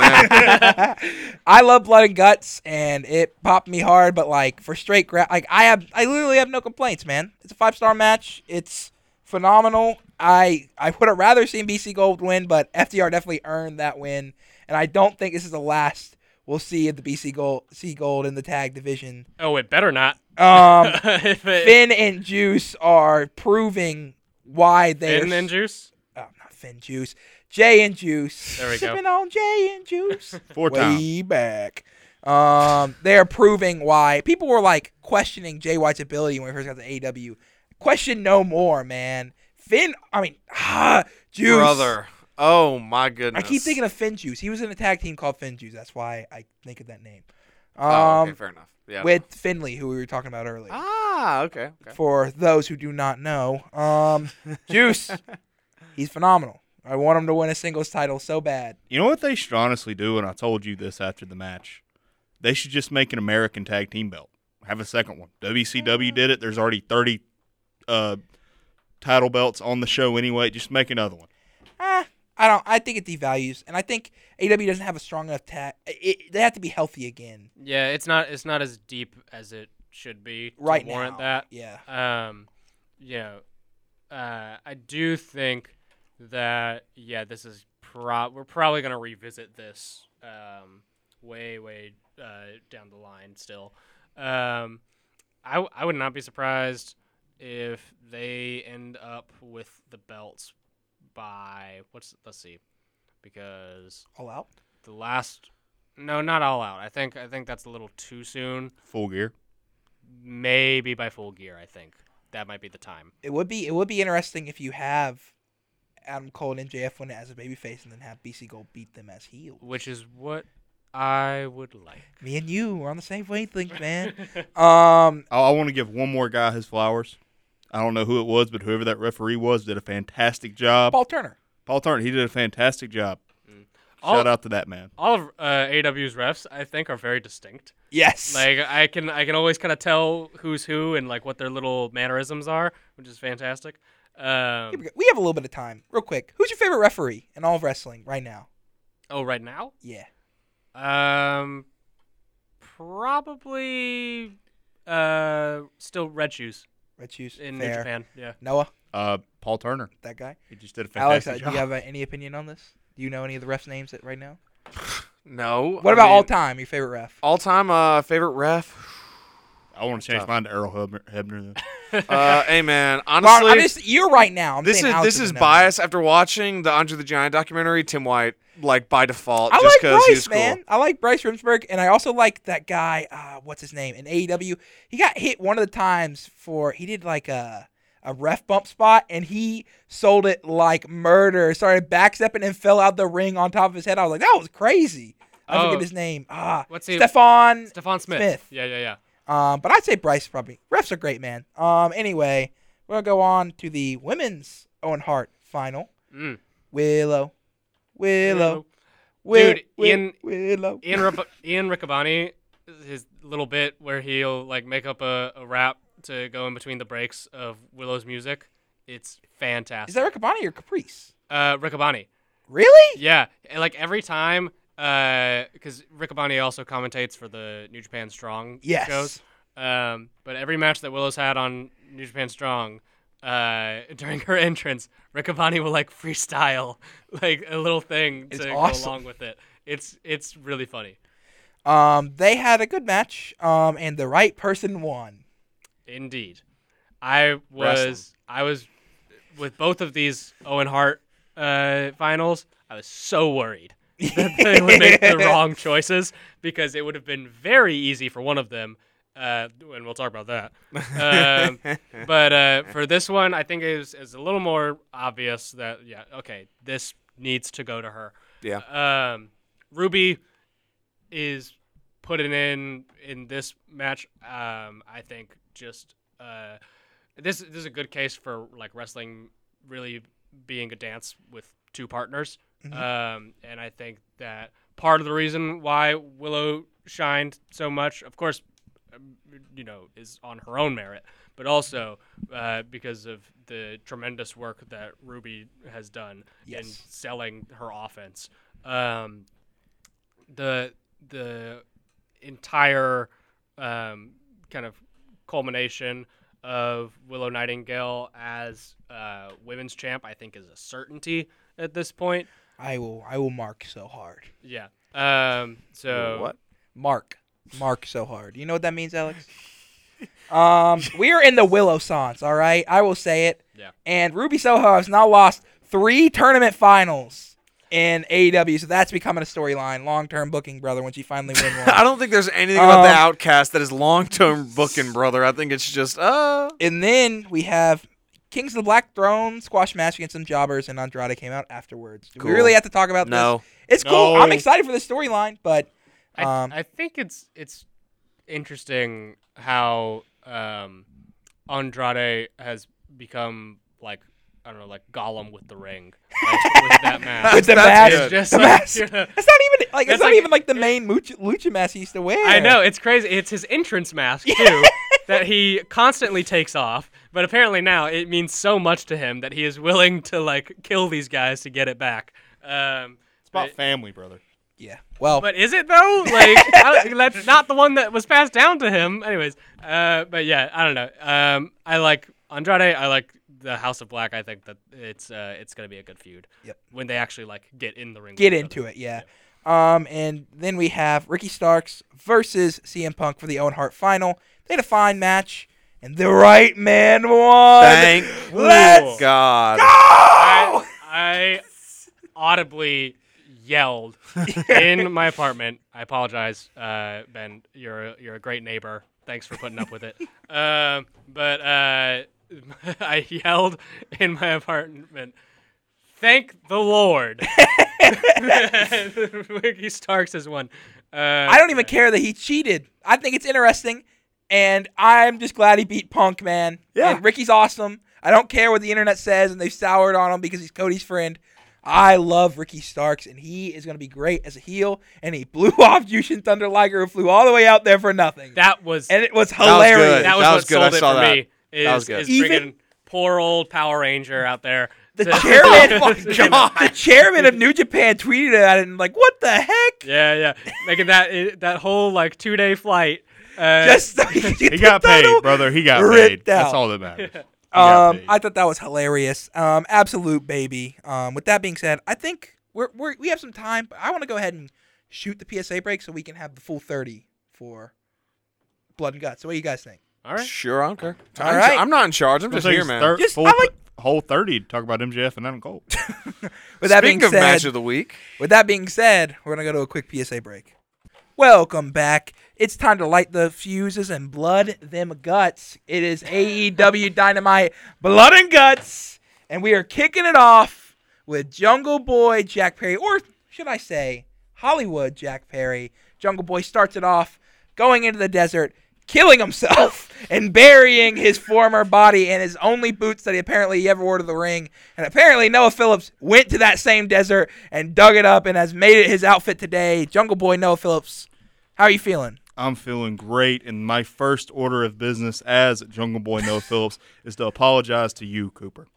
[SPEAKER 5] I love blood and guts, and it popped me hard. But like for straight ground, like I have, I literally have no complaints, man. It's a five star match. It's phenomenal. I I would have rather seen BC Gold win, but FDR definitely earned that win, and I don't think this is the last we'll see at the BC Gold, C Gold in the tag division.
[SPEAKER 6] Oh, it better not.
[SPEAKER 5] Um,
[SPEAKER 6] if it,
[SPEAKER 5] Finn and Juice are proving why they
[SPEAKER 6] Finn and Juice.
[SPEAKER 5] oh, not Finn Juice, Jay and Juice.
[SPEAKER 6] There we go.
[SPEAKER 5] Sipping on Jay and Juice.
[SPEAKER 4] Four times.
[SPEAKER 5] Way back. Um, they are proving why people were like questioning Jay White's ability when he first got to AW. Question no more, man. Finn, I mean, ah, Juice.
[SPEAKER 7] brother. Oh my
[SPEAKER 5] I
[SPEAKER 7] goodness.
[SPEAKER 5] keep thinking of Finn Juice. He was in a tag team called Finn Juice. That's why I think of that name. Um,
[SPEAKER 7] Oh, okay, fair enough. Yeah.
[SPEAKER 5] with Finley, who we were talking about earlier.
[SPEAKER 7] ah, okay. okay.
[SPEAKER 5] For those who do not know, um, Juice, he's phenomenal. I want him to win a singles title so bad.
[SPEAKER 4] You know what they should honestly do, and I told you this after the match. They should just make an American tag team belt. Have a second one. WCW did it. There's already 30 uh, title belts on the show anyway. Just make another one.
[SPEAKER 5] Eh, I don't. I think it devalues, and I think AW doesn't have a strong enough tag. It, they have to be healthy again
[SPEAKER 6] Yeah, it's not. It's not as deep as it should be. to
[SPEAKER 5] right
[SPEAKER 6] warrant
[SPEAKER 5] now.
[SPEAKER 6] that.
[SPEAKER 5] yeah.
[SPEAKER 6] um, you know, uh, I do think that yeah, this is pro. We're probably gonna revisit this um, way, way uh, down the line. Still, um, I w- I would not be surprised if they end up with the belts by what's let's see, because
[SPEAKER 5] All out.
[SPEAKER 6] the last no, not all out. I think I think that's a little too soon.
[SPEAKER 4] Full gear.
[SPEAKER 6] Maybe by full gear. I think that might be the time.
[SPEAKER 5] It would be. It would be interesting if you have Adam Cole and MJF win it as a babyface, and then have BC Gold beat them as heel.
[SPEAKER 6] which is what I would like.
[SPEAKER 5] Me and you, we're on the same wavelength, man. um,
[SPEAKER 4] I, I want to give one more guy his flowers. I don't know who it was, but whoever that referee was did a fantastic job. Paul,
[SPEAKER 5] Paul Turner.
[SPEAKER 4] Turner, he did a fantastic job.
[SPEAKER 6] All,
[SPEAKER 4] Shout out to that man.
[SPEAKER 6] all of uh, AW's refs, I think, are very distinct.
[SPEAKER 5] Yes.
[SPEAKER 6] Like I can, I can always kind of tell who's who and like what their little mannerisms are, which is fantastic.
[SPEAKER 5] Here we
[SPEAKER 6] Um,
[SPEAKER 5] go. We have a little bit of time, real quick. Who's your favorite referee in all of wrestling right now?
[SPEAKER 6] oh, right now,
[SPEAKER 5] Yeah.
[SPEAKER 6] um, probably uh, still red shoes
[SPEAKER 5] Red shoes.
[SPEAKER 6] in New
[SPEAKER 5] Fair.
[SPEAKER 6] Japan. Yeah,
[SPEAKER 5] Noah,
[SPEAKER 4] Uh, Paul Turner,
[SPEAKER 5] that guy.
[SPEAKER 4] he just did a
[SPEAKER 5] Alex,
[SPEAKER 4] fantastic
[SPEAKER 5] uh, do
[SPEAKER 4] job.
[SPEAKER 5] you have uh, any opinion on this? Do you know any of the refs' names that right now?
[SPEAKER 7] No.
[SPEAKER 5] What
[SPEAKER 7] I
[SPEAKER 5] about all
[SPEAKER 7] mean,
[SPEAKER 5] time? Your favorite ref?
[SPEAKER 7] All time uh, favorite ref.
[SPEAKER 4] I want to change
[SPEAKER 7] tough.
[SPEAKER 4] mine to Earl Hebner. Hebner then.
[SPEAKER 7] Uh, hey man,
[SPEAKER 5] Well,
[SPEAKER 7] honestly,
[SPEAKER 5] I just, you're right now. I'm
[SPEAKER 7] this
[SPEAKER 5] saying
[SPEAKER 7] is
[SPEAKER 5] Alex
[SPEAKER 7] this
[SPEAKER 5] doesn't
[SPEAKER 7] is
[SPEAKER 5] know.
[SPEAKER 7] bias after watching the Andre the Giant documentary. Tim White, like by default,
[SPEAKER 5] I
[SPEAKER 7] just
[SPEAKER 5] like
[SPEAKER 7] because
[SPEAKER 5] Bryce,
[SPEAKER 7] he was cool.
[SPEAKER 5] man. I like Bryce Rimsberg, and I also like that guy. Uh, what's his name in AEW? He got hit one of the times for he did like a a ref bump spot, and he sold it like murder. Started backstepping and fell out the ring on top of his head. I was like, that was crazy. I
[SPEAKER 6] Oh.
[SPEAKER 5] forget his name. Ah,
[SPEAKER 6] What's he-
[SPEAKER 5] Stefan.
[SPEAKER 6] Stefan Smith.
[SPEAKER 5] Smith.
[SPEAKER 6] Yeah, yeah, yeah.
[SPEAKER 5] Um, but I'd say Bryce probably. Refs are great, man. Um, anyway, we'll go on to the women's Owen Hart final.
[SPEAKER 6] Mm.
[SPEAKER 5] Willow, Willow, Willow,
[SPEAKER 6] Dude, Ian-
[SPEAKER 5] Willow.
[SPEAKER 6] Ian Rab- Ian Riccaboni, his little bit where he'll like make up a, a rap to go in between the breaks of Willow's music. It's fantastic.
[SPEAKER 5] Is that Riccaboni or Caprice?
[SPEAKER 6] uh, Riccaboni?
[SPEAKER 5] Really?
[SPEAKER 6] Yeah, and, like every time, because Riccaboni also commentates for the New Japan Strong
[SPEAKER 5] Yes.
[SPEAKER 6] shows. Um, but every match that Willow's had on New Japan Strong, uh, during her entrance, Riccaboni will like freestyle like a little thing
[SPEAKER 5] It's
[SPEAKER 6] to
[SPEAKER 5] awesome.
[SPEAKER 6] go along with it. It's it's really funny.
[SPEAKER 5] Um, they had a good match. Um, and the right person won.
[SPEAKER 6] Indeed. I was I was with both of these Owen Hart uh, finals. I was so worried that they would make the wrong choices because it would have been very easy for one of them. Uh, and we'll talk about that. Um, but uh, for this one, I think it was, it's a little more obvious that yeah, okay, this needs to go to her.
[SPEAKER 7] Yeah.
[SPEAKER 6] Um, Ruby is putting in in this match. Um, I think just uh, this this is a good case for like wrestling really being a dance with two partners. Um, and I think that part of the reason why Willow shined so much, of course, um, you know, is on her own merit, but also uh, because of the tremendous work that Ruby has done in
[SPEAKER 5] Yes.
[SPEAKER 6] selling her offense. Um, the the entire um, kind of culmination of Willow Nightingale as uh, women's champ, I think, is a certainty at this point.
[SPEAKER 5] I will. I will mark so hard.
[SPEAKER 6] Yeah. Um. So
[SPEAKER 7] what?
[SPEAKER 5] Mark. Mark so hard. You know what that means, Alex? Um, we are in the Willow Sans, all right? I will say it.
[SPEAKER 6] Yeah.
[SPEAKER 5] And Ruby Soho has now lost three tournament finals in AEW, so that's becoming a storyline. Long term booking, brother, when she finally wins one.
[SPEAKER 7] I don't think there's anything about the
[SPEAKER 5] Um,
[SPEAKER 7] Outcast that is long-term booking, brother. I think it's just uh.
[SPEAKER 5] And then we have Kings of the Black Throne squash match against some jobbers, and Andrade came out afterwards. Do
[SPEAKER 7] Cool.
[SPEAKER 5] we really have to talk about
[SPEAKER 7] No.
[SPEAKER 5] this? It's cool. I'm
[SPEAKER 4] No.
[SPEAKER 5] excited for the storyline, but
[SPEAKER 6] I,
[SPEAKER 5] um,
[SPEAKER 6] I think it's it's interesting how um, Andrade has become like I don't know, like Gollum with the ring like, with that match.
[SPEAKER 5] with the
[SPEAKER 7] that's
[SPEAKER 5] mask,
[SPEAKER 7] good.
[SPEAKER 6] Just
[SPEAKER 5] the
[SPEAKER 6] like,
[SPEAKER 5] mask.
[SPEAKER 6] you know.
[SPEAKER 5] It's not even like it's
[SPEAKER 6] That's
[SPEAKER 5] not
[SPEAKER 6] like-
[SPEAKER 5] even like the main lucha, lucha mask he used to wear.
[SPEAKER 6] I know it's crazy. It's his entrance mask too that he constantly takes off. But apparently now it means so much to him that he is willing to like kill these guys to get it back. Um,
[SPEAKER 4] It's about family, brother.
[SPEAKER 5] Yeah. Well,
[SPEAKER 6] But is it though? Like I don't- that's not the one that was passed down to him. Anyways, uh, but yeah, I don't know. Um, I like Andrade. I like the House of Black. I think that it's uh, it's gonna be a good feud.
[SPEAKER 5] Yep.
[SPEAKER 6] When they actually like get in the ring.
[SPEAKER 5] get into it, yeah. Um, and then we have Ricky Starks versus CM Punk for the Owen Hart final. They had a fine match, and the right man won. Oh!
[SPEAKER 7] Thank
[SPEAKER 5] Uh, Let's
[SPEAKER 7] God.
[SPEAKER 6] I, I audibly yelled in my apartment. I apologize, uh, Ben. You're a- you're a great neighbor. Thanks for putting up with it. Um, but uh, I yelled in my apartment. Thank the Lord. Ricky Starks has won. Uh,
[SPEAKER 5] I don't even care that he cheated. I think it's interesting, and I'm just glad he beat Punk, man.
[SPEAKER 7] Yeah.
[SPEAKER 5] And Ricky's awesome. I don't care what the internet says, and they've soured on him because he's Cody's friend. I love Ricky Starks, and he is going to be great as a heel. And he blew off Jushin Thunder Liger, who flew all the way out there for nothing.
[SPEAKER 6] That was
[SPEAKER 5] and it was
[SPEAKER 7] was good.
[SPEAKER 5] hilarious.
[SPEAKER 6] that was,
[SPEAKER 7] That
[SPEAKER 6] what
[SPEAKER 7] was good.
[SPEAKER 6] sold
[SPEAKER 7] I
[SPEAKER 6] it
[SPEAKER 7] saw
[SPEAKER 6] for
[SPEAKER 7] that.
[SPEAKER 6] me. Is,
[SPEAKER 7] That was good.
[SPEAKER 6] is
[SPEAKER 5] Even-
[SPEAKER 6] friggin' poor old Power Ranger out there.
[SPEAKER 5] The
[SPEAKER 6] to-
[SPEAKER 5] chairman, the chairman of New Japan tweeted at it and like, what the heck?
[SPEAKER 6] Yeah, yeah, making that eh, that whole like two day flight. Uh,
[SPEAKER 5] Just so he, could get
[SPEAKER 4] He
[SPEAKER 5] the
[SPEAKER 4] got
[SPEAKER 5] title.
[SPEAKER 4] paid, brother. He got paid.
[SPEAKER 5] ripped out.
[SPEAKER 4] That's all that matters. He got
[SPEAKER 5] Um,
[SPEAKER 4] paid.
[SPEAKER 5] I thought that was hilarious. Um, absolute baby. Um, with that being said, I think we're, we're we have some time, but I want to go ahead and shoot the PSA break so we can have the full thirty for blood and guts. So what do you guys think?
[SPEAKER 6] all right.
[SPEAKER 7] Sure, I don't care.
[SPEAKER 5] All
[SPEAKER 7] I'm,
[SPEAKER 5] right.
[SPEAKER 7] I'm not in charge. I'm
[SPEAKER 4] Looks
[SPEAKER 7] just
[SPEAKER 4] like
[SPEAKER 7] here,
[SPEAKER 4] it's
[SPEAKER 7] man.
[SPEAKER 4] third-
[SPEAKER 5] Just-
[SPEAKER 4] full
[SPEAKER 5] I like-
[SPEAKER 4] whole thirty to talk about MJF and Adam Cole.
[SPEAKER 5] With that
[SPEAKER 7] Speaking
[SPEAKER 5] being
[SPEAKER 7] of
[SPEAKER 5] said,
[SPEAKER 7] match of the week,
[SPEAKER 5] With that being said, we're going to go to a quick PSA break. Welcome back. It's time to light the fuses and blood them guts. It is AEW Dynamite Blood and Guts, and we are kicking it off with Jungle Boy Jack Perry, or should I say, Hollywood Jack Perry. Jungle Boy starts it off going into the desert, killing himself, and burying his former body and his only boots that he apparently he ever wore to the ring. And apparently Noah Phillips went to that same desert and dug it up and has made it his outfit today. Jungle Boy Noah Phillips, how are you feeling?
[SPEAKER 4] I'm feeling great, and my first order of business as Jungle Boy Noah Phillips is to apologize to you, Cooper.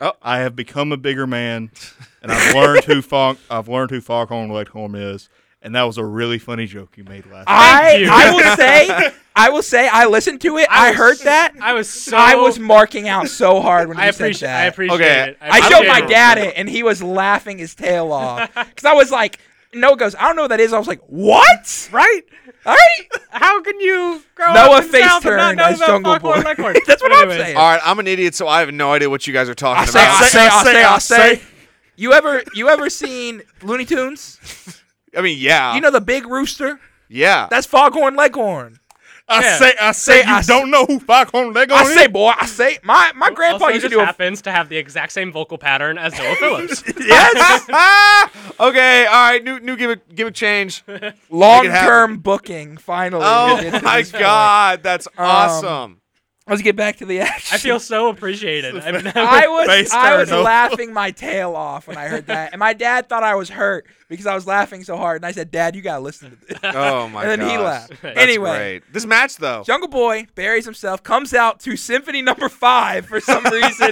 [SPEAKER 7] Oh.
[SPEAKER 4] I have become a bigger man, and I've learned who Fog, I've learned who Foghorn Leghorn is, and that was a really funny joke you made last.
[SPEAKER 7] Ah.
[SPEAKER 4] night.
[SPEAKER 5] I
[SPEAKER 6] you.
[SPEAKER 5] I will say I will say I listened to it. I,
[SPEAKER 6] was-
[SPEAKER 5] heard that.
[SPEAKER 6] I was so.
[SPEAKER 5] I was marking out so hard when
[SPEAKER 6] I
[SPEAKER 5] you
[SPEAKER 6] appreciate.
[SPEAKER 5] said
[SPEAKER 6] I
[SPEAKER 5] that.
[SPEAKER 6] appreciate
[SPEAKER 7] Okay,
[SPEAKER 6] it.
[SPEAKER 5] I
[SPEAKER 6] appreciate
[SPEAKER 5] showed my
[SPEAKER 6] it.
[SPEAKER 5] dad it, and he was laughing his tail off because I was like, "No," goes, "I don't know what that is." I was like, "What?"
[SPEAKER 6] Right?
[SPEAKER 5] All right,
[SPEAKER 6] How can you grow
[SPEAKER 5] Noah
[SPEAKER 6] up in the
[SPEAKER 5] face
[SPEAKER 6] South and
[SPEAKER 5] turned
[SPEAKER 6] not know
[SPEAKER 5] as
[SPEAKER 6] about
[SPEAKER 5] Jungle
[SPEAKER 6] Foghorn
[SPEAKER 5] Boy.
[SPEAKER 6] Leghorn?
[SPEAKER 5] That's what I'm
[SPEAKER 6] Anyways,
[SPEAKER 5] saying.
[SPEAKER 7] all right, I'm an idiot, so I have no idea what you guys are talking
[SPEAKER 5] I say,
[SPEAKER 7] about.
[SPEAKER 5] I say, I say, I say. You ever, you ever seen Looney Tunes?
[SPEAKER 7] I mean, yeah,
[SPEAKER 5] You know the big rooster?
[SPEAKER 7] yeah.
[SPEAKER 5] That's Foghorn Leghorn.
[SPEAKER 4] I
[SPEAKER 6] Yeah.
[SPEAKER 4] say, I say,
[SPEAKER 5] I
[SPEAKER 4] you
[SPEAKER 5] s-
[SPEAKER 4] don't know who Foghorn
[SPEAKER 7] Oh,
[SPEAKER 4] Leghorn
[SPEAKER 5] I
[SPEAKER 4] is.
[SPEAKER 5] say, boy, I say. My my grandpa
[SPEAKER 6] Also,
[SPEAKER 5] used to
[SPEAKER 6] just
[SPEAKER 5] do a
[SPEAKER 6] happens to have the exact same vocal pattern as Noah Phillips.
[SPEAKER 5] yes
[SPEAKER 7] Ah, okay, all right. New new gimmick gimmick change.
[SPEAKER 5] long
[SPEAKER 7] happen.
[SPEAKER 5] term booking. Finally, we get
[SPEAKER 7] Oh
[SPEAKER 5] to
[SPEAKER 7] my
[SPEAKER 5] this point.
[SPEAKER 7] God, that's
[SPEAKER 5] Um,
[SPEAKER 7] awesome.
[SPEAKER 5] Let's get back to the action.
[SPEAKER 6] I feel so appreciated. I've never,
[SPEAKER 5] I was
[SPEAKER 4] Face
[SPEAKER 5] I was
[SPEAKER 4] turn.
[SPEAKER 5] laughing my tail off when I heard that, and my dad thought I was hurt because I was laughing so hard. And I said, "Dad, you gotta listen to this."
[SPEAKER 7] Oh my God.
[SPEAKER 5] and then he laughed.
[SPEAKER 7] That's
[SPEAKER 5] anyway,
[SPEAKER 7] great. this match though.
[SPEAKER 5] Jungle Boy buries himself, comes out to Symphony Number Five for some reason.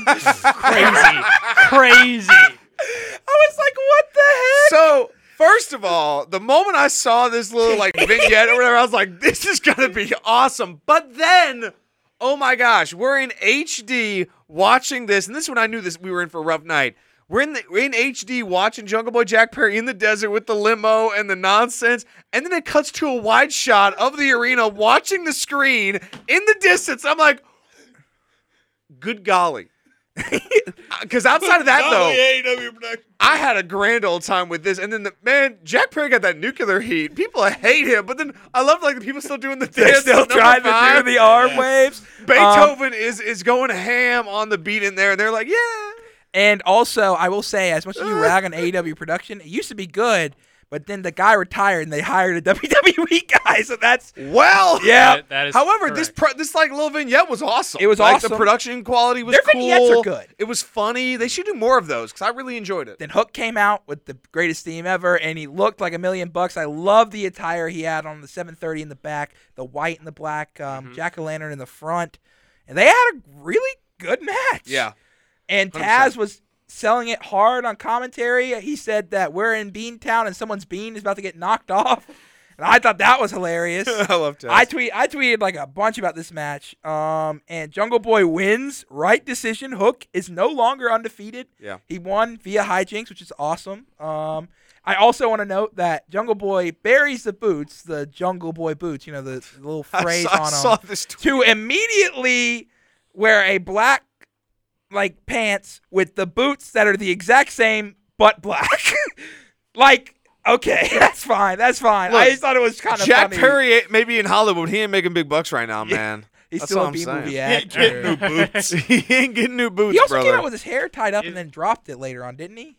[SPEAKER 6] crazy, crazy.
[SPEAKER 5] I was like, "What the heck?"
[SPEAKER 7] So first of all, the moment I saw this little like vignette or whatever, I was like, "This is gonna be awesome." But then, oh my gosh, we're in HD watching this, and this is when I knew this we were in for a rough night. We're in the we're in HD watching Jungle Boy Jack Perry in the desert with the limo and the nonsense, and then it cuts to a wide shot of the arena watching the screen in the distance. I'm like, good golly, because outside of that though,
[SPEAKER 4] AEW production.
[SPEAKER 7] I had a grand old time with this, and then the man Jack Perry got that nuclear heat. People hate him, but then I love like the people still doing the
[SPEAKER 5] They're
[SPEAKER 7] dance.
[SPEAKER 5] still
[SPEAKER 7] number
[SPEAKER 5] trying to
[SPEAKER 7] five.
[SPEAKER 5] do the arm waves. Um,
[SPEAKER 7] Beethoven is is going ham on the beat in there, and they're like, yeah.
[SPEAKER 5] And also, I will say, as much as you rag on AEW production, it used to be good, but then the guy retired and they hired a WWE guy. So that's
[SPEAKER 7] Well,
[SPEAKER 5] yeah.
[SPEAKER 6] That- that is
[SPEAKER 7] However, this
[SPEAKER 6] correct.
[SPEAKER 7] pro- this like little vignette was awesome.
[SPEAKER 5] It was
[SPEAKER 7] like, The
[SPEAKER 5] awesome.
[SPEAKER 7] production quality was
[SPEAKER 5] Their
[SPEAKER 7] cool.
[SPEAKER 5] vignettes are good.
[SPEAKER 7] It was funny. They should do more of those because I really enjoyed it.
[SPEAKER 5] Then Hook came out with the greatest theme ever, and he looked like a million bucks. I love the attire he had on the 730 in the back, the white and the black um, jack o' lantern in the front, and they had a really good match.
[SPEAKER 7] Yeah,
[SPEAKER 5] And Taz was selling it hard on commentary. He said that we're in Bean Town and someone's bean is about to get knocked off. And I thought that was hilarious.
[SPEAKER 7] I love Taz.
[SPEAKER 5] I tweet I tweeted like a bunch about this match. Um and Jungle Boy wins, right decision. Hook is no longer undefeated.
[SPEAKER 7] Yeah.
[SPEAKER 5] He won via hijinks, which is awesome. Um I also want to note that Jungle Boy buries the boots, the Jungle Boy boots, you know, the, the little
[SPEAKER 7] I
[SPEAKER 5] phrase
[SPEAKER 7] saw, I
[SPEAKER 5] on them
[SPEAKER 7] saw this. Tweet.
[SPEAKER 5] to immediately wear a black like pants with the boots that are the exact same but black. like, okay, that's fine. That's fine. I
[SPEAKER 7] Look,
[SPEAKER 5] just thought it was kind of
[SPEAKER 7] Jack
[SPEAKER 5] funny.
[SPEAKER 7] Perry maybe in Hollywood. He ain't making big bucks right now, man.
[SPEAKER 5] He's
[SPEAKER 7] That's
[SPEAKER 5] still
[SPEAKER 7] all
[SPEAKER 5] a
[SPEAKER 7] I'm
[SPEAKER 5] B movie
[SPEAKER 7] saying.
[SPEAKER 5] actor.
[SPEAKER 4] boots.
[SPEAKER 7] he ain't getting new boots,
[SPEAKER 5] He also
[SPEAKER 7] brother.
[SPEAKER 5] came out with his hair tied up and then dropped it later on, didn't he?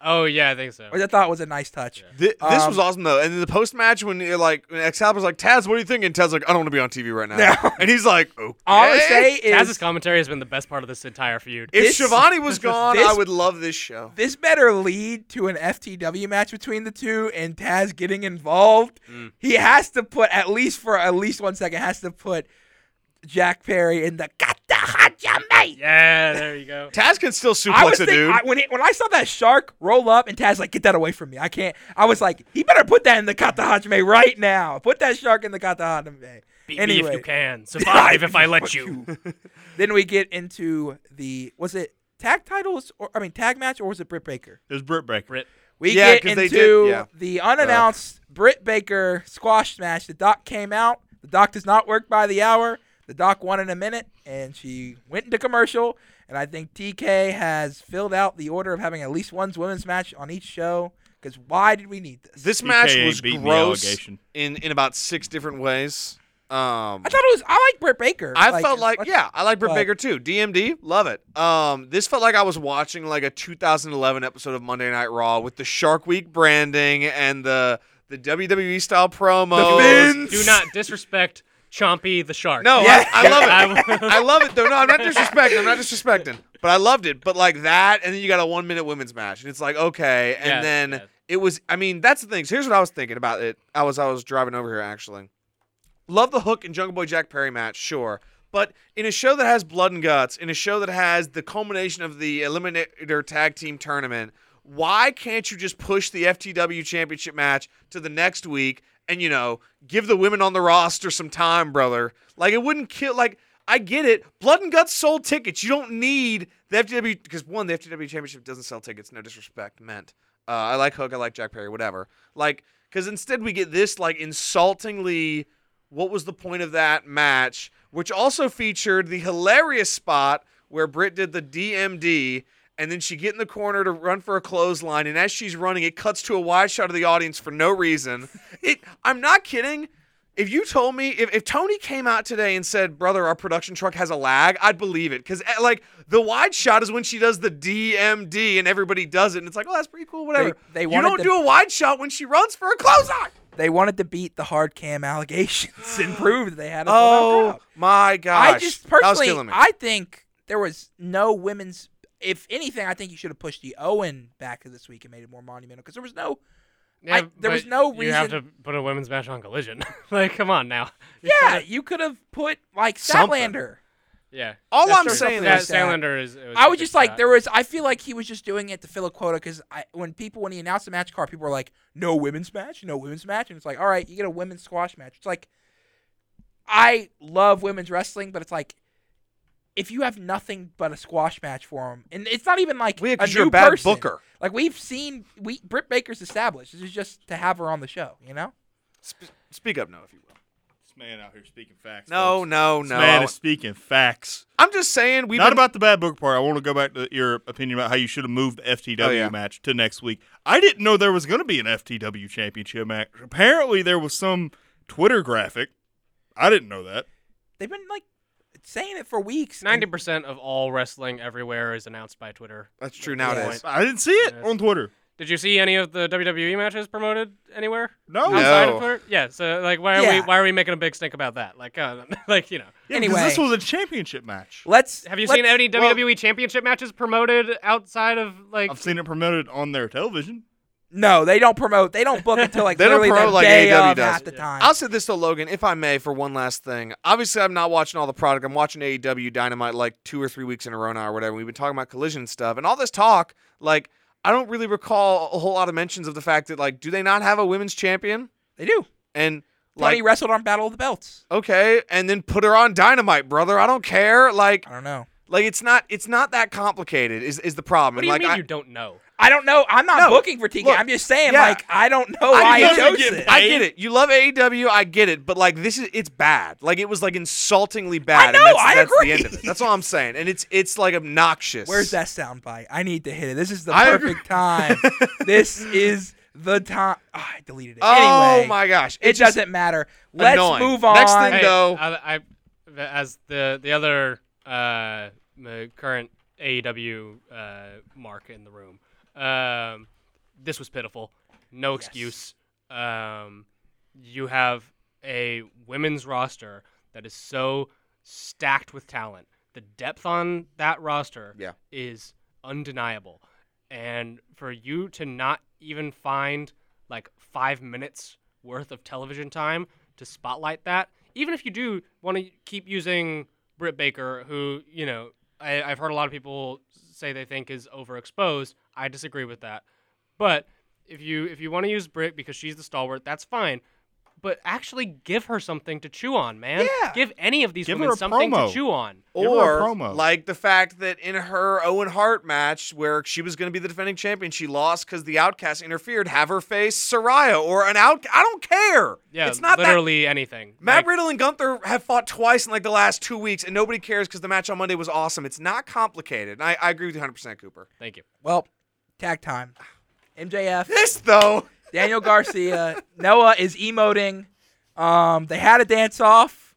[SPEAKER 6] Oh yeah, I think so.
[SPEAKER 5] Which I thought was a nice touch.
[SPEAKER 7] Th- this
[SPEAKER 5] Um,
[SPEAKER 7] was awesome though, and then the post match when it, like when Excalibur's like Taz, what do you think? And Taz's like, I don't want to be on TV right now.
[SPEAKER 5] No.
[SPEAKER 7] And he's like, okay.
[SPEAKER 5] All I say
[SPEAKER 6] Taz's
[SPEAKER 5] is
[SPEAKER 6] commentary has been the best part of this entire feud.
[SPEAKER 7] if
[SPEAKER 5] this-
[SPEAKER 7] Shivani was gone, I
[SPEAKER 5] this-
[SPEAKER 7] would love this show.
[SPEAKER 5] this better lead to an FTW match between the two and Taz getting involved. He has to put at least for at least one second has to put Jack Perry in the Kata Hajime.
[SPEAKER 6] Yeah, there you go.
[SPEAKER 7] Taz can still
[SPEAKER 5] I was
[SPEAKER 7] suplex a
[SPEAKER 5] thinking,
[SPEAKER 7] dude.
[SPEAKER 5] I, when, it, when I saw that shark roll up and Taz like get that away from me, I can't. I was like, he better put that in the Kata Hajime right now. Put that shark in the Kata Hajime.
[SPEAKER 6] Beat me if
[SPEAKER 5] anyway,
[SPEAKER 6] you can. Survive if I let you.
[SPEAKER 5] then we get into the was it tag titles or I mean tag match or was it Britt Baker?
[SPEAKER 4] There's Britt Baker.
[SPEAKER 6] Brit.
[SPEAKER 5] We
[SPEAKER 7] Yeah,
[SPEAKER 5] get
[SPEAKER 7] 'cause
[SPEAKER 5] into
[SPEAKER 7] they did- yeah.
[SPEAKER 5] the unannounced Britt Baker squash match. The doc came out. The doc does not work by the hour. The doc won in a minute, and she went into commercial. And I think TK has filled out the order of having at least one women's match on each show. Because why did we need this?
[SPEAKER 7] this match
[SPEAKER 4] TKA
[SPEAKER 7] was
[SPEAKER 4] beat me
[SPEAKER 7] gross
[SPEAKER 4] allegation.
[SPEAKER 7] in, in about six different ways. Um,
[SPEAKER 5] I thought it was. I like Britt Baker.
[SPEAKER 7] I felt
[SPEAKER 5] as
[SPEAKER 7] like
[SPEAKER 5] much-
[SPEAKER 7] yeah, I like Britt
[SPEAKER 5] but-
[SPEAKER 7] Baker too. DMD, love it. Um, this felt like I was watching like a 2011 episode of Monday Night Raw with the Shark Week branding and the the WWE style promos.
[SPEAKER 5] fins.
[SPEAKER 6] Do not disrespect Chompy the shark.
[SPEAKER 7] No,
[SPEAKER 5] Yeah.
[SPEAKER 7] I, I love
[SPEAKER 6] I
[SPEAKER 7] it. I love it though. No, I'm not disrespecting. I'm not disrespecting. But I loved it. But like that, and then you got a one minute women's match, and it's like okay, and
[SPEAKER 6] Yeah,
[SPEAKER 7] then
[SPEAKER 6] yeah.
[SPEAKER 7] it was. I mean, that's the thing. So here's what I was thinking about it. I was I was driving over here actually. Love the Hook and Jungle Boy Jack Perry match, sure. But in a show that has blood and guts, in a show that has the culmination of the Eliminator Tag Team Tournament, why can't you just push the FTW Championship match to the next week and, you know, give the women on the roster some time, brother? Like, it wouldn't kill. Like, I get it. Blood and guts sold tickets. You don't need the FTW, because one, the FTW Championship doesn't sell tickets. No disrespect meant. Uh, I like Hook. I like Jack Perry, whatever. Like, because instead we get this, like, insultingly what was the point of that match, which also featured the hilarious spot where Britt did the DMD and then she get in the corner to run for a clothesline and as she's running it cuts to a wide shot of the audience for no reason. It I'm not kidding. If you told me if, if Tony came out today and said, "Brother, our production truck has a lag," I'd believe it cuz like the wide shot is when she does the DMD and everybody does it and it's like, "Oh, that's pretty cool, whatever."
[SPEAKER 5] they
[SPEAKER 7] you
[SPEAKER 5] wanted
[SPEAKER 7] don't
[SPEAKER 5] the-
[SPEAKER 7] do a wide shot when she runs for a clothesline.
[SPEAKER 5] They wanted to beat the hard cam allegations and prove that they had a sold-out crowd.
[SPEAKER 7] Oh my gosh!
[SPEAKER 5] I just
[SPEAKER 7] That was
[SPEAKER 5] personally,
[SPEAKER 7] killing me.
[SPEAKER 5] I think there was no women's. If anything, I think you should have pushed the Owen back to this week and made it more monumental because there was no.
[SPEAKER 6] Yeah,
[SPEAKER 5] I- there was
[SPEAKER 6] but
[SPEAKER 5] no
[SPEAKER 6] You have to
[SPEAKER 5] reason-
[SPEAKER 6] put a women's match on Collision. like, come on now. You
[SPEAKER 5] Yeah,
[SPEAKER 6] gotta-
[SPEAKER 5] you could have put like
[SPEAKER 7] Something.
[SPEAKER 5] Statlander.
[SPEAKER 6] yeah.
[SPEAKER 7] All
[SPEAKER 5] That's
[SPEAKER 7] I'm
[SPEAKER 5] sort of
[SPEAKER 7] saying
[SPEAKER 5] something
[SPEAKER 6] That
[SPEAKER 7] is,
[SPEAKER 5] that.
[SPEAKER 6] Stanlander is. it was
[SPEAKER 5] I
[SPEAKER 6] a
[SPEAKER 5] was
[SPEAKER 6] good
[SPEAKER 5] just like,
[SPEAKER 6] shot.
[SPEAKER 5] there was. I feel like he was just doing it to fill a quota because I, when people when he announced the match card, people were like, "No women's match, no women's match," and it's like, "All right, you get a women's squash match." It's like, I love women's wrestling, but it's like, if you have nothing but a squash match for him, and it's not even like
[SPEAKER 7] Well, yeah,
[SPEAKER 5] a
[SPEAKER 7] 'cause
[SPEAKER 5] new
[SPEAKER 7] you're a bad
[SPEAKER 5] person.
[SPEAKER 7] booker.
[SPEAKER 5] Like we've seen, we Britt Baker's established. This is just to have her on the show, you know.
[SPEAKER 7] Sp- speak up now, if you will.
[SPEAKER 4] This man out here speaking facts.
[SPEAKER 7] No,
[SPEAKER 4] folks.
[SPEAKER 7] no,
[SPEAKER 4] This
[SPEAKER 7] no.
[SPEAKER 4] man is speaking facts.
[SPEAKER 7] I'm just saying we've
[SPEAKER 4] Not
[SPEAKER 7] been,
[SPEAKER 4] about the bad book part. I want to go back to your opinion about how you should have moved the FTW
[SPEAKER 7] Oh, yeah.
[SPEAKER 4] match to next week. I didn't know there was going to be an FTW championship match. Apparently, there was some Twitter graphic. I didn't know that.
[SPEAKER 5] They've been like saying it for weeks. and-
[SPEAKER 6] Ninety percent of all wrestling everywhere is announced by Twitter.
[SPEAKER 7] That's true nowadays.
[SPEAKER 4] I didn't see it
[SPEAKER 6] Yes.
[SPEAKER 4] on Twitter.
[SPEAKER 6] Did you see any of the WWE matches promoted anywhere?
[SPEAKER 4] No.
[SPEAKER 7] No.
[SPEAKER 6] Outside of Twitter? Yeah. So like, why are
[SPEAKER 5] Yeah.
[SPEAKER 6] we why are we making a big stink about that? Like, uh, like you know,
[SPEAKER 4] Yeah, 'cause
[SPEAKER 5] Anyway.
[SPEAKER 4] this was a championship match.
[SPEAKER 5] Let's
[SPEAKER 6] have you
[SPEAKER 5] let's-
[SPEAKER 6] seen any WWE championship matches promoted outside of like?
[SPEAKER 4] I've seen it promoted on their television.
[SPEAKER 5] No, they don't promote. They don't book until like
[SPEAKER 7] They don't
[SPEAKER 5] literally
[SPEAKER 7] promote
[SPEAKER 5] the
[SPEAKER 7] like
[SPEAKER 5] day
[SPEAKER 7] AEW
[SPEAKER 5] of
[SPEAKER 7] does.
[SPEAKER 5] half the time.
[SPEAKER 7] I'll say this though, Logan, if I may, for one last thing. Obviously, I'm not watching all the product. I'm watching AEW Dynamite like two or three weeks in a row now, or whatever. We've been talking about collision stuff and all this talk. Like, I don't really recall a whole lot of mentions of the fact that like, do they not have a women's champion?
[SPEAKER 5] they do.
[SPEAKER 7] And
[SPEAKER 5] Like,
[SPEAKER 7] like,
[SPEAKER 5] wrestled on Battle of the Belts.
[SPEAKER 7] okay, and then put her on Dynamite, brother. I don't care. Like,
[SPEAKER 5] I don't know.
[SPEAKER 7] like it's not it's not that complicated. Is is the problem?
[SPEAKER 6] what do you
[SPEAKER 7] like,
[SPEAKER 6] mean
[SPEAKER 7] I,
[SPEAKER 6] you don't know?
[SPEAKER 5] I don't know. I'm not
[SPEAKER 7] No,
[SPEAKER 5] booking for TK.
[SPEAKER 7] look,
[SPEAKER 5] I'm just saying,
[SPEAKER 7] yeah.
[SPEAKER 5] like, I don't know why he
[SPEAKER 7] get it,
[SPEAKER 5] chose
[SPEAKER 4] get
[SPEAKER 5] it.
[SPEAKER 7] I get it. You love AEW. I get it. But like this is it's bad. Like it was like insultingly bad.
[SPEAKER 5] know,
[SPEAKER 7] And that's,
[SPEAKER 5] I
[SPEAKER 7] that's
[SPEAKER 5] agree.
[SPEAKER 7] the end of it. That's all I'm saying. And it's it's like obnoxious.
[SPEAKER 5] Where's that sound bite? I need to hit it. This is the
[SPEAKER 7] I agree.
[SPEAKER 5] perfect time. this is the time. Ah, I deleted it.
[SPEAKER 7] Oh
[SPEAKER 5] anyway,
[SPEAKER 7] my gosh.
[SPEAKER 5] It
[SPEAKER 7] It's just-
[SPEAKER 5] doesn't matter. Let's
[SPEAKER 7] annoying.
[SPEAKER 5] move on.
[SPEAKER 7] Next thing-
[SPEAKER 6] Hey,
[SPEAKER 7] No.
[SPEAKER 6] I, I, the- as the the other uh, the current AEW uh, mark in the room, um, this was pitiful. No excuse. Um, you have a women's roster that is so stacked with talent. The depth on that roster
[SPEAKER 7] Yeah.
[SPEAKER 6] is undeniable, and for you to not even find like five minutes worth of television time to spotlight that. Even if you do want to keep using Britt Baker, who you know I, I've heard a lot of people say they think is overexposed. I disagree with that. But if you if you want to use Britt because she's the stalwart, that's fine. But actually, give her something to chew on, man.
[SPEAKER 5] Yeah.
[SPEAKER 6] Give any of these
[SPEAKER 4] Give her
[SPEAKER 6] women
[SPEAKER 4] a
[SPEAKER 6] something
[SPEAKER 4] promo.
[SPEAKER 6] to chew on.
[SPEAKER 4] Give her
[SPEAKER 7] or
[SPEAKER 4] a promo.
[SPEAKER 7] like the fact that in her Owen Hart match where she was going to be the defending champion, she lost because the Outcast interfered. Have her face Soraya or an out. I don't care.
[SPEAKER 6] Yeah,
[SPEAKER 7] it's not that
[SPEAKER 6] literally anything.
[SPEAKER 7] Matt
[SPEAKER 6] Like,
[SPEAKER 7] Riddle and Gunther have fought twice in like the last two weeks, and nobody cares because the match on Monday was awesome. It's not complicated. And I, I agree with you 100%, Cooper.
[SPEAKER 6] thank you.
[SPEAKER 5] well, tag time. MJF,
[SPEAKER 7] This, though,
[SPEAKER 5] Daniel Garcia, Noah is emoting. Um, they had a dance off.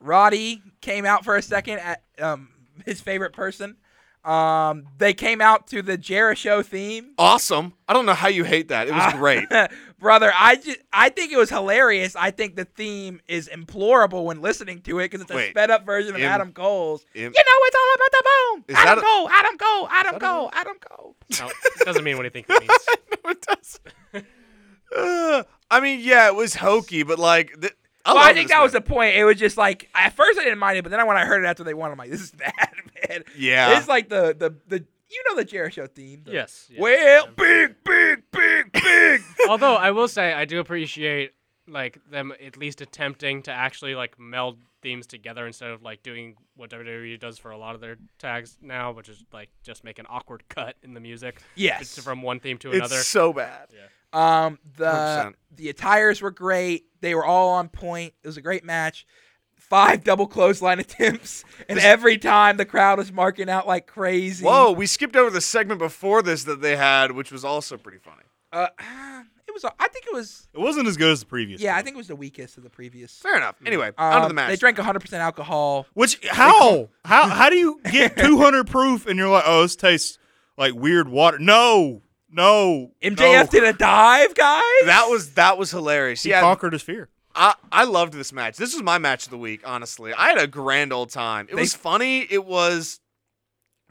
[SPEAKER 5] Roddy came out for a second at um, his favorite person. Um, they came out to the Jericho theme.
[SPEAKER 7] awesome. I don't know how you hate that. It
[SPEAKER 5] Ah.
[SPEAKER 7] was great.
[SPEAKER 5] brother i just i think it was hilarious i think the theme is implorable when listening to it because it's a
[SPEAKER 7] Wait.
[SPEAKER 5] sped up version of
[SPEAKER 7] Im-
[SPEAKER 5] adam cole's
[SPEAKER 7] Im-
[SPEAKER 5] you know it's all about the bone
[SPEAKER 7] Is
[SPEAKER 5] adam
[SPEAKER 7] that a-
[SPEAKER 5] cole adam cole adam cole adam cole
[SPEAKER 6] No, it doesn't mean what I think it means.
[SPEAKER 7] Uh, I mean, yeah, it was hokey, but like, th- I,
[SPEAKER 5] well,
[SPEAKER 7] love
[SPEAKER 5] I think
[SPEAKER 7] this
[SPEAKER 5] that was the
[SPEAKER 7] man.
[SPEAKER 5] point. It was just like at first I didn't mind it, but then when I heard it after they won, I'm like, "This is bad, man."
[SPEAKER 7] Yeah.
[SPEAKER 5] it's like the the the you know the Jericho theme. the-
[SPEAKER 6] Yes, yes.
[SPEAKER 5] Well, big, big, big, big.
[SPEAKER 6] Although I will say I do appreciate like them at least attempting to actually like meld themes together instead of like doing what WWE does for a lot of their tags now, which is like just make an awkward cut in the music.
[SPEAKER 5] Yes.
[SPEAKER 6] It's from one theme to
[SPEAKER 7] It's
[SPEAKER 6] another.
[SPEAKER 7] so bad.
[SPEAKER 5] Um, the
[SPEAKER 7] 100%.
[SPEAKER 5] the attires were great. They were all on point. It was a great match. Five double clothesline attempts, and every time the crowd was marking out like crazy.
[SPEAKER 7] Whoa, we skipped over the segment before this that they had, which was also pretty funny.
[SPEAKER 5] Uh, it was. I think it was.
[SPEAKER 4] It wasn't as good as the previous.
[SPEAKER 5] Yeah, I
[SPEAKER 4] one.
[SPEAKER 5] think it was the weakest of the previous.
[SPEAKER 7] Fair enough. Anyway,
[SPEAKER 5] Um,
[SPEAKER 7] on to the match.
[SPEAKER 5] They drank 100 percent alcohol.
[SPEAKER 4] Which how how how do you get 200 proof and you're like, oh, this tastes like weird water? No, no.
[SPEAKER 5] MJF
[SPEAKER 4] no.
[SPEAKER 5] did a dive, guys.
[SPEAKER 7] that was that was hilarious.
[SPEAKER 4] He
[SPEAKER 7] yeah,
[SPEAKER 4] conquered his fear.
[SPEAKER 7] I, I loved this match. This was my match of the week, honestly. I had a grand old time. It was funny. It was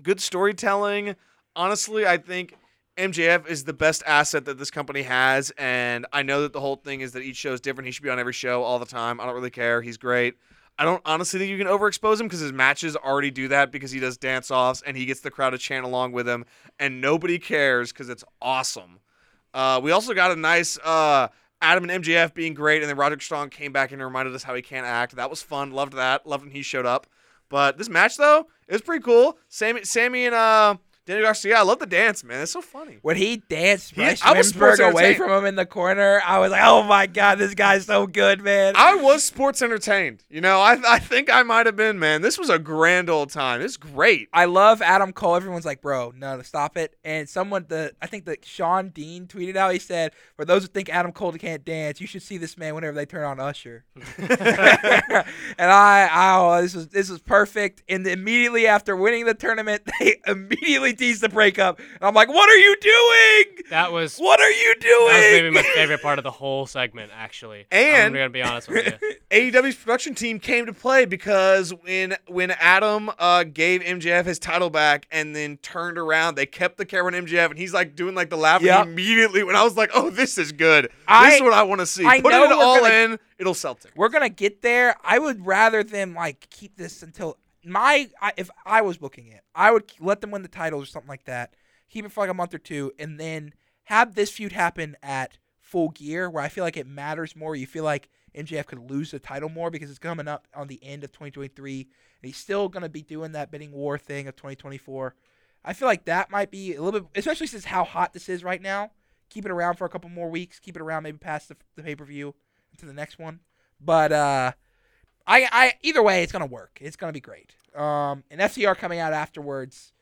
[SPEAKER 7] good storytelling. Honestly, I think MJF is the best asset that this company has. And I know that the whole thing is that each show is different. He should be on every show all the time. I don't really care. He's great. I don't honestly think you can overexpose him because his matches already do that because he does dance offs and he gets the crowd to chant along with him. And nobody cares because it's awesome. Uh, we also got a nice uh, Adam and MJF being great, and then Roderick Strong came back and reminded us how he can't act. That was fun. Loved that. Loved when he showed up. But this match though, it was pretty cool. Sammy, Sammy and uh, Danny Garcia. I love the dance, man. It's so funny.
[SPEAKER 5] When he danced Bryce
[SPEAKER 7] I was sports
[SPEAKER 5] Wimberg away
[SPEAKER 7] entertained.
[SPEAKER 5] from him in the corner, I was like, "Oh my god, this guy's so good, man!"
[SPEAKER 7] I was sports entertained. You know, I I think I might have been, man. This was a grand old time. It's great.
[SPEAKER 5] I love Adam Cole. Everyone's like, bro, no, stop it. And someone, the I think that Sean Dean tweeted out. He said, for those who think Adam Cole can't dance, you should see this man whenever they turn on Usher. and I, I, oh, this was this was perfect. And immediately after winning the tournament, they immediately teased the breakup. And I'm like, what are you doing?
[SPEAKER 10] That was
[SPEAKER 5] What are you
[SPEAKER 10] that was maybe
[SPEAKER 5] doing?
[SPEAKER 10] my favorite part of the whole segment, actually.
[SPEAKER 7] And-
[SPEAKER 10] I'm gonna be honest with you.
[SPEAKER 7] AEW's E production team came to play because when when Adam uh, gave MJF his title back and then turned around, they kept the camera on MJF and he's like doing like the laugh and
[SPEAKER 5] Yep.
[SPEAKER 7] immediately. When I was like, "Oh, this is good.
[SPEAKER 5] I-
[SPEAKER 7] this is what I want to see."
[SPEAKER 5] I
[SPEAKER 7] Put
[SPEAKER 5] know
[SPEAKER 7] it
[SPEAKER 5] we're
[SPEAKER 7] all
[SPEAKER 5] gonna-
[SPEAKER 7] in. It'll sell tickets.
[SPEAKER 5] We're gonna get there. I would rather them like keep this until my I, if I was booking it, I would let them win the titles or something like that. Keep it for like a month or two, and then have this feud happen at full gear, where I feel like it matters more. You feel like MJF could lose the title more because it's coming up on the end of 2023, and he's still gonna be doing that bidding war thing of 2024. I feel like that might be a little bit, especially since how hot this is right now. Keep it around for a couple more weeks. Keep it around maybe past the, the pay per view to the next one. But uh, I, I either way, it's gonna work. It's gonna be great. Um, and FCR coming out afterwards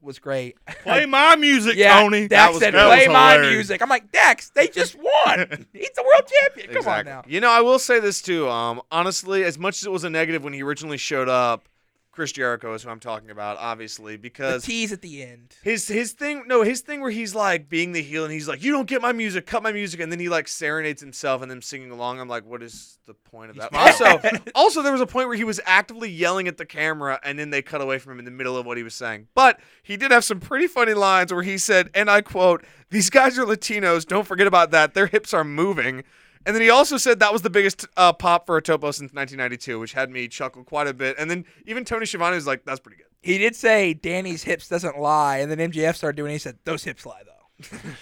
[SPEAKER 5] was great.
[SPEAKER 4] Play my music,
[SPEAKER 5] yeah,
[SPEAKER 4] Tony.
[SPEAKER 5] Dax
[SPEAKER 4] was-
[SPEAKER 5] said,
[SPEAKER 4] that was
[SPEAKER 5] "Play my
[SPEAKER 4] hilarious.
[SPEAKER 5] music." I'm like, Dax, they just won. He's the world champion. Come
[SPEAKER 7] exactly.
[SPEAKER 5] on now.
[SPEAKER 7] You know, I will say this too. Um, honestly, as much as it was a negative when he originally showed up, Chris Jericho is who I'm talking about, obviously,
[SPEAKER 5] The
[SPEAKER 7] because
[SPEAKER 5] tease at the end.
[SPEAKER 7] his his thing no his thing where he's like being the heel and he's like you don't get my music cut my music and then he like serenades himself and them singing along i'm like what is the point of that also also there was a point where he was actively yelling at the camera and then they cut away from him in the middle of what he was saying but he did have some pretty funny lines where he said and i quote these guys are latinos don't forget about that their hips are moving and then he also said that was the biggest uh, pop for a topo since 1992 which had me chuckle quite a bit and then even tony Schiavone was like that's pretty good
[SPEAKER 5] He did say Danny's hips doesn't lie, and then MJF started doing. it. He said those hips lie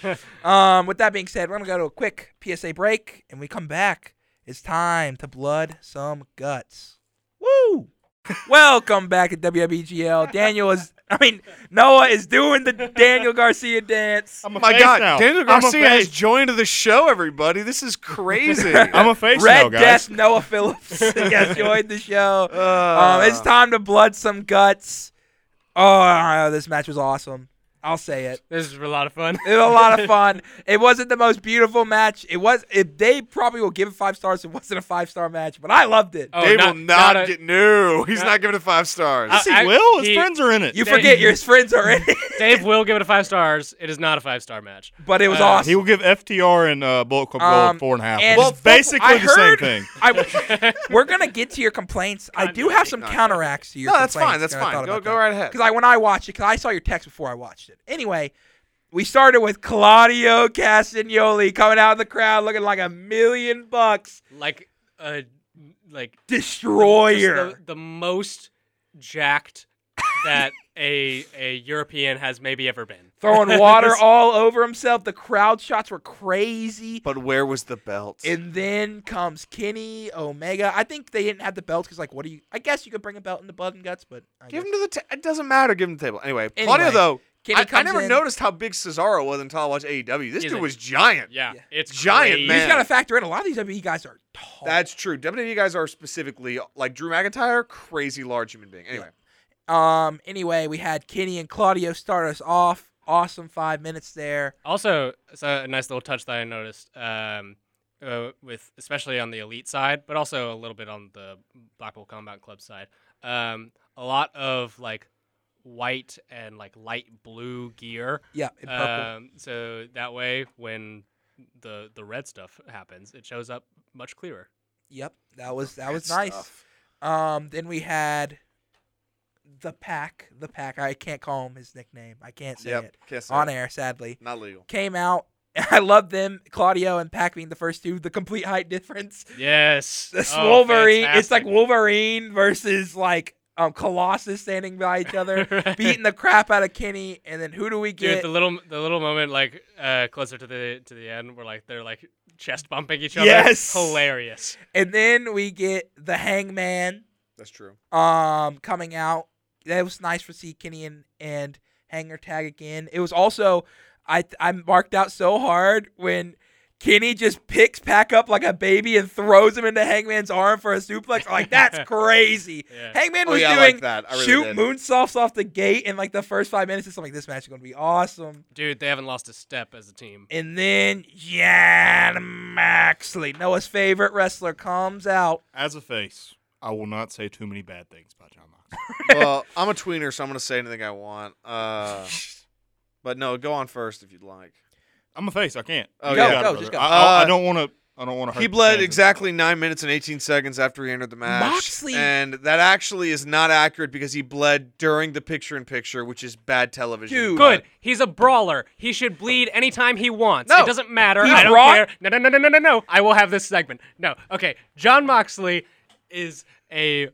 [SPEAKER 5] though. um, with that being said, we're gonna go to a quick PSA break, and we come back. It's time to blood some guts. Woo! Welcome back to WWGL. Daniel is, I mean, Noah is doing the Daniel Garcia dance.
[SPEAKER 4] I'm a
[SPEAKER 7] My
[SPEAKER 4] face
[SPEAKER 7] God,
[SPEAKER 4] now.
[SPEAKER 7] Daniel
[SPEAKER 4] I'm a
[SPEAKER 7] Garcia has
[SPEAKER 4] face.
[SPEAKER 7] joined the show, everybody. This is crazy. Uh,
[SPEAKER 4] I'm a face
[SPEAKER 5] Red
[SPEAKER 4] now, guys.
[SPEAKER 5] Death Noah Phillips has joined the show.
[SPEAKER 7] Uh.
[SPEAKER 5] Um, it's time to blood some guts. Oh, this match was awesome. I'll say it.
[SPEAKER 10] This is a lot of fun.
[SPEAKER 5] It was a lot of fun. It wasn't the most beautiful match. It was. If they probably will give it five stars, it wasn't a five star match, but I loved it.
[SPEAKER 10] Oh,
[SPEAKER 7] they
[SPEAKER 10] not,
[SPEAKER 7] will not,
[SPEAKER 10] a-
[SPEAKER 7] get no. He's not giving it five stars.
[SPEAKER 4] Yes, he
[SPEAKER 10] I-
[SPEAKER 4] will. His
[SPEAKER 10] he-
[SPEAKER 4] friends are in it.
[SPEAKER 5] you forget your friends are in it,
[SPEAKER 10] Dave will give it a five stars. It is not a five star match.
[SPEAKER 5] but it was
[SPEAKER 10] Uh,
[SPEAKER 5] awesome.
[SPEAKER 4] he will give FTR and uh, Bullet Club
[SPEAKER 5] Um,
[SPEAKER 4] Gold four and a half.
[SPEAKER 5] and-
[SPEAKER 4] which is
[SPEAKER 5] Well,
[SPEAKER 4] basically
[SPEAKER 5] I
[SPEAKER 4] the
[SPEAKER 5] heard-
[SPEAKER 4] same thing.
[SPEAKER 5] I, we're gonna get to your complaints. I do have some counteracts to your.
[SPEAKER 7] No, that's
[SPEAKER 5] complaints,
[SPEAKER 7] fine, that's
[SPEAKER 5] and I
[SPEAKER 7] fine.
[SPEAKER 5] thought
[SPEAKER 7] Go-
[SPEAKER 5] about
[SPEAKER 7] go
[SPEAKER 5] that.
[SPEAKER 7] right ahead.
[SPEAKER 5] Because I when I watched it, because I saw your text before I watched it. Anyway, we started with Claudio Castagnoli coming out of the crowd looking like a million bucks,
[SPEAKER 10] Like a like just
[SPEAKER 5] destroyer.
[SPEAKER 10] The, the most jacked that a a European has maybe ever been.
[SPEAKER 5] throwing water all over himself. The crowd shots were crazy.
[SPEAKER 7] but where was the belt?
[SPEAKER 5] And then comes Kenny Omega. I think they didn't have the belt because, like, what do you? I guess you could bring a belt in the blood and guts, but I
[SPEAKER 7] give
[SPEAKER 5] guess-
[SPEAKER 7] him to the. Ta- it doesn't matter. Give him the table. Anyway,
[SPEAKER 5] Anyway,
[SPEAKER 7] Claudio though.
[SPEAKER 5] Kenny
[SPEAKER 7] I, I
[SPEAKER 5] comes
[SPEAKER 7] never
[SPEAKER 5] in.
[SPEAKER 7] noticed how big Cesaro was until I watched AEW. This
[SPEAKER 10] He's
[SPEAKER 7] dude
[SPEAKER 10] a-
[SPEAKER 7] was giant.
[SPEAKER 10] Yeah,
[SPEAKER 5] Yeah.
[SPEAKER 10] it's
[SPEAKER 7] Giant
[SPEAKER 10] crazy.
[SPEAKER 5] you just
[SPEAKER 7] man.
[SPEAKER 5] gotta factor in a lot of these WWE guys are tall.
[SPEAKER 7] That's true. WWE guys are specifically like Drew McIntyre, crazy large human being. Anyway,
[SPEAKER 5] um. Anyway, we had Kenny and Claudio start us off. Awesome five minutes there.
[SPEAKER 10] Also, so a nice little touch that I noticed um, uh, with especially on the elite side, but also a little bit on the Blackpool Combat Club side. Um, a lot of like white and like light blue gear.
[SPEAKER 5] Yeah, in purple.
[SPEAKER 10] Um, so that way, when the the red stuff happens, it shows up much clearer.
[SPEAKER 5] Yep, that was that was nice. Um, then we had the pack. The pack. I can't call him his nickname. I can't say
[SPEAKER 7] Yep,
[SPEAKER 5] it
[SPEAKER 7] can't say
[SPEAKER 5] on
[SPEAKER 7] it.
[SPEAKER 5] air, sadly.
[SPEAKER 7] not legal.
[SPEAKER 5] Came out. I love them, Claudio and Pac being the first two. The complete height difference.
[SPEAKER 10] Yes,
[SPEAKER 5] This
[SPEAKER 10] Oh,
[SPEAKER 5] Wolverine. It's like
[SPEAKER 10] fantastic.
[SPEAKER 5] Wolverine versus like um Colossus standing by each other,
[SPEAKER 10] Right.
[SPEAKER 5] beating the crap out of Kenny. And then who do we
[SPEAKER 10] Dude,
[SPEAKER 5] get?
[SPEAKER 10] the little the little moment like uh, closer to the to the end where like they're like chest bumping each other.
[SPEAKER 4] Yes.
[SPEAKER 10] hilarious.
[SPEAKER 5] and then we get the Hangman.
[SPEAKER 7] That's true.
[SPEAKER 5] um, coming out. That was nice for see Kenny and, and Hanger Tag again. It was also I I marked out so hard when Kenny just picks Pack up like a baby and throws him into Hangman's arm for a suplex. Like that's crazy. Hangman
[SPEAKER 7] Oh,
[SPEAKER 5] was
[SPEAKER 7] yeah, I
[SPEAKER 5] doing
[SPEAKER 7] like that. I really
[SPEAKER 5] shoot
[SPEAKER 7] did.
[SPEAKER 5] moonsaults off the gate in like the first five minutes. It's like this match is gonna be awesome.
[SPEAKER 10] Dude, they haven't lost a step as a team.
[SPEAKER 5] And then Jan Maxley, Noah's favorite wrestler, comes out.
[SPEAKER 4] As a face, I will not say too many bad things about John Moxley.
[SPEAKER 7] well, I'm a tweener, so I'm gonna say anything I want. Uh, but no, go on first if you'd like.
[SPEAKER 4] I'm a face. I can't.
[SPEAKER 7] Oh,
[SPEAKER 4] You
[SPEAKER 7] Go,
[SPEAKER 4] got it,
[SPEAKER 5] go,
[SPEAKER 4] brother.
[SPEAKER 5] just go.
[SPEAKER 4] I, I- I
[SPEAKER 7] Uh,
[SPEAKER 4] don't want to. I don't want to.
[SPEAKER 7] He bled exactly nine minutes and 18 seconds after he entered the match.
[SPEAKER 5] Moxley-
[SPEAKER 7] And that actually is not accurate because he bled during the picture in picture, which is bad television.
[SPEAKER 5] Dude.
[SPEAKER 6] Good. He's a brawler. He should bleed anytime he wants.
[SPEAKER 7] No.
[SPEAKER 6] It doesn't matter.
[SPEAKER 5] He
[SPEAKER 6] I don't
[SPEAKER 5] brought-
[SPEAKER 6] care. No, no, no, no, no, no, no. I will have this segment. No. Okay. John Moxley is a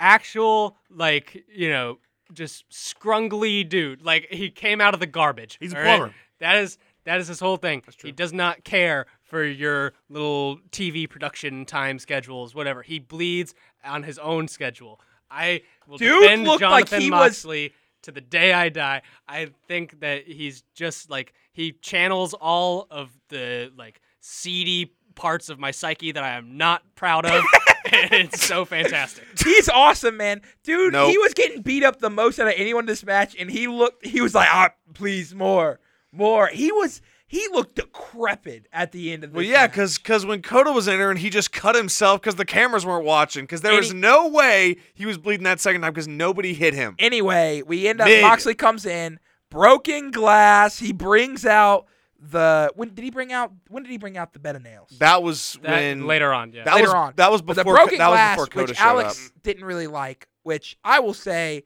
[SPEAKER 6] actual like you know just scrungly dude. Like he came out of the garbage.
[SPEAKER 4] He's a
[SPEAKER 6] all right?
[SPEAKER 4] plumber.
[SPEAKER 6] That is that is his whole thing. He does not care for your little TV production time schedules, whatever. He bleeds on his own schedule. I will
[SPEAKER 5] Dude
[SPEAKER 6] defend
[SPEAKER 5] looked
[SPEAKER 6] Jonathan
[SPEAKER 5] like he was-
[SPEAKER 6] Moxley to the day I die. I think that he's just like he channels all of the like seedy parts of my psyche that I am not proud of. and it's so fantastic.
[SPEAKER 5] He's awesome, man. Dude,
[SPEAKER 7] Nope.
[SPEAKER 5] he was getting beat up the most out of anyone in this match, and he looked he was like, ah, please, more. More. He was he looked decrepit at the end of this.
[SPEAKER 7] Well, yeah,
[SPEAKER 5] match.
[SPEAKER 7] because when Coda was entering, he just cut himself because the cameras weren't watching. Because there
[SPEAKER 5] And
[SPEAKER 7] was
[SPEAKER 5] he-
[SPEAKER 7] no way he was bleeding that second time because nobody hit him.
[SPEAKER 5] anyway, we end up
[SPEAKER 7] Mid.
[SPEAKER 5] Moxley comes in, broken glass. He brings out the when did he bring out when did he bring out the bed of nails?
[SPEAKER 7] That was
[SPEAKER 6] That,
[SPEAKER 7] when
[SPEAKER 6] later on, yeah.
[SPEAKER 7] That
[SPEAKER 5] Later
[SPEAKER 7] was
[SPEAKER 5] on.
[SPEAKER 7] that was
[SPEAKER 5] But
[SPEAKER 7] before
[SPEAKER 5] the broken
[SPEAKER 7] that
[SPEAKER 5] glass,
[SPEAKER 7] was before Coda
[SPEAKER 5] which
[SPEAKER 7] showed
[SPEAKER 5] Alex
[SPEAKER 7] up.
[SPEAKER 5] didn't really like, which I will say,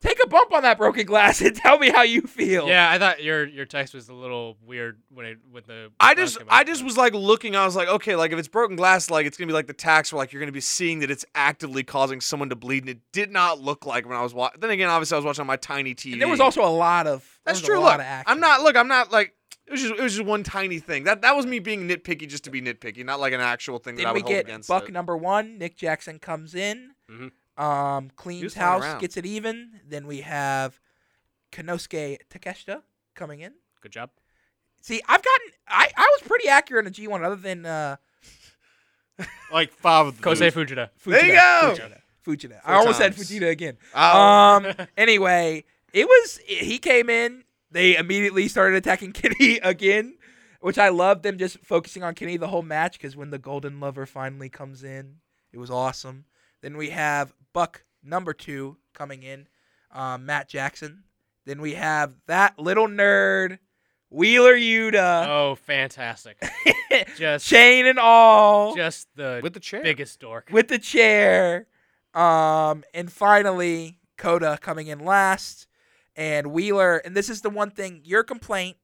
[SPEAKER 5] take a bump on that broken glass and tell me how you feel.
[SPEAKER 6] yeah, I thought your your text was a little weird when it when the
[SPEAKER 7] I
[SPEAKER 6] when it
[SPEAKER 7] just
[SPEAKER 6] came out,
[SPEAKER 7] I just
[SPEAKER 6] but-
[SPEAKER 7] was like looking. I was like, okay, like if it's broken glass, like it's gonna be like the tax where like you're gonna be seeing that it's actively causing someone to bleed, and it did not look like when I was watching. Then again, obviously I was watching on my tiny TV.
[SPEAKER 5] And there was also a lot of there
[SPEAKER 7] that's
[SPEAKER 5] was a
[SPEAKER 7] true.
[SPEAKER 5] lot
[SPEAKER 7] Look,
[SPEAKER 5] of action.
[SPEAKER 7] I'm not look. I'm not like it was just it was just one tiny thing. That that was me being nitpicky just to be nitpicky, not like an actual thing that I
[SPEAKER 5] Then
[SPEAKER 7] would
[SPEAKER 5] we
[SPEAKER 7] hold
[SPEAKER 5] get
[SPEAKER 7] against
[SPEAKER 5] buck
[SPEAKER 7] it. Mm-hmm.
[SPEAKER 5] number one. Nick Jackson comes in,
[SPEAKER 6] Mhm.
[SPEAKER 5] um,
[SPEAKER 7] He
[SPEAKER 5] cleans
[SPEAKER 7] was flying around.
[SPEAKER 5] house, gets it even. Then we have Konosuke Takeshita coming in.
[SPEAKER 6] good job.
[SPEAKER 5] See, I've gotten I, I was pretty accurate in the G one, other than uh,
[SPEAKER 4] Like five of the.
[SPEAKER 6] Kosei
[SPEAKER 4] dudes.
[SPEAKER 6] Fujita.
[SPEAKER 5] Fujita.
[SPEAKER 7] There you go!
[SPEAKER 5] Fujita. Fujita. I almost said
[SPEAKER 7] times.
[SPEAKER 5] Fujita again.
[SPEAKER 7] Oh.
[SPEAKER 5] Um. anyway, it was he came in. They immediately started attacking Kenny again, which I love them just focusing on Kenny the whole match because when the Golden Lover finally comes in, it was awesome. Then we have Buck number two coming in, um, Matt Jackson. Then we have that little nerd, Wheeler Yuta,
[SPEAKER 6] Oh, fantastic. just
[SPEAKER 5] chain and all.
[SPEAKER 6] just the
[SPEAKER 7] with the chair.
[SPEAKER 6] biggest dork.
[SPEAKER 5] with the chair. Um, and finally, Coda coming in last, and Wheeler. And this is the one thing your complaint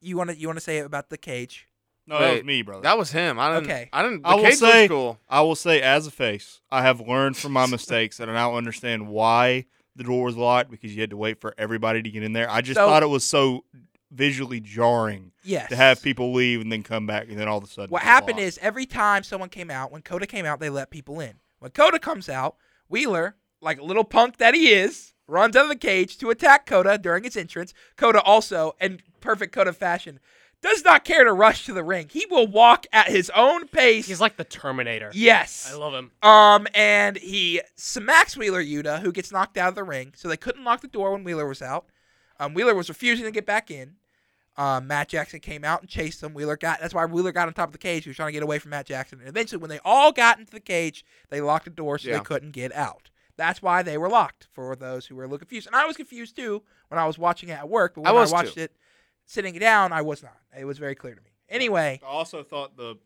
[SPEAKER 5] you want to you want to say about the cage.
[SPEAKER 4] No, that was
[SPEAKER 7] Wait,
[SPEAKER 4] me, brother.
[SPEAKER 7] That was him. I didn't.
[SPEAKER 5] uh, Okay.
[SPEAKER 7] I didn't. The
[SPEAKER 4] I will
[SPEAKER 7] cage
[SPEAKER 4] say,
[SPEAKER 7] was cool.
[SPEAKER 4] I will say, as a face, I have learned from my mistakes, and I now understand why the door was locked because you had to wait for everybody to get in there. I just
[SPEAKER 5] So-
[SPEAKER 4] thought it was so visually jarring
[SPEAKER 5] Yes.
[SPEAKER 4] to have people leave and then come back, and then all of a sudden,
[SPEAKER 5] What
[SPEAKER 4] it's
[SPEAKER 5] happened
[SPEAKER 4] locked.
[SPEAKER 5] is every time someone came out, when Coda came out, they let people in. When Coda comes out, Wheeler, like a little punk that he is, runs out of the cage to attack Coda during its entrance. Coda also, in perfect Coda fashion, does not care to rush to the ring. He will walk at his own pace.
[SPEAKER 6] He's like the Terminator.
[SPEAKER 5] yes.
[SPEAKER 6] I love him.
[SPEAKER 5] Um, and he smacks Wheeler Yuta, who gets knocked out of the ring. So they couldn't lock the door when Wheeler was out. Um, Wheeler was refusing to get back in. Um, Matt Jackson came out and chased him. Wheeler got that's why Wheeler got on top of the cage. He was trying to get away from Matt Jackson. And eventually, when they all got into the cage, they locked the door so
[SPEAKER 7] Yeah.
[SPEAKER 5] they couldn't get out. That's why they were locked for those who were a little confused. And I was confused too when I was watching it at work. But when
[SPEAKER 7] I
[SPEAKER 5] I,
[SPEAKER 7] was, too.
[SPEAKER 5] watched it sitting down, I was not. It was very clear to me. Anyway,
[SPEAKER 4] I also thought the,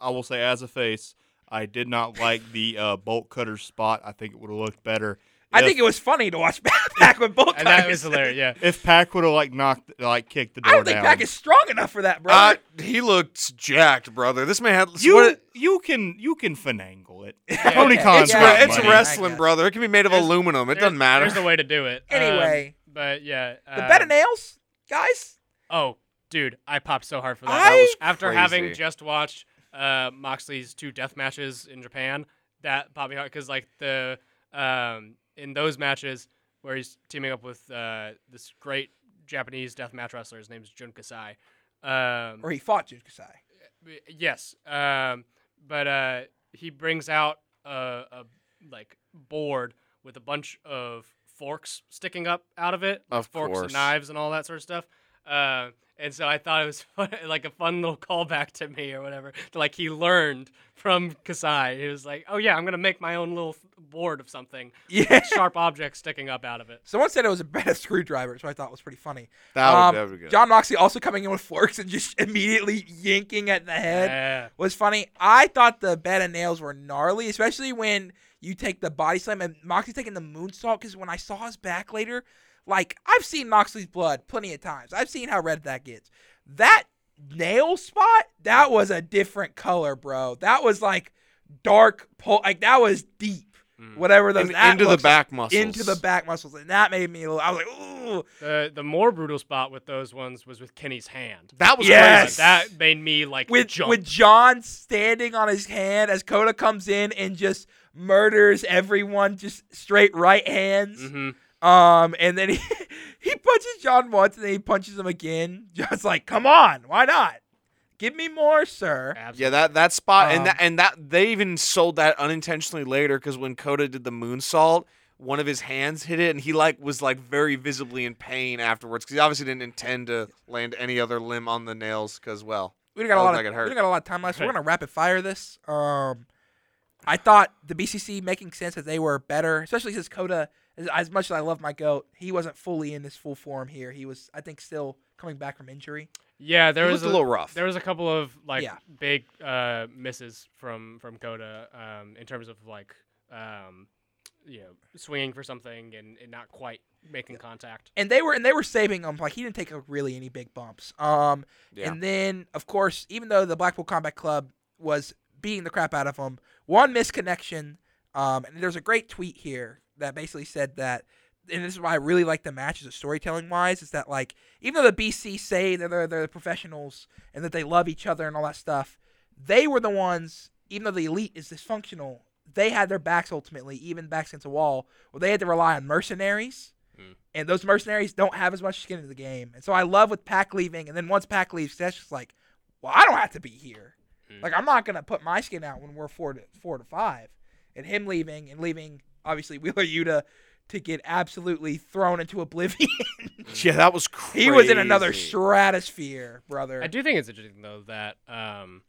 [SPEAKER 4] I will say, as a face, I did not like the uh, bolt cutter spot. I think it would have looked better.
[SPEAKER 5] I
[SPEAKER 4] if-
[SPEAKER 5] think it was funny to watch back with both.
[SPEAKER 6] And that
[SPEAKER 5] guys.
[SPEAKER 6] was hilarious. Yeah.
[SPEAKER 4] if Pack would have like knocked, like kicked the door
[SPEAKER 5] I don't think
[SPEAKER 4] down.
[SPEAKER 5] Pac is strong enough for that, bro.
[SPEAKER 7] Uh, he looked jacked, brother. This man had
[SPEAKER 4] you
[SPEAKER 7] what-
[SPEAKER 4] you can you can finagle it. Tony Khan's
[SPEAKER 7] It's,
[SPEAKER 5] Yeah,
[SPEAKER 4] got
[SPEAKER 7] re- it's
[SPEAKER 4] money.
[SPEAKER 5] I guess.
[SPEAKER 7] wrestling, brother. It can be made of aluminum. It
[SPEAKER 6] There's-
[SPEAKER 7] doesn't matter.
[SPEAKER 6] There's a way to do it. Um,
[SPEAKER 5] Anyway.
[SPEAKER 6] but yeah.
[SPEAKER 5] the
[SPEAKER 7] uh,
[SPEAKER 6] um,
[SPEAKER 5] bed of nails, guys.
[SPEAKER 6] Oh, dude, I popped so hard for that.
[SPEAKER 5] I- That was
[SPEAKER 6] After
[SPEAKER 7] crazy.
[SPEAKER 6] having just watched uh, Moxley's two death matches in Japan, that popped me hard because like the um, in those matches where he's teaming up with uh, this great Japanese deathmatch wrestler. His name's Jun Kasai. Um,
[SPEAKER 5] Or he fought Jun Kasai.
[SPEAKER 6] Y- Yes, um, but uh, he brings out a, a like board with a bunch of forks sticking up out of it,
[SPEAKER 7] Of
[SPEAKER 6] forks
[SPEAKER 7] course.
[SPEAKER 6] and knives and all that sort of stuff. Uh, and so I thought it was fun, like a fun little callback to me or whatever. To, like he learned from Kasai. He was like, "Oh yeah, I'm gonna make my own little f- board of something,
[SPEAKER 5] Yeah.
[SPEAKER 6] sharp objects sticking up out of it."
[SPEAKER 5] Someone said it was a bad screwdriver, which I thought was pretty funny.
[SPEAKER 7] That would-
[SPEAKER 5] Um,
[SPEAKER 7] that would be good.
[SPEAKER 5] John Moxley also coming in with forks and just immediately yanking at the head
[SPEAKER 6] Yeah.
[SPEAKER 5] was funny. I thought the bed and nails were gnarly, especially when you take the body slam and Moxley's taking the moonsault. Because when I saw his back later, like I've seen Moxley's blood plenty of times. I've seen how red that gets. That nail spot, that was a different color, bro. That was like dark, pol- like that was deep. Whatever those
[SPEAKER 7] Mm. In-
[SPEAKER 5] that
[SPEAKER 7] into the
[SPEAKER 5] looks-
[SPEAKER 7] back muscles.
[SPEAKER 5] into the back muscles, and that made me. a little- I was like, ooh,
[SPEAKER 6] The the more brutal spot with those ones was with Kenny's hand.
[SPEAKER 7] That was
[SPEAKER 6] But
[SPEAKER 5] Yes.
[SPEAKER 6] that made me like
[SPEAKER 5] with
[SPEAKER 6] jump.
[SPEAKER 5] with John standing on his hand as Coda comes in and just murders everyone, just straight right hands.
[SPEAKER 7] Mm-hmm.
[SPEAKER 6] Mhm.
[SPEAKER 5] Um, and then he he punches John once, and then he punches him again. John's like, "Come on, why not? Give me more, sir."
[SPEAKER 7] crazy. Yeah, that that spot
[SPEAKER 5] Um,
[SPEAKER 7] and that and that they even sold that unintentionally later because when Coda did the moonsault, one of his hands hit it and he like was like very visibly in pain afterwards because he obviously didn't intend to land any other limb on the nails because well,
[SPEAKER 5] We don't got a
[SPEAKER 7] That
[SPEAKER 5] lot
[SPEAKER 7] looked
[SPEAKER 5] of
[SPEAKER 7] like it
[SPEAKER 5] we
[SPEAKER 7] hurt.
[SPEAKER 5] don't got a lot of time left, so we're gonna rapid fire this. Um, I thought the BCC making sense that they were better, especially since Coda, as, as much as I love my goat, he wasn't fully in his full form here. He was, I think, still coming back from injury.
[SPEAKER 6] Yeah, there
[SPEAKER 7] He
[SPEAKER 6] was
[SPEAKER 7] looked a little rough.
[SPEAKER 6] There was a couple of like
[SPEAKER 5] Yeah.
[SPEAKER 6] big uh, misses from from Coda um, in terms of like um, you know swinging for something and, and not quite making contact.
[SPEAKER 5] and they were and they were saving him. Like he didn't take like, really any big bumps. Um,
[SPEAKER 7] Yeah.
[SPEAKER 5] and then of course, even though the Blackpool Combat Club was beating the crap out of him, one misconnection. Um, and there's a great tweet here that basically said that, and this is why I really like the matches, of storytelling wise, is that like even though the BC say that they're they're the professionals and that they love each other and all that stuff, they were the ones. Even though the elite is dysfunctional, they had their backs ultimately, even backs against a wall, where they had to rely on mercenaries and those mercenaries don't have as much skin in the game. And so I love with Pack leaving, and then once Pack leaves, that's just like, well, I don't have to be here.
[SPEAKER 6] Hmm.
[SPEAKER 5] Like I'm not gonna put my skin out when we're four to four to five, and him leaving and leaving obviously Wheeler Yuta to get absolutely thrown into oblivion.
[SPEAKER 7] yeah, that was crazy.
[SPEAKER 5] he was in another stratosphere, brother.
[SPEAKER 6] I do think it's interesting though that um,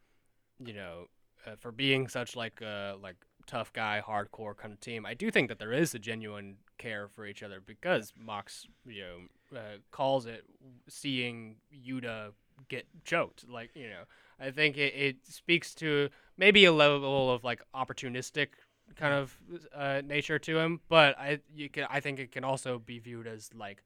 [SPEAKER 6] you know uh, for being such like uh, like tough guy hardcore kind of team, I do think that there is a genuine care for each other because Mox you know uh, calls it seeing Yuta get choked like you know I think it, it speaks to maybe a level of like opportunistic kind of uh, nature to him, but I you can I think it can also be viewed as like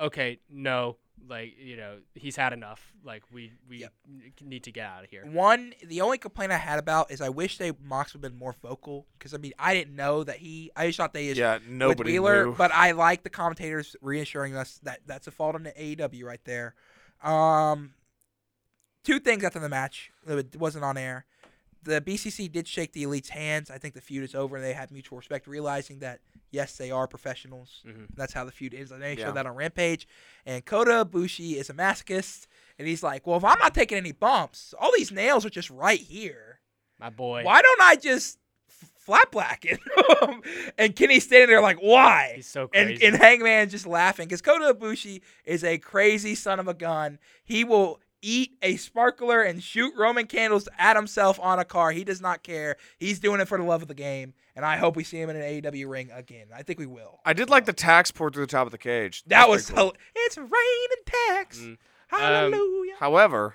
[SPEAKER 6] okay, no, like you know, he's had enough. Like we we
[SPEAKER 5] Yep.
[SPEAKER 6] n- need to get out of here.
[SPEAKER 5] One, the only complaint I had about is I wish they Mox would have been more vocal because I mean I didn't know that he. I just thought they just
[SPEAKER 7] Yeah,
[SPEAKER 5] with
[SPEAKER 7] nobody
[SPEAKER 5] Wheeler,
[SPEAKER 7] knew.
[SPEAKER 5] but I like the commentators reassuring us that that's a fault on the AEW right there. Um, two things after the match that wasn't on air. The BCC did shake the Elite's hands. I think the feud is over. They had mutual respect, realizing that yes, they are professionals. That's how the feud ends. And they
[SPEAKER 7] Mm-hmm. Yeah.
[SPEAKER 5] showed that on Rampage. And Kota Bushi is a masochist, and he's like, "Well, if I'm not taking any bumps, all these nails are just right here."
[SPEAKER 6] My boy.
[SPEAKER 5] Why don't I just f- flat black it? and Kenny's standing there like, why?
[SPEAKER 6] He's so
[SPEAKER 5] and,
[SPEAKER 6] crazy.
[SPEAKER 5] and Hangman's just laughing because Kota Ibushi is a crazy son of a gun. He will eat a sparkler and shoot Roman candles at himself on a car. He does not care. He's doing it for the love of the game. And I hope we see him in an AEW ring again. I think we will.
[SPEAKER 7] I did like the tax poured through the top of the cage.
[SPEAKER 5] that
[SPEAKER 7] That's
[SPEAKER 5] was
[SPEAKER 7] pretty cool.
[SPEAKER 5] hel- it's rain and tax.
[SPEAKER 6] Mm.
[SPEAKER 5] Hallelujah.
[SPEAKER 7] However,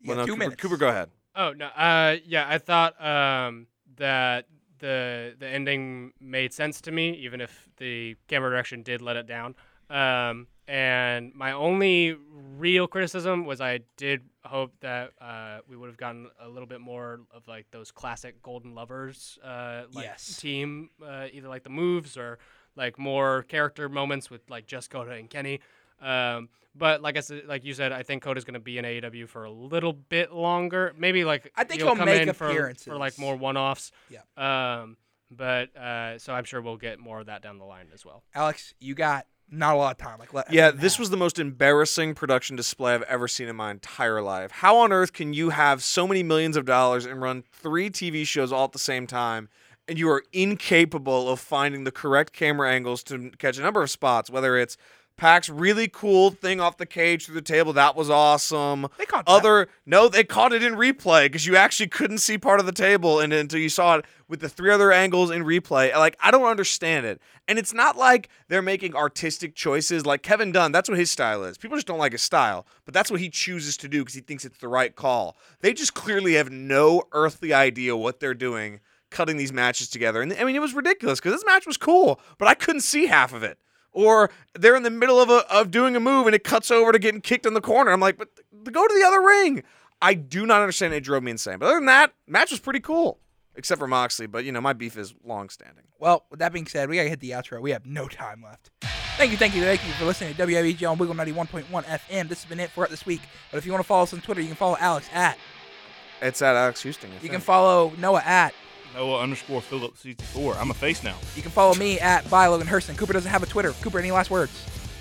[SPEAKER 5] You
[SPEAKER 7] well,
[SPEAKER 5] got
[SPEAKER 7] no,
[SPEAKER 5] two
[SPEAKER 7] Cooper,
[SPEAKER 5] minutes.
[SPEAKER 7] Cooper, go ahead.
[SPEAKER 6] oh no. Uh, yeah. I thought um that the the ending made sense to me, even if the camera direction did let it down. Um, and my only real criticism was I did hope that uh, we would have gotten a little bit more of like those classic Golden Lovers uh, like
[SPEAKER 5] Yes.
[SPEAKER 6] team, uh, either like the moves or like more character moments with like just Coda and Kenny. Um, but like I said, like you said, I think Coda's going to be in AEW for a little bit longer. Maybe like
[SPEAKER 5] I think
[SPEAKER 6] he'll
[SPEAKER 5] he'll
[SPEAKER 6] come
[SPEAKER 5] make
[SPEAKER 6] in for, for like
[SPEAKER 5] appearances.
[SPEAKER 6] more one-offs.
[SPEAKER 5] Yeah.
[SPEAKER 6] Um, But uh, so I'm sure we'll get more of that down the line as well.
[SPEAKER 5] Alex, you got not a lot of time. Like, let,
[SPEAKER 7] Yeah, this was the most embarrassing production display I've ever seen in my entire life. How on earth can you have so many millions of dollars and run three TV shows all at the same time, and you are incapable of finding the correct camera angles to catch a number of spots? Whether it's Pack's really cool thing off the cage through the table that was awesome.
[SPEAKER 5] They caught that.
[SPEAKER 7] other no, they caught it in replay because you actually couldn't see part of the table and until you saw it with the three other angles in replay. Like I don't understand it, and it's not like they're making artistic choices. Like Kevin Dunn, that's what his style is. People just don't like his style, but that's what he chooses to do because he thinks it's the right call. They just clearly have no earthly idea what they're doing cutting these matches together. And I mean, it was ridiculous because this match was cool, but I couldn't see half of it. Or they're in the middle of a, of doing a move and it cuts over to getting kicked in the corner. I'm like, but th- go to the other ring. I do not understand. It drove me insane. But other than that, match was pretty cool, except for Moxley. But you know, my beef is long-standing.
[SPEAKER 5] Well, with that being said, we gotta hit the outro. We have no time left. Thank you, thank you, thank you for listening to WIBG on Wiggle 91.1 FM. This has been it for it this week. But if you want to follow us on Twitter, you can follow Alex at.
[SPEAKER 7] It's at Alex Houston. I
[SPEAKER 5] You can
[SPEAKER 7] think.
[SPEAKER 5] follow Noah at.
[SPEAKER 4] Noah underscore Phillips season four. I'm a face now.
[SPEAKER 5] You can follow me at by Logan Hurston. Cooper doesn't have a Twitter. Cooper, any last words?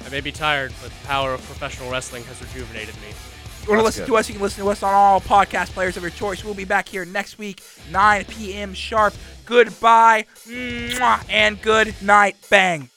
[SPEAKER 6] I may be tired, but the power of professional wrestling has rejuvenated me.
[SPEAKER 5] If you want to listen to us, you can listen to us on all podcast players of your choice. We'll be back here next week, 9 p.m. sharp. Goodbye, mwah, and good night. Bang.